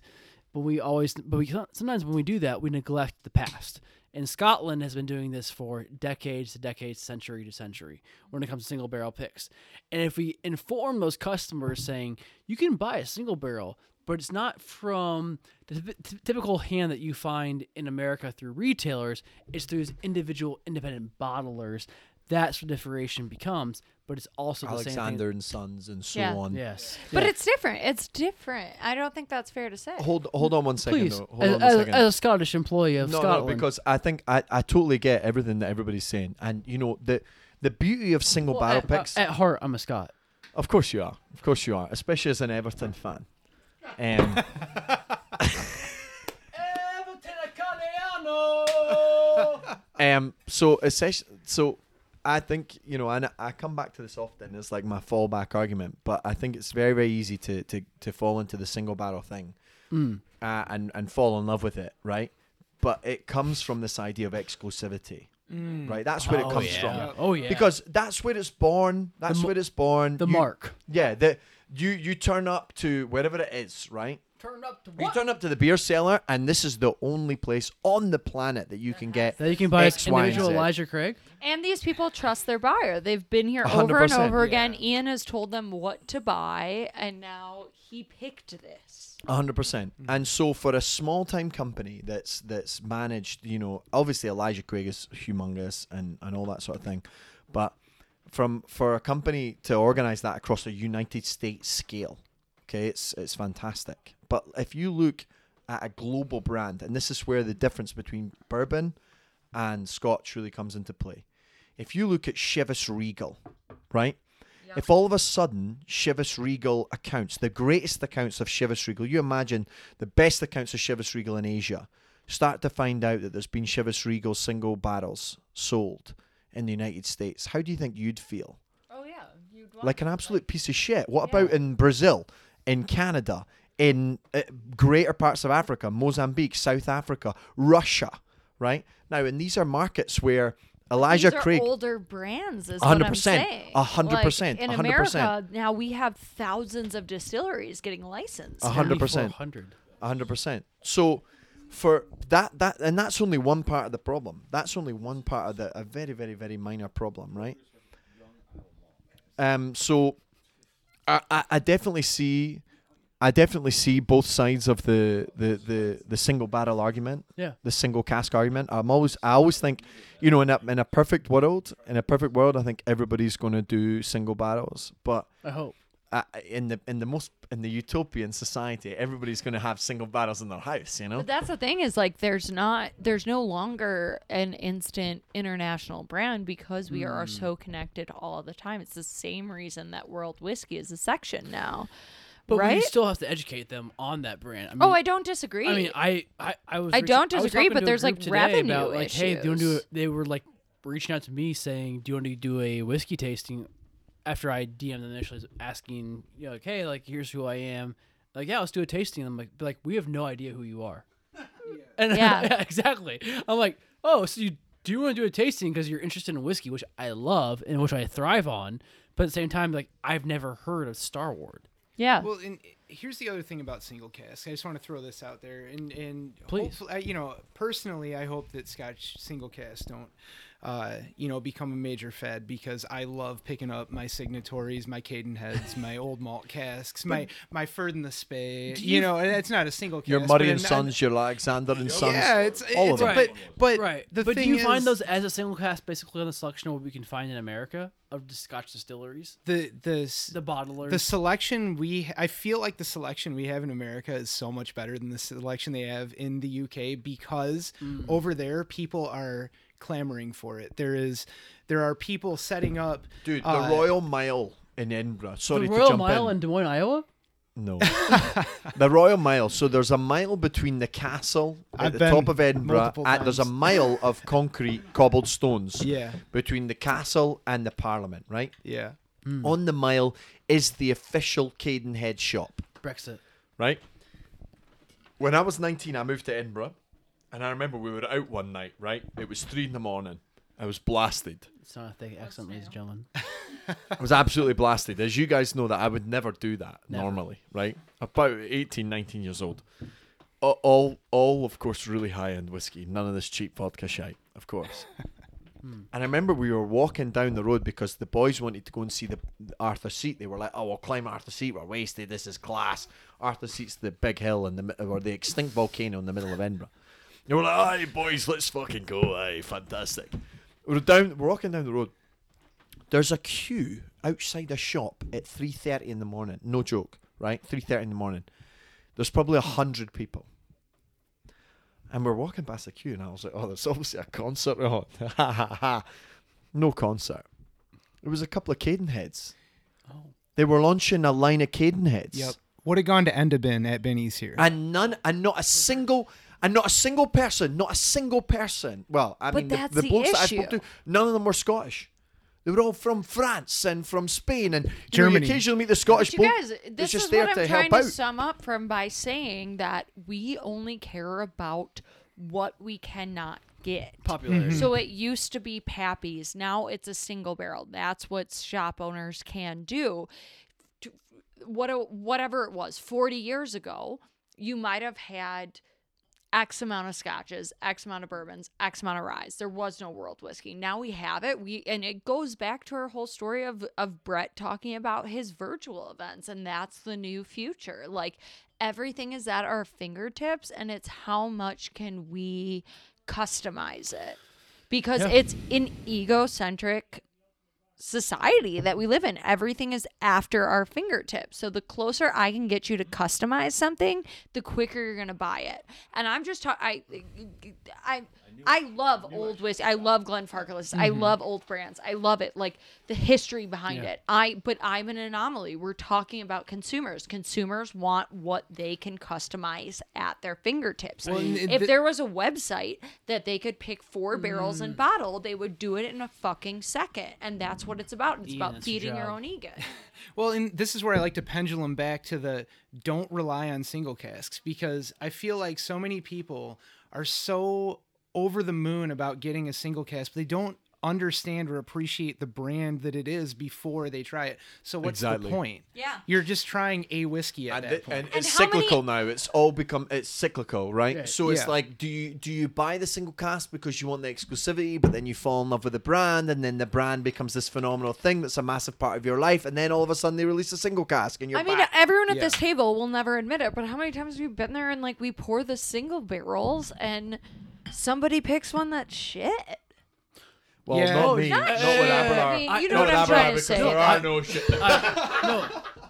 Speaker 1: But we always, but we sometimes when we do that, we neglect the past. And Scotland has been doing this for decades to decades, century to century, when it comes to single barrel picks. And if we inform those customers saying, you can buy a single barrel, but it's not from the typ- t- typical hand that you find in America through retailers, it's through these individual independent bottlers. That's where differentiation becomes, but it's also the same thing.
Speaker 2: Alexander and Sons and so
Speaker 3: Yeah.
Speaker 2: on.
Speaker 1: Yes.
Speaker 3: But
Speaker 1: Yeah.
Speaker 3: it's different. It's different. I don't think that's fair to say.
Speaker 2: Hold hold on one second
Speaker 1: Please,
Speaker 2: though. Hold
Speaker 1: as,
Speaker 2: on one
Speaker 1: as-
Speaker 2: second.
Speaker 1: as a Scottish employee of
Speaker 2: no,
Speaker 1: Scotland.
Speaker 2: no, because I think I, I totally get everything that everybody's saying, and you know the the beauty of single
Speaker 1: Well,
Speaker 2: barrel
Speaker 1: at, uh,
Speaker 2: picks.
Speaker 1: At heart, I'm a Scot.
Speaker 2: of course you are, of course you are, especially as an Everton fan. Um, Oh, Um, so essentially, so I think you know, and I come back to this often. It's like my fallback argument, but I think it's very, very easy to to, to fall into the single barrel thing,
Speaker 1: Mm.
Speaker 2: uh, and and fall in love with it, right? But it comes from this idea of exclusivity, right? That's where it comes from,
Speaker 1: Oh yeah.
Speaker 2: because that's where it's born. That's where it's born.
Speaker 1: the
Speaker 2: You-
Speaker 1: mark.
Speaker 2: yeah. The you you turn up to wherever it is, right?
Speaker 1: Turn up to
Speaker 2: You turn up to the beer cellar, and this is the only place on the planet that you can get
Speaker 1: That you can buy
Speaker 2: X,
Speaker 1: an
Speaker 2: Y, and
Speaker 1: individual
Speaker 2: Z.
Speaker 1: Elijah Craig.
Speaker 3: And these people trust their buyer. They've been here over and
Speaker 2: 100%,
Speaker 3: over again. Ian has told them what to buy, and now he picked this.
Speaker 2: A hundred percent. And so for a small time company that's that's managed, you know, obviously Elijah Craig is humongous and, and all that sort of thing. But from for a company to organize that across a United States scale, okay, it's it's fantastic. But if you look at a global brand, and this is where the difference between bourbon and scotch really comes into play. If you look at Chivas Regal, right? If all of a sudden Chivas Regal accounts, the greatest accounts of Chivas Regal, you imagine the best accounts of Chivas Regal in Asia, start to find out that there's been Chivas Regal single barrels sold in the United States. How do you think you'd feel?
Speaker 3: Oh yeah, you'd want
Speaker 2: Like an absolute piece of shit. What about in Brazil, in Canada, in uh, greater parts of Africa, Mozambique, South Africa, Russia, right? Now, and these are markets where Elijah
Speaker 3: These are
Speaker 2: Craig.
Speaker 3: older brands is 100%, what I'm
Speaker 2: 100%,
Speaker 3: saying.
Speaker 2: 100%,
Speaker 3: Like,
Speaker 2: 100%.
Speaker 3: in America now we have thousands of distilleries getting licensed.
Speaker 2: A hundred percent.
Speaker 1: 100.
Speaker 2: A hundred percent. So for that that and that's only one part of the problem. That's only one part of the a very very very minor problem, right? Um. So I I, I definitely see. I definitely see both sides of the, the, the, the single barrel argument,
Speaker 1: Yeah.
Speaker 2: the single cask argument. I'm always I always think, you know, in a in a perfect world, in a perfect world, I think everybody's going to do single barrels. But
Speaker 1: I hope.
Speaker 2: uh, in the in the most in the utopian society, everybody's going to have single barrels in their house. You know,
Speaker 3: But that's the thing is like there's not there's no longer an instant international brand because we
Speaker 2: Mm.
Speaker 3: are so connected all the time. It's the same reason that World Whiskey is a section now.
Speaker 1: But we
Speaker 3: right?
Speaker 1: still have to educate them on that brand.
Speaker 2: Mm.
Speaker 1: I mean,
Speaker 3: oh, I don't disagree.
Speaker 1: I mean, I I, I was.
Speaker 3: I
Speaker 1: reaching-
Speaker 3: don't
Speaker 1: was
Speaker 3: disagree,
Speaker 1: talking
Speaker 3: but
Speaker 1: to a
Speaker 3: there's,
Speaker 1: group
Speaker 3: like,
Speaker 1: today
Speaker 3: revenue
Speaker 1: about, like, hey, do you want to do?
Speaker 3: issues.
Speaker 1: a- They were like reaching out to me saying, "Do you want to do a whiskey tasting?" After I DM'd them initially, asking, you know, like, "Hey, like, here's who I am." Like, yeah, let's do a tasting. I'm like, but, like, we have no idea who you are. And
Speaker 3: Yeah.
Speaker 1: exactly. I'm like, oh, so you do want to do a tasting because you're interested in whiskey, which I love and which I thrive on. But at the same time, like, I've never heard of Star Wars.
Speaker 3: yeah.
Speaker 5: Well, and eh, here's the other thing about single cask. I just want to throw this out there, and and
Speaker 1: Please.
Speaker 5: hopefully- I- you know, personally, I hope that Scotch single cask don't, uh, you know, become a major fad because I love picking up my signatories, my Caden heads, my old malt casks, my my Ferd in the Spey. You, know, and it's not a single cask.
Speaker 2: your
Speaker 5: but
Speaker 2: Murray
Speaker 5: an-
Speaker 2: and Sons, your Alexander and Sons,
Speaker 5: Yeah, it's
Speaker 2: all
Speaker 5: it's,
Speaker 2: of them.
Speaker 5: But but
Speaker 1: Right.
Speaker 5: The
Speaker 1: but do
Speaker 5: thing
Speaker 1: you find
Speaker 5: is-
Speaker 1: those as a single cast basically on the selection of what we can find in America of the Scotch distilleries,
Speaker 5: the the s-
Speaker 1: the bottlers?
Speaker 5: the selection we i feel like the selection we have in america is so much better than the selection they have in the uk because
Speaker 2: Mm.
Speaker 5: over there people are clamoring for it there is there are people setting up
Speaker 2: dude. The
Speaker 5: uh,
Speaker 2: Royal Mile in Edinburgh. Sorry
Speaker 1: the
Speaker 2: to
Speaker 1: Royal
Speaker 2: jump
Speaker 1: Mile in
Speaker 2: in.
Speaker 1: Des Moines, Iowa.
Speaker 2: no, the Royal Mile. So there's a mile between the castle at
Speaker 5: I've
Speaker 2: the
Speaker 5: been
Speaker 2: top of Edinburgh.
Speaker 5: multiple
Speaker 2: And there's a
Speaker 5: times.
Speaker 2: mile of concrete cobbled stones.
Speaker 5: Yeah.
Speaker 2: between the castle and the Parliament. Right
Speaker 5: yeah
Speaker 2: on the mile is the official Cadenhead shop.
Speaker 1: Brexit.
Speaker 2: right? When I was 19, I moved to Edinburgh, and I remember we were out one night, right? It was three in the morning. I was blasted.
Speaker 1: It's not a thing. Accent, ladies and gentlemen.
Speaker 2: I was absolutely blasted. As you guys know, that I would never do that normally, right? About 18, 19 years old. a- all, all of course, really high end whiskey. None of this cheap vodka shite, of course. and I remember we were walking down the road because the boys wanted to go and see the the Arthur Seat. They were like, "Oh, we'll climb Arthur Seat. We're wasted. This is class." Arthur Seat's the big hill in the mi- or the extinct volcano in the middle of Edinburgh. They were like, "Aye, boys, let's fucking go. Aye, fantastic." We're down. We're walking down the road. There's a queue outside a shop at three thirty in the morning. No joke, right? Three thirty in the morning. There's probably a hundred people. And we're walking past the queue, and I was like, "Oh, there's obviously a concert on." Ha ha ha! No concert. It was a couple of Cadenheads.
Speaker 1: Oh.
Speaker 2: They were launching a line of Cadenheads.
Speaker 5: Yep. Would have gone to Endabin at Benny's here.
Speaker 2: And none, and
Speaker 3: Mm-hmm.
Speaker 2: not a single, and not a single person, not a single person. Well, I
Speaker 3: But
Speaker 2: mean, the,
Speaker 3: that's
Speaker 2: the
Speaker 3: the
Speaker 2: blokes that I spoke
Speaker 3: issue.
Speaker 2: to, none of them were Scottish. They were all from France and from Spain, and you know, you
Speaker 5: Germany.
Speaker 2: occasionally meet the Scottish
Speaker 3: But
Speaker 2: bloke.
Speaker 3: you guys,
Speaker 2: that's
Speaker 3: this
Speaker 2: just
Speaker 3: is
Speaker 2: there
Speaker 3: what
Speaker 2: to
Speaker 3: I'm
Speaker 2: help
Speaker 3: trying to
Speaker 2: out.
Speaker 3: sum up from by saying that we only care about what we cannot get.
Speaker 1: Popularity.
Speaker 3: So it used to be pappies. Now it's a single barrel. That's what shop owners can do. To- What whatever it was, 40 years ago, you might have had X amount of scotches, X amount of bourbons, X amount of ryes. There was no world whiskey. Now we have it. We and it goes back to our whole story of of Brett talking about his virtual events, and that's the new future. Like everything is at our fingertips, and it's how much can we customize it because it's an egocentric society that we live in. Everything is after our fingertips. So the closer I can get you to customize something, the quicker you're going to buy it. And I'm just talking, I, I, I love old whiskey. I love Glenfarclas. I love old brands. I love it. Like the history behind it. I, but I'm an anomaly. We're talking about consumers. Consumers want what they can customize at their fingertips.
Speaker 5: and
Speaker 3: if
Speaker 5: th-
Speaker 3: there was a website that they could pick four barrels
Speaker 1: Mm.
Speaker 3: and bottle, they would do it in a fucking second. And that's what it's about. It's
Speaker 1: Ian,
Speaker 3: about
Speaker 1: that's your
Speaker 3: feeding your
Speaker 1: job.
Speaker 3: own ego.
Speaker 5: Well, and this is where I like to pendulum back to the don't rely on single casks because I feel like so many people are so over the moon about getting a single cask, but they don't understand or appreciate the brand that it is before they try it. So what's
Speaker 2: Exactly.
Speaker 5: the point?
Speaker 3: Yeah.
Speaker 5: You're just trying a whiskey at
Speaker 2: and,
Speaker 5: that
Speaker 2: it-
Speaker 5: point.
Speaker 2: and it's
Speaker 3: how many-
Speaker 2: cyclical now. It's all become it's cyclical, right? So it's
Speaker 5: Yeah.
Speaker 2: like, do you do you buy the single cast because you want the exclusivity, but then you fall in love with the brand, and then the brand becomes this phenomenal thing that's a massive part of your life, and then all of a sudden they release a single cask, and you're
Speaker 3: I mean,
Speaker 2: back.
Speaker 3: everyone at
Speaker 5: Yeah.
Speaker 3: this table will never admit it, but how many times have we been there and like we pour the single barrels and somebody picks one that's shit?
Speaker 2: well,
Speaker 5: Yeah.
Speaker 2: not
Speaker 5: Oh,
Speaker 2: me, not
Speaker 3: Not
Speaker 2: with
Speaker 3: shit.
Speaker 2: Aberdeen.
Speaker 3: I mean, you
Speaker 1: I-
Speaker 3: know
Speaker 1: not
Speaker 3: what I'm
Speaker 1: with
Speaker 3: trying to say.
Speaker 1: I-
Speaker 7: no shit.
Speaker 1: no,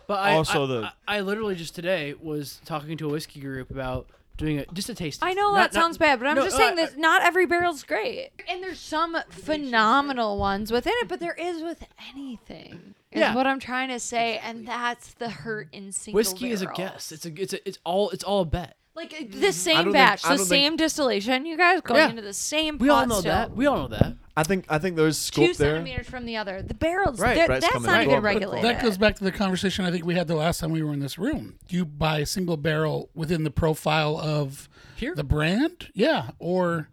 Speaker 1: but I,
Speaker 7: Also
Speaker 1: I-
Speaker 7: the-
Speaker 1: I, I literally just today was talking to a whiskey group about doing a just a taste.
Speaker 3: I
Speaker 1: test.
Speaker 3: know
Speaker 1: Not- not-
Speaker 3: that sounds bad, but I'm
Speaker 1: no,
Speaker 3: just
Speaker 1: uh,
Speaker 3: saying
Speaker 1: uh,
Speaker 3: that not every barrel's great. And there's some phenomenal ones within it, but there is with anything. Is
Speaker 1: Yeah.
Speaker 3: what I'm trying to say, and that's the hurt in single
Speaker 1: Whiskey is a
Speaker 3: barrels.
Speaker 1: guess. It's a it's a, it's all it's all a bet.
Speaker 3: Like uh, the
Speaker 2: don't
Speaker 3: same
Speaker 2: think-
Speaker 3: batch,
Speaker 2: I
Speaker 3: the
Speaker 2: don't think-
Speaker 3: same distillation. You guys going
Speaker 1: Yeah.
Speaker 3: into the same pot
Speaker 1: We all know
Speaker 3: still.
Speaker 1: that. We all know that.
Speaker 2: I think I think there's scope
Speaker 3: Two
Speaker 2: there.
Speaker 3: centimeters from the other. The barrels,
Speaker 1: Right.
Speaker 3: they're-
Speaker 2: Brett's
Speaker 3: that's
Speaker 2: coming
Speaker 3: not
Speaker 2: in.
Speaker 3: even
Speaker 2: Right.
Speaker 3: regulated.
Speaker 4: That goes back to the conversation I think we had the last time we were in this room. Do you buy a single barrel within the profile of
Speaker 1: Here?
Speaker 4: the brand? Yeah, or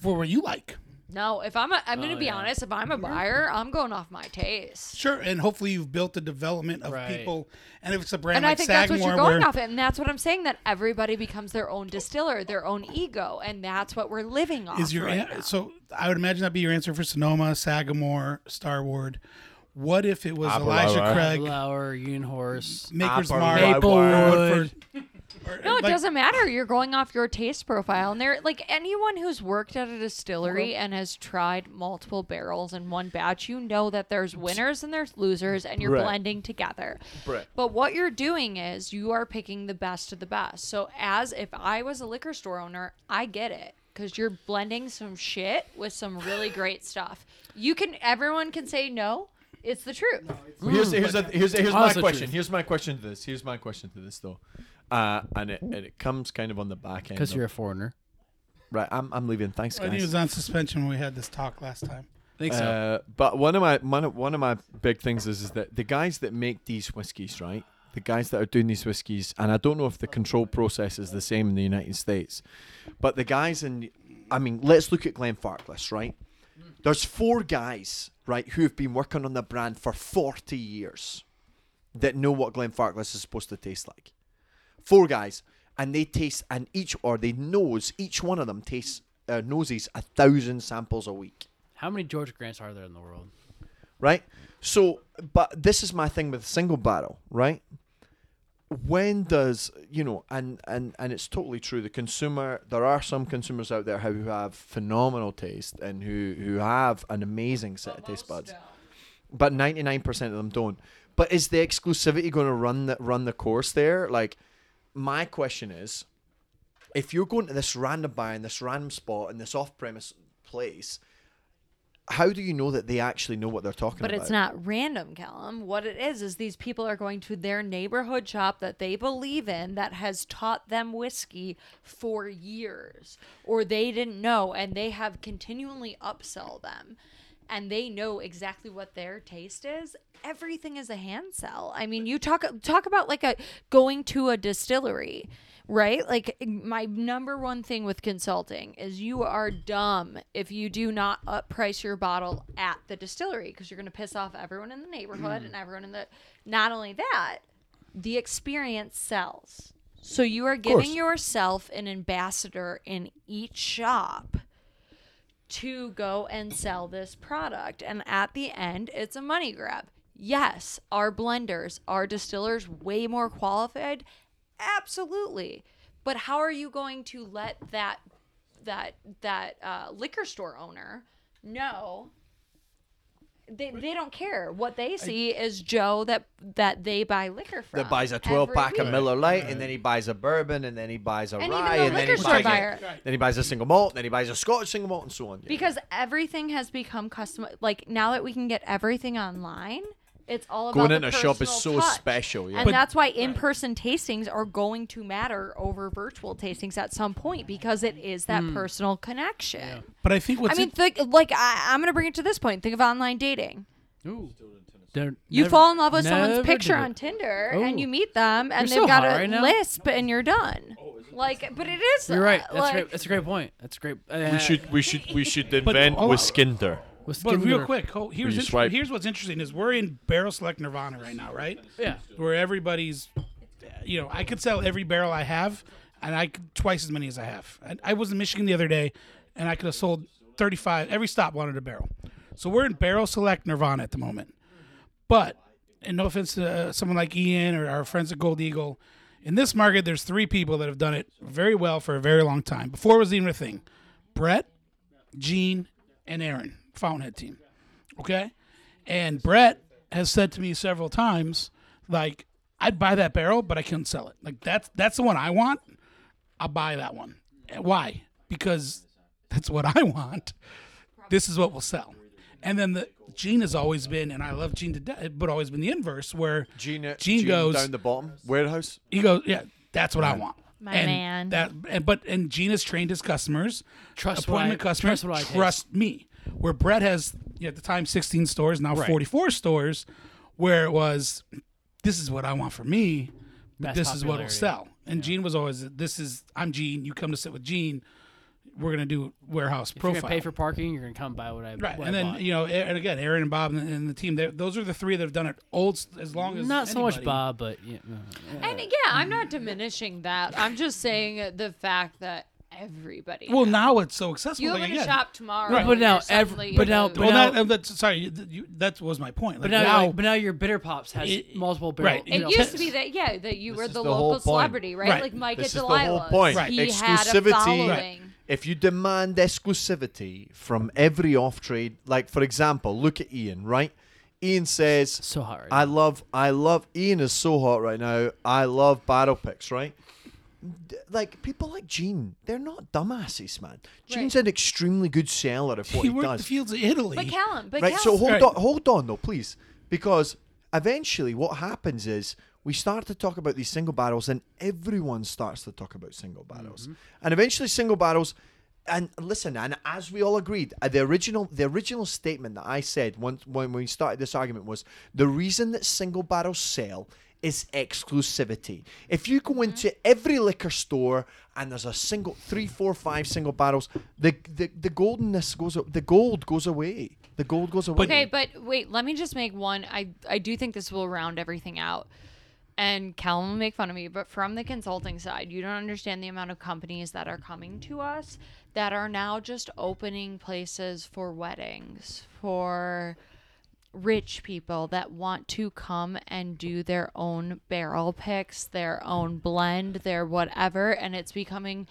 Speaker 4: for what you like.
Speaker 3: No, if I'm, a, I'm
Speaker 4: Oh,
Speaker 3: going to be honest. If I'm a
Speaker 4: Mm-hmm.
Speaker 3: buyer, I'm going off my taste.
Speaker 4: Sure, and hopefully you've built the development of
Speaker 1: Right.
Speaker 4: people. And if it's a brand
Speaker 3: And
Speaker 4: like
Speaker 3: I think that's what
Speaker 4: Sagamore,
Speaker 3: you're going
Speaker 4: where
Speaker 3: off, it, and that's what I'm saying. That everybody becomes their own distiller, their own ego, and that's what we're living off.
Speaker 4: is your
Speaker 3: right
Speaker 4: an-
Speaker 3: now.
Speaker 4: so I would imagine that'd be your answer for Sonoma, Sagamore, Starward. What if it was Elijah Craig,
Speaker 1: Lauer, Horse.
Speaker 4: Maker's
Speaker 2: Upper
Speaker 4: Mark,
Speaker 1: Maplewood.
Speaker 4: or-
Speaker 3: No, it
Speaker 4: like-
Speaker 3: doesn't matter. You're going off your taste profile, and there, like anyone who's worked at a distillery and has tried multiple barrels in one batch, you know that there's winners and there's losers, and you're
Speaker 2: Right.
Speaker 3: blending together.
Speaker 2: Right.
Speaker 3: But what you're doing is you are picking the best of the best. So as if I was a liquor store owner, I get it. Because you're blending some shit with some really great stuff. You can, everyone can say no. It's the truth.
Speaker 2: Here's here's a, here's, here's my
Speaker 1: Honest to
Speaker 2: question.
Speaker 1: truth.
Speaker 2: Here's my question to this. Here's my question to this though, uh, and it and it comes kind of on the back end.
Speaker 1: Because
Speaker 2: of-
Speaker 1: you're a foreigner.
Speaker 2: right. I'm I'm leaving. Thanks,
Speaker 4: I think he
Speaker 2: guys.
Speaker 4: was on suspension when we had this talk last time.
Speaker 1: Think so.
Speaker 2: Uh, but one of my one of, one of my big things is, is that the guys that make these whiskies, right? The guys that are doing these whiskies, and I don't know if the control process is the same in the United States, but the guys in, I mean, let's look at Glenfarclas, right? There's four guys, right, who have been working on the brand for 40 years, that know what Glenfarclas is supposed to taste like. Four guys, and they taste and each or they nose each one of them tastes uh, noses a thousand samples a week
Speaker 1: How many George Grants are there in the world?
Speaker 2: right? So, but this is my thing with single barrel, right? When does you know, and and and it's totally true. The consumer, there are some consumers out there who have phenomenal taste and who who have an amazing set of taste buds, but ninety nine percent of them don't. But is the exclusivity going to run the run the course there? Like, my question is, if you're going to this random bar in this random spot in this off premise place. How do you know that they actually know what they're talking
Speaker 3: But
Speaker 2: about?
Speaker 3: it's not random, Callum. What it is is these people are going to their neighborhood shop that they believe in that has taught them whiskey for years, or they didn't know, and they have continually upsell them, and they know exactly what their taste is. Everything is a hand sell. I mean, you talk talk about like a going to a distillery. Right? Like, my number one thing with consulting is you are dumb if you do not upprice your bottle at the distillery because you're going to piss off everyone in the neighborhood and everyone in the. Not only that, the experience sells. So you are giving yourself an ambassador in each shop to go and sell this product. And at the end, it's a money grab. Yes, are blenders, are distillers way more qualified? Absolutely. But how are you going to let that that that uh, liquor store owner know they, they don't care what they see is Joe that that they buy liquor from
Speaker 2: that buys a 12
Speaker 3: every
Speaker 2: pack of
Speaker 3: week.
Speaker 2: Miller Lite, and then he buys a bourbon, and then he buys a
Speaker 3: And even
Speaker 2: rye,
Speaker 3: the
Speaker 2: and then he
Speaker 3: liquor store
Speaker 2: buys
Speaker 3: buyer.
Speaker 2: a, then he buys a single malt, then he buys a Scotch single malt, and so on. Yeah.
Speaker 3: because everything has become custom like now that we can get everything online it's all about
Speaker 2: going
Speaker 3: the
Speaker 2: in a shop is
Speaker 3: personal
Speaker 2: so
Speaker 3: touch.
Speaker 2: special. Yeah,
Speaker 3: and that's why in-person tastings are going to matter over virtual tastings at some point because it is that
Speaker 1: Hmm.
Speaker 3: personal connection
Speaker 4: But I think what's
Speaker 3: i mean
Speaker 4: in-
Speaker 3: think like I, i'm gonna bring it to this point think of online dating
Speaker 1: Ooh.
Speaker 3: you fall in love with someone's
Speaker 1: never
Speaker 3: picture
Speaker 1: did it.
Speaker 3: on Tinder
Speaker 1: Oh.
Speaker 3: and you meet them and
Speaker 1: You're
Speaker 3: they've
Speaker 1: so
Speaker 3: got
Speaker 1: hot
Speaker 3: a
Speaker 1: right now.
Speaker 3: lisp and you're done. like, but it is.
Speaker 1: You're right.
Speaker 3: that,
Speaker 1: That's
Speaker 3: like,
Speaker 1: great. That's a great point. That's a great. Uh,
Speaker 7: We should we should we should invent
Speaker 4: oh.
Speaker 7: Whiskinder.
Speaker 1: Let's
Speaker 4: But
Speaker 1: give it
Speaker 4: real
Speaker 1: a-
Speaker 4: quick, ho- here's
Speaker 7: you
Speaker 4: inter-
Speaker 7: swipe.
Speaker 4: here's what's interesting is we're in barrel select Nirvana right now, right?
Speaker 1: Yeah.
Speaker 4: Where everybody's, you know, I could sell every barrel I have, and I could, twice as many as I have. I, I was in Michigan the other day, and I could have sold 35. Every stop wanted a barrel, so we're in barrel select Nirvana at the moment. But, and no offense to uh, someone like Ian or our friends at Gold Eagle, in this market there's three people that have done it very well for a very long time before it was even a thing: Brett, Gene, and Aaron, Fountainhead team. Okay? And Brett has said to me several times, like, I'd buy that barrel, but I couldn't sell it. Like that's that's the one I want. I'll buy that one. And Why? Because that's what I want. This is what we'll sell. And then the Gene has always been, and I love Gene to death, but always been the inverse where
Speaker 2: Gene,
Speaker 4: Gene goes
Speaker 2: down the bottom warehouse.
Speaker 4: he goes, yeah, that's what I want.
Speaker 3: My
Speaker 4: and
Speaker 3: man.
Speaker 4: That and but and Gene has trained his customers,
Speaker 1: Trust what I-
Speaker 4: appointment customers,
Speaker 1: trust what I taste.
Speaker 4: me. Where Brett has you know, at the time sixteen stores, now forty four stores, where it was, this is what I want for me, but
Speaker 1: Mass
Speaker 4: this is what will
Speaker 1: popularity.
Speaker 4: sell. And Gene was always, this is I'm Gene. You come to sit with Gene. We're gonna do warehouse
Speaker 1: If
Speaker 4: profile.
Speaker 1: you're gonna pay for parking, you're gonna come buy what I
Speaker 4: Right,
Speaker 1: what
Speaker 4: and
Speaker 1: I
Speaker 4: then
Speaker 1: bought.
Speaker 4: you know, and again, Aaron and Bob and, and the team. they- Those are the three that have done it old s- as long as
Speaker 1: not so much
Speaker 4: anybody.
Speaker 1: Bob, but yeah, no, yeah.
Speaker 3: And yeah, I'm not diminishing that. I'm just saying the fact that everybody.
Speaker 4: Well,
Speaker 3: has.
Speaker 4: now it's so accessible.
Speaker 3: you
Speaker 4: like,
Speaker 3: live in a
Speaker 4: again,
Speaker 3: shop tomorrow.
Speaker 4: Right.
Speaker 3: and
Speaker 1: But now
Speaker 3: you're
Speaker 1: ev-
Speaker 3: suddenly
Speaker 1: but now-
Speaker 3: the-
Speaker 1: but
Speaker 4: well,
Speaker 1: now-
Speaker 4: that, uh, that's, sorry, th- you, that was my point.
Speaker 1: but now,
Speaker 4: Like, now,
Speaker 1: like, but now your bitter pops has
Speaker 4: It-
Speaker 1: multiple barrel.
Speaker 4: right.
Speaker 1: you
Speaker 3: it
Speaker 1: know,
Speaker 3: used to
Speaker 1: pits.
Speaker 3: be that yeah that you were
Speaker 2: the
Speaker 3: the
Speaker 2: whole
Speaker 3: local
Speaker 2: point.
Speaker 3: celebrity, right?
Speaker 4: Right.
Speaker 3: Like Mike
Speaker 2: This is
Speaker 3: at
Speaker 2: the whole
Speaker 3: Delilah.
Speaker 2: point.
Speaker 4: Right.
Speaker 3: He had a
Speaker 2: Exclusivity.
Speaker 3: following.
Speaker 2: Right. If you demand exclusivity from every off trade, like for example, look at Ian, right? Ian says,
Speaker 1: so hard.
Speaker 2: I love, I love. Ian is so hot right now. I love battle picks, right? D- Like people like Gene, they're not dumbasses, man. Gene's
Speaker 3: Right.
Speaker 2: an extremely good seller of what
Speaker 4: he
Speaker 2: he,
Speaker 4: worked the
Speaker 2: does,
Speaker 4: fields of Italy.
Speaker 3: But Callum, but
Speaker 2: right?
Speaker 3: Callum,
Speaker 2: So hold
Speaker 4: Right.
Speaker 2: on, hold on though, please, because eventually what happens is we start to talk about these single barrels, and everyone starts to talk about single barrels, and eventually single barrels. And listen, and as we all agreed, uh, the original the original statement that I said once when we started this argument was the reason that single barrels sell is exclusivity. If you go into every liquor store and there's a single three, four, five single barrels, the the, the goldenness goes a- the gold goes away. The gold goes away.
Speaker 3: Okay, but wait, let me just make one. I I do think this will round everything out. and Callum will make fun of me, but from the consulting side, you don't understand the amount of companies that are coming to us that are now just opening places for weddings, for rich people that want to come and do their own barrel picks, their own blend, their whatever, and it's becoming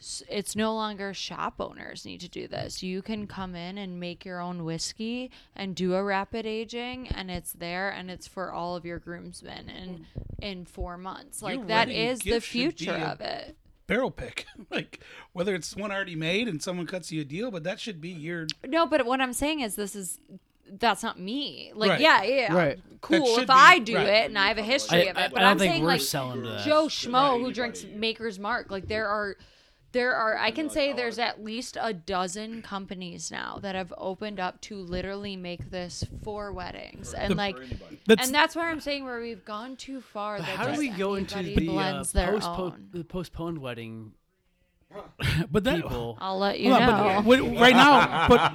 Speaker 3: s- it's no longer shop owners need to do this. You can come in and make your own whiskey and do a rapid aging and it's there and it's for all of your groomsmen and in 4 months. Like that
Speaker 4: wedding
Speaker 3: is the
Speaker 4: gift should be
Speaker 3: future
Speaker 4: a-
Speaker 3: of it.
Speaker 4: barrel pick. like whether it's one already made and someone cuts you a deal, but that should be your
Speaker 3: No, but what I'm saying is this is that's not me. Like,
Speaker 4: Right.
Speaker 3: yeah, yeah,
Speaker 5: Right.
Speaker 3: cool.
Speaker 4: should
Speaker 3: If
Speaker 4: be-
Speaker 3: I do
Speaker 4: right.
Speaker 3: it and I have a history
Speaker 1: I,
Speaker 3: of
Speaker 1: I, I
Speaker 3: it, but
Speaker 1: don't
Speaker 3: am
Speaker 1: think
Speaker 3: saying
Speaker 1: we're
Speaker 3: like
Speaker 1: selling to that.
Speaker 3: Joe Schmo who drinks Maker's Mark. Like, there are, there are. I can say there's at least a dozen companies now that have opened up to literally make this for weddings and like.
Speaker 4: That's-
Speaker 3: and that's where I'm saying where we've gone too far. That
Speaker 1: How do
Speaker 3: just
Speaker 1: we go into
Speaker 3: anybody
Speaker 1: the, uh,
Speaker 3: blends their
Speaker 1: postpo-
Speaker 3: own?
Speaker 1: the postponed wedding
Speaker 4: but that
Speaker 1: people?
Speaker 3: I'll let you
Speaker 4: Hold on,
Speaker 3: know.
Speaker 4: but wait, right now, but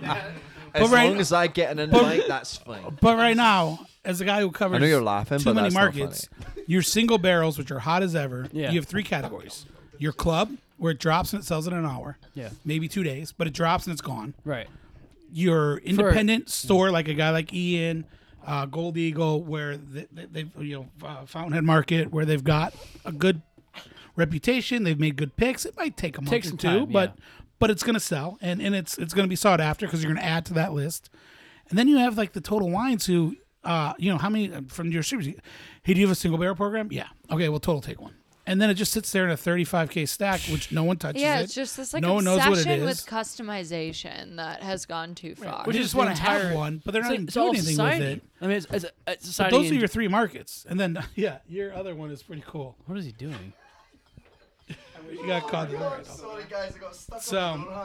Speaker 6: As
Speaker 4: right-
Speaker 6: long as I get an invite, that's fine.
Speaker 4: but right now, as a guy who covers
Speaker 6: I know you're laughing,
Speaker 4: too
Speaker 6: but
Speaker 4: many
Speaker 6: that's not
Speaker 4: markets, your single barrels, which are hot as ever,
Speaker 1: Yeah.
Speaker 4: you have three categories. Your club, where it drops and it sells in an hour,
Speaker 1: Yeah.
Speaker 4: maybe two days, but it drops and it's gone.
Speaker 1: Right.
Speaker 4: your independent store, like a guy like Ian, uh, Gold Eagle, where they, they, they've you know uh, Fountainhead Market, where they've got a good reputation, they've made good picks. It might take a month
Speaker 1: Takes
Speaker 4: or
Speaker 1: some
Speaker 4: two,
Speaker 1: time,
Speaker 4: but
Speaker 1: yeah.
Speaker 4: but it's gonna sell, and and it's it's gonna be sought after because you're gonna add to that list. And then you have like the Total Wines who, uh, you know, how many from your series? Hey, do you have a single barrel program? Yeah. Okay, well, Total take one. And then it just sits there in a 35k stack, which no one touches.
Speaker 3: Yeah,
Speaker 4: it.
Speaker 3: it's just this like
Speaker 4: no one knows
Speaker 3: obsession
Speaker 4: what it
Speaker 3: with
Speaker 4: is.
Speaker 3: customization that has gone too far.
Speaker 4: Which
Speaker 1: Which
Speaker 4: They
Speaker 1: is
Speaker 4: just wanna
Speaker 1: the
Speaker 4: have
Speaker 1: entire-
Speaker 4: one, but they're
Speaker 1: it's-
Speaker 4: not even
Speaker 1: it's
Speaker 4: doing
Speaker 1: all
Speaker 4: anything with
Speaker 1: society.
Speaker 4: it.
Speaker 1: I mean, it's, it's, it's
Speaker 4: But
Speaker 1: society.
Speaker 4: those are
Speaker 1: in-
Speaker 4: your three markets, and then yeah, your other one is pretty cool.
Speaker 1: What is he doing?
Speaker 4: You got caught. in the right.
Speaker 2: Sorry, guys, I got stuck
Speaker 4: So-
Speaker 2: on the door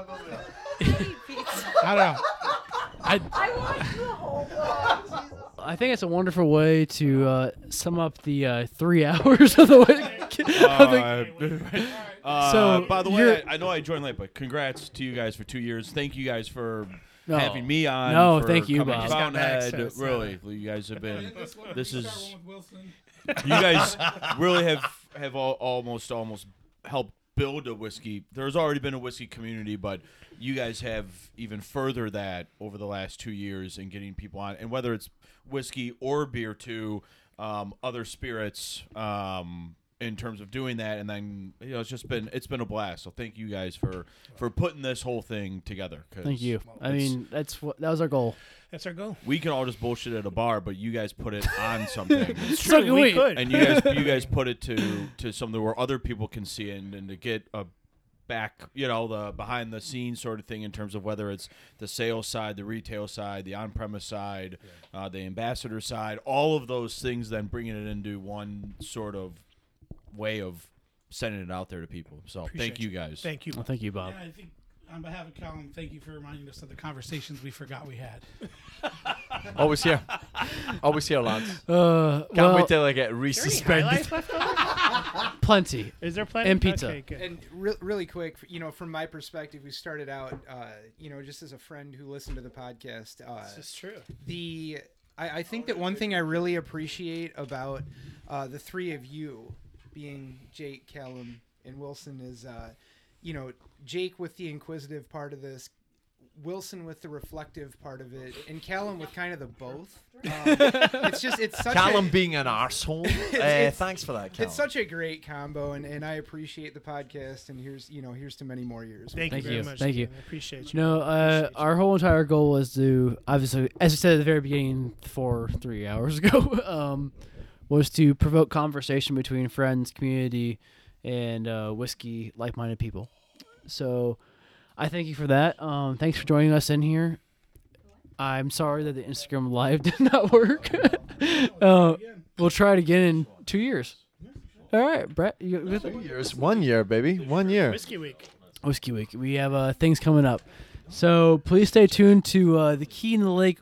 Speaker 2: handle there.
Speaker 4: I don't know. I
Speaker 1: I think it's a wonderful way to uh, sum up the uh, three hours of the wedding.
Speaker 4: Oh,
Speaker 7: Uh,
Speaker 1: So,
Speaker 7: by the
Speaker 1: you're-
Speaker 7: way, I, I know I joined late, but congrats to you guys for two years. Thank you guys for
Speaker 1: No.
Speaker 7: having me on.
Speaker 1: No,
Speaker 7: for
Speaker 1: thank you,
Speaker 7: coming to
Speaker 1: Bob. Just
Speaker 4: got back,
Speaker 7: Fountainhead.
Speaker 4: so it's not
Speaker 7: really, you guys have been. This is
Speaker 4: Wilson.
Speaker 7: you guys really have have all, almost almost helped build a whiskey. There's already been a whiskey community, but you guys have even further that over the last two years in getting people on, and whether it's whiskey or beer too, um, other spirits. Um, in terms of doing that, and then you know, it's just been it's been a blast. So thank you guys for for putting this whole thing together. 'cause
Speaker 1: Thank you. I
Speaker 7: it's-
Speaker 1: mean, that's what that was our goal.
Speaker 9: That's our goal.
Speaker 7: we can all just bullshit at a bar, but you guys put it on something.
Speaker 1: So
Speaker 9: True,
Speaker 1: can we.
Speaker 9: could.
Speaker 7: and you guys you guys put it to to something where other people can see it and, and to get a back you know the behind the scenes sort of thing in terms of whether it's the sales side the retail side the on-premise side uh, the ambassador side all of those things then bringing it into one sort of way of sending it out there to people so thank
Speaker 9: Appreciate
Speaker 7: you guys
Speaker 9: Thank you.
Speaker 1: Well, thank you, Bob.
Speaker 4: And I think on behalf of Colin, thank you for reminding us of the conversations we forgot we had.
Speaker 6: Always here. Always here, lads. Can't
Speaker 1: Uh, well,
Speaker 6: wait till I get resuspended.
Speaker 1: plenty.
Speaker 9: Is there plenty?
Speaker 1: And pizza.
Speaker 9: Okay, good.
Speaker 5: And re- really quick, you know, from my perspective, we started out, uh, you know, just as a friend who listened to the podcast. Uh,
Speaker 9: This is true.
Speaker 5: the I, I think that one thing I really appreciate about uh, the three of you being Jake, Callum, and Wilson is, uh, you know, Jake with the inquisitive part of this, Wilson with the reflective part of it, and Callum with kind of the both. Um, it's just it's such
Speaker 6: Callum
Speaker 5: a,
Speaker 6: being an arsehole. Uh,
Speaker 5: it's-
Speaker 6: thanks for that, Callum.
Speaker 5: it's such a great combo, and, and I appreciate the podcast. And here's you know here's to many more years.
Speaker 9: Thank,
Speaker 1: Thank
Speaker 9: you very
Speaker 1: you.
Speaker 9: much.
Speaker 1: Thank you.
Speaker 9: Steven. I appreciate you.
Speaker 1: You know, uh, our whole entire goal was to obviously, as I said at the very beginning, four three hours ago, um, was to provoke conversation between friends, community, and uh, whiskey like-minded people. So, I thank you for that. Um, thanks for joining us in here. I'm sorry that the Instagram live did not work. uh, we'll try it again in two years. All right, Brett. You, with
Speaker 6: Two years. One year, baby. One year.
Speaker 9: Whiskey Week.
Speaker 1: Whiskey Week. We have uh, things coming up. So please stay tuned to uh, the Key in the Lake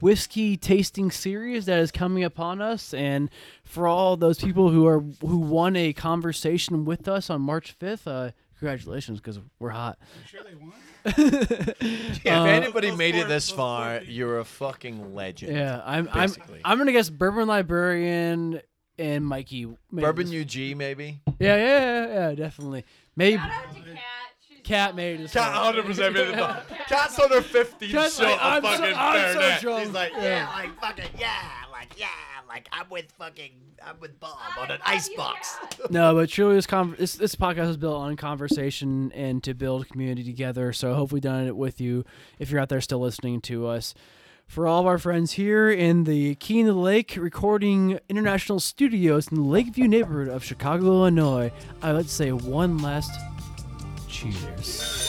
Speaker 1: whiskey tasting series that is coming upon us and for all those people who are who won a conversation with us on March 5th uh, congratulations because we're hot
Speaker 4: sure they want.
Speaker 6: if
Speaker 7: Uh,
Speaker 6: anybody made it this far, you're a fucking legend.
Speaker 1: yeah I'm I'm,
Speaker 6: Basically.
Speaker 1: I'm gonna guess bourbon librarian and Mikey. made
Speaker 2: Bourbon
Speaker 1: this-
Speaker 2: UG maybe.
Speaker 1: Yeah, yeah, yeah, yeah, definitely. Maybe Cat made his.
Speaker 2: Cat hundred percent made the fuck. Cat's under fifty.
Speaker 1: Cat's
Speaker 2: shot
Speaker 1: like,
Speaker 2: a
Speaker 1: I'm so-
Speaker 2: fucking
Speaker 1: I'm so
Speaker 2: bayonet.
Speaker 1: drunk.
Speaker 2: He's like,
Speaker 1: Yeah.
Speaker 9: like fucking yeah, like yeah, like I'm with fucking I'm with Bob on an icebox.
Speaker 1: No, but truly, this, conver- this this podcast was built on conversation and to build community together. So I hope we done it with you. If you're out there still listening to us, for all of our friends here in the Key in the Lake Recording International Studios in the Lakeview neighborhood of Chicago, Illinois, I would say one last cheers.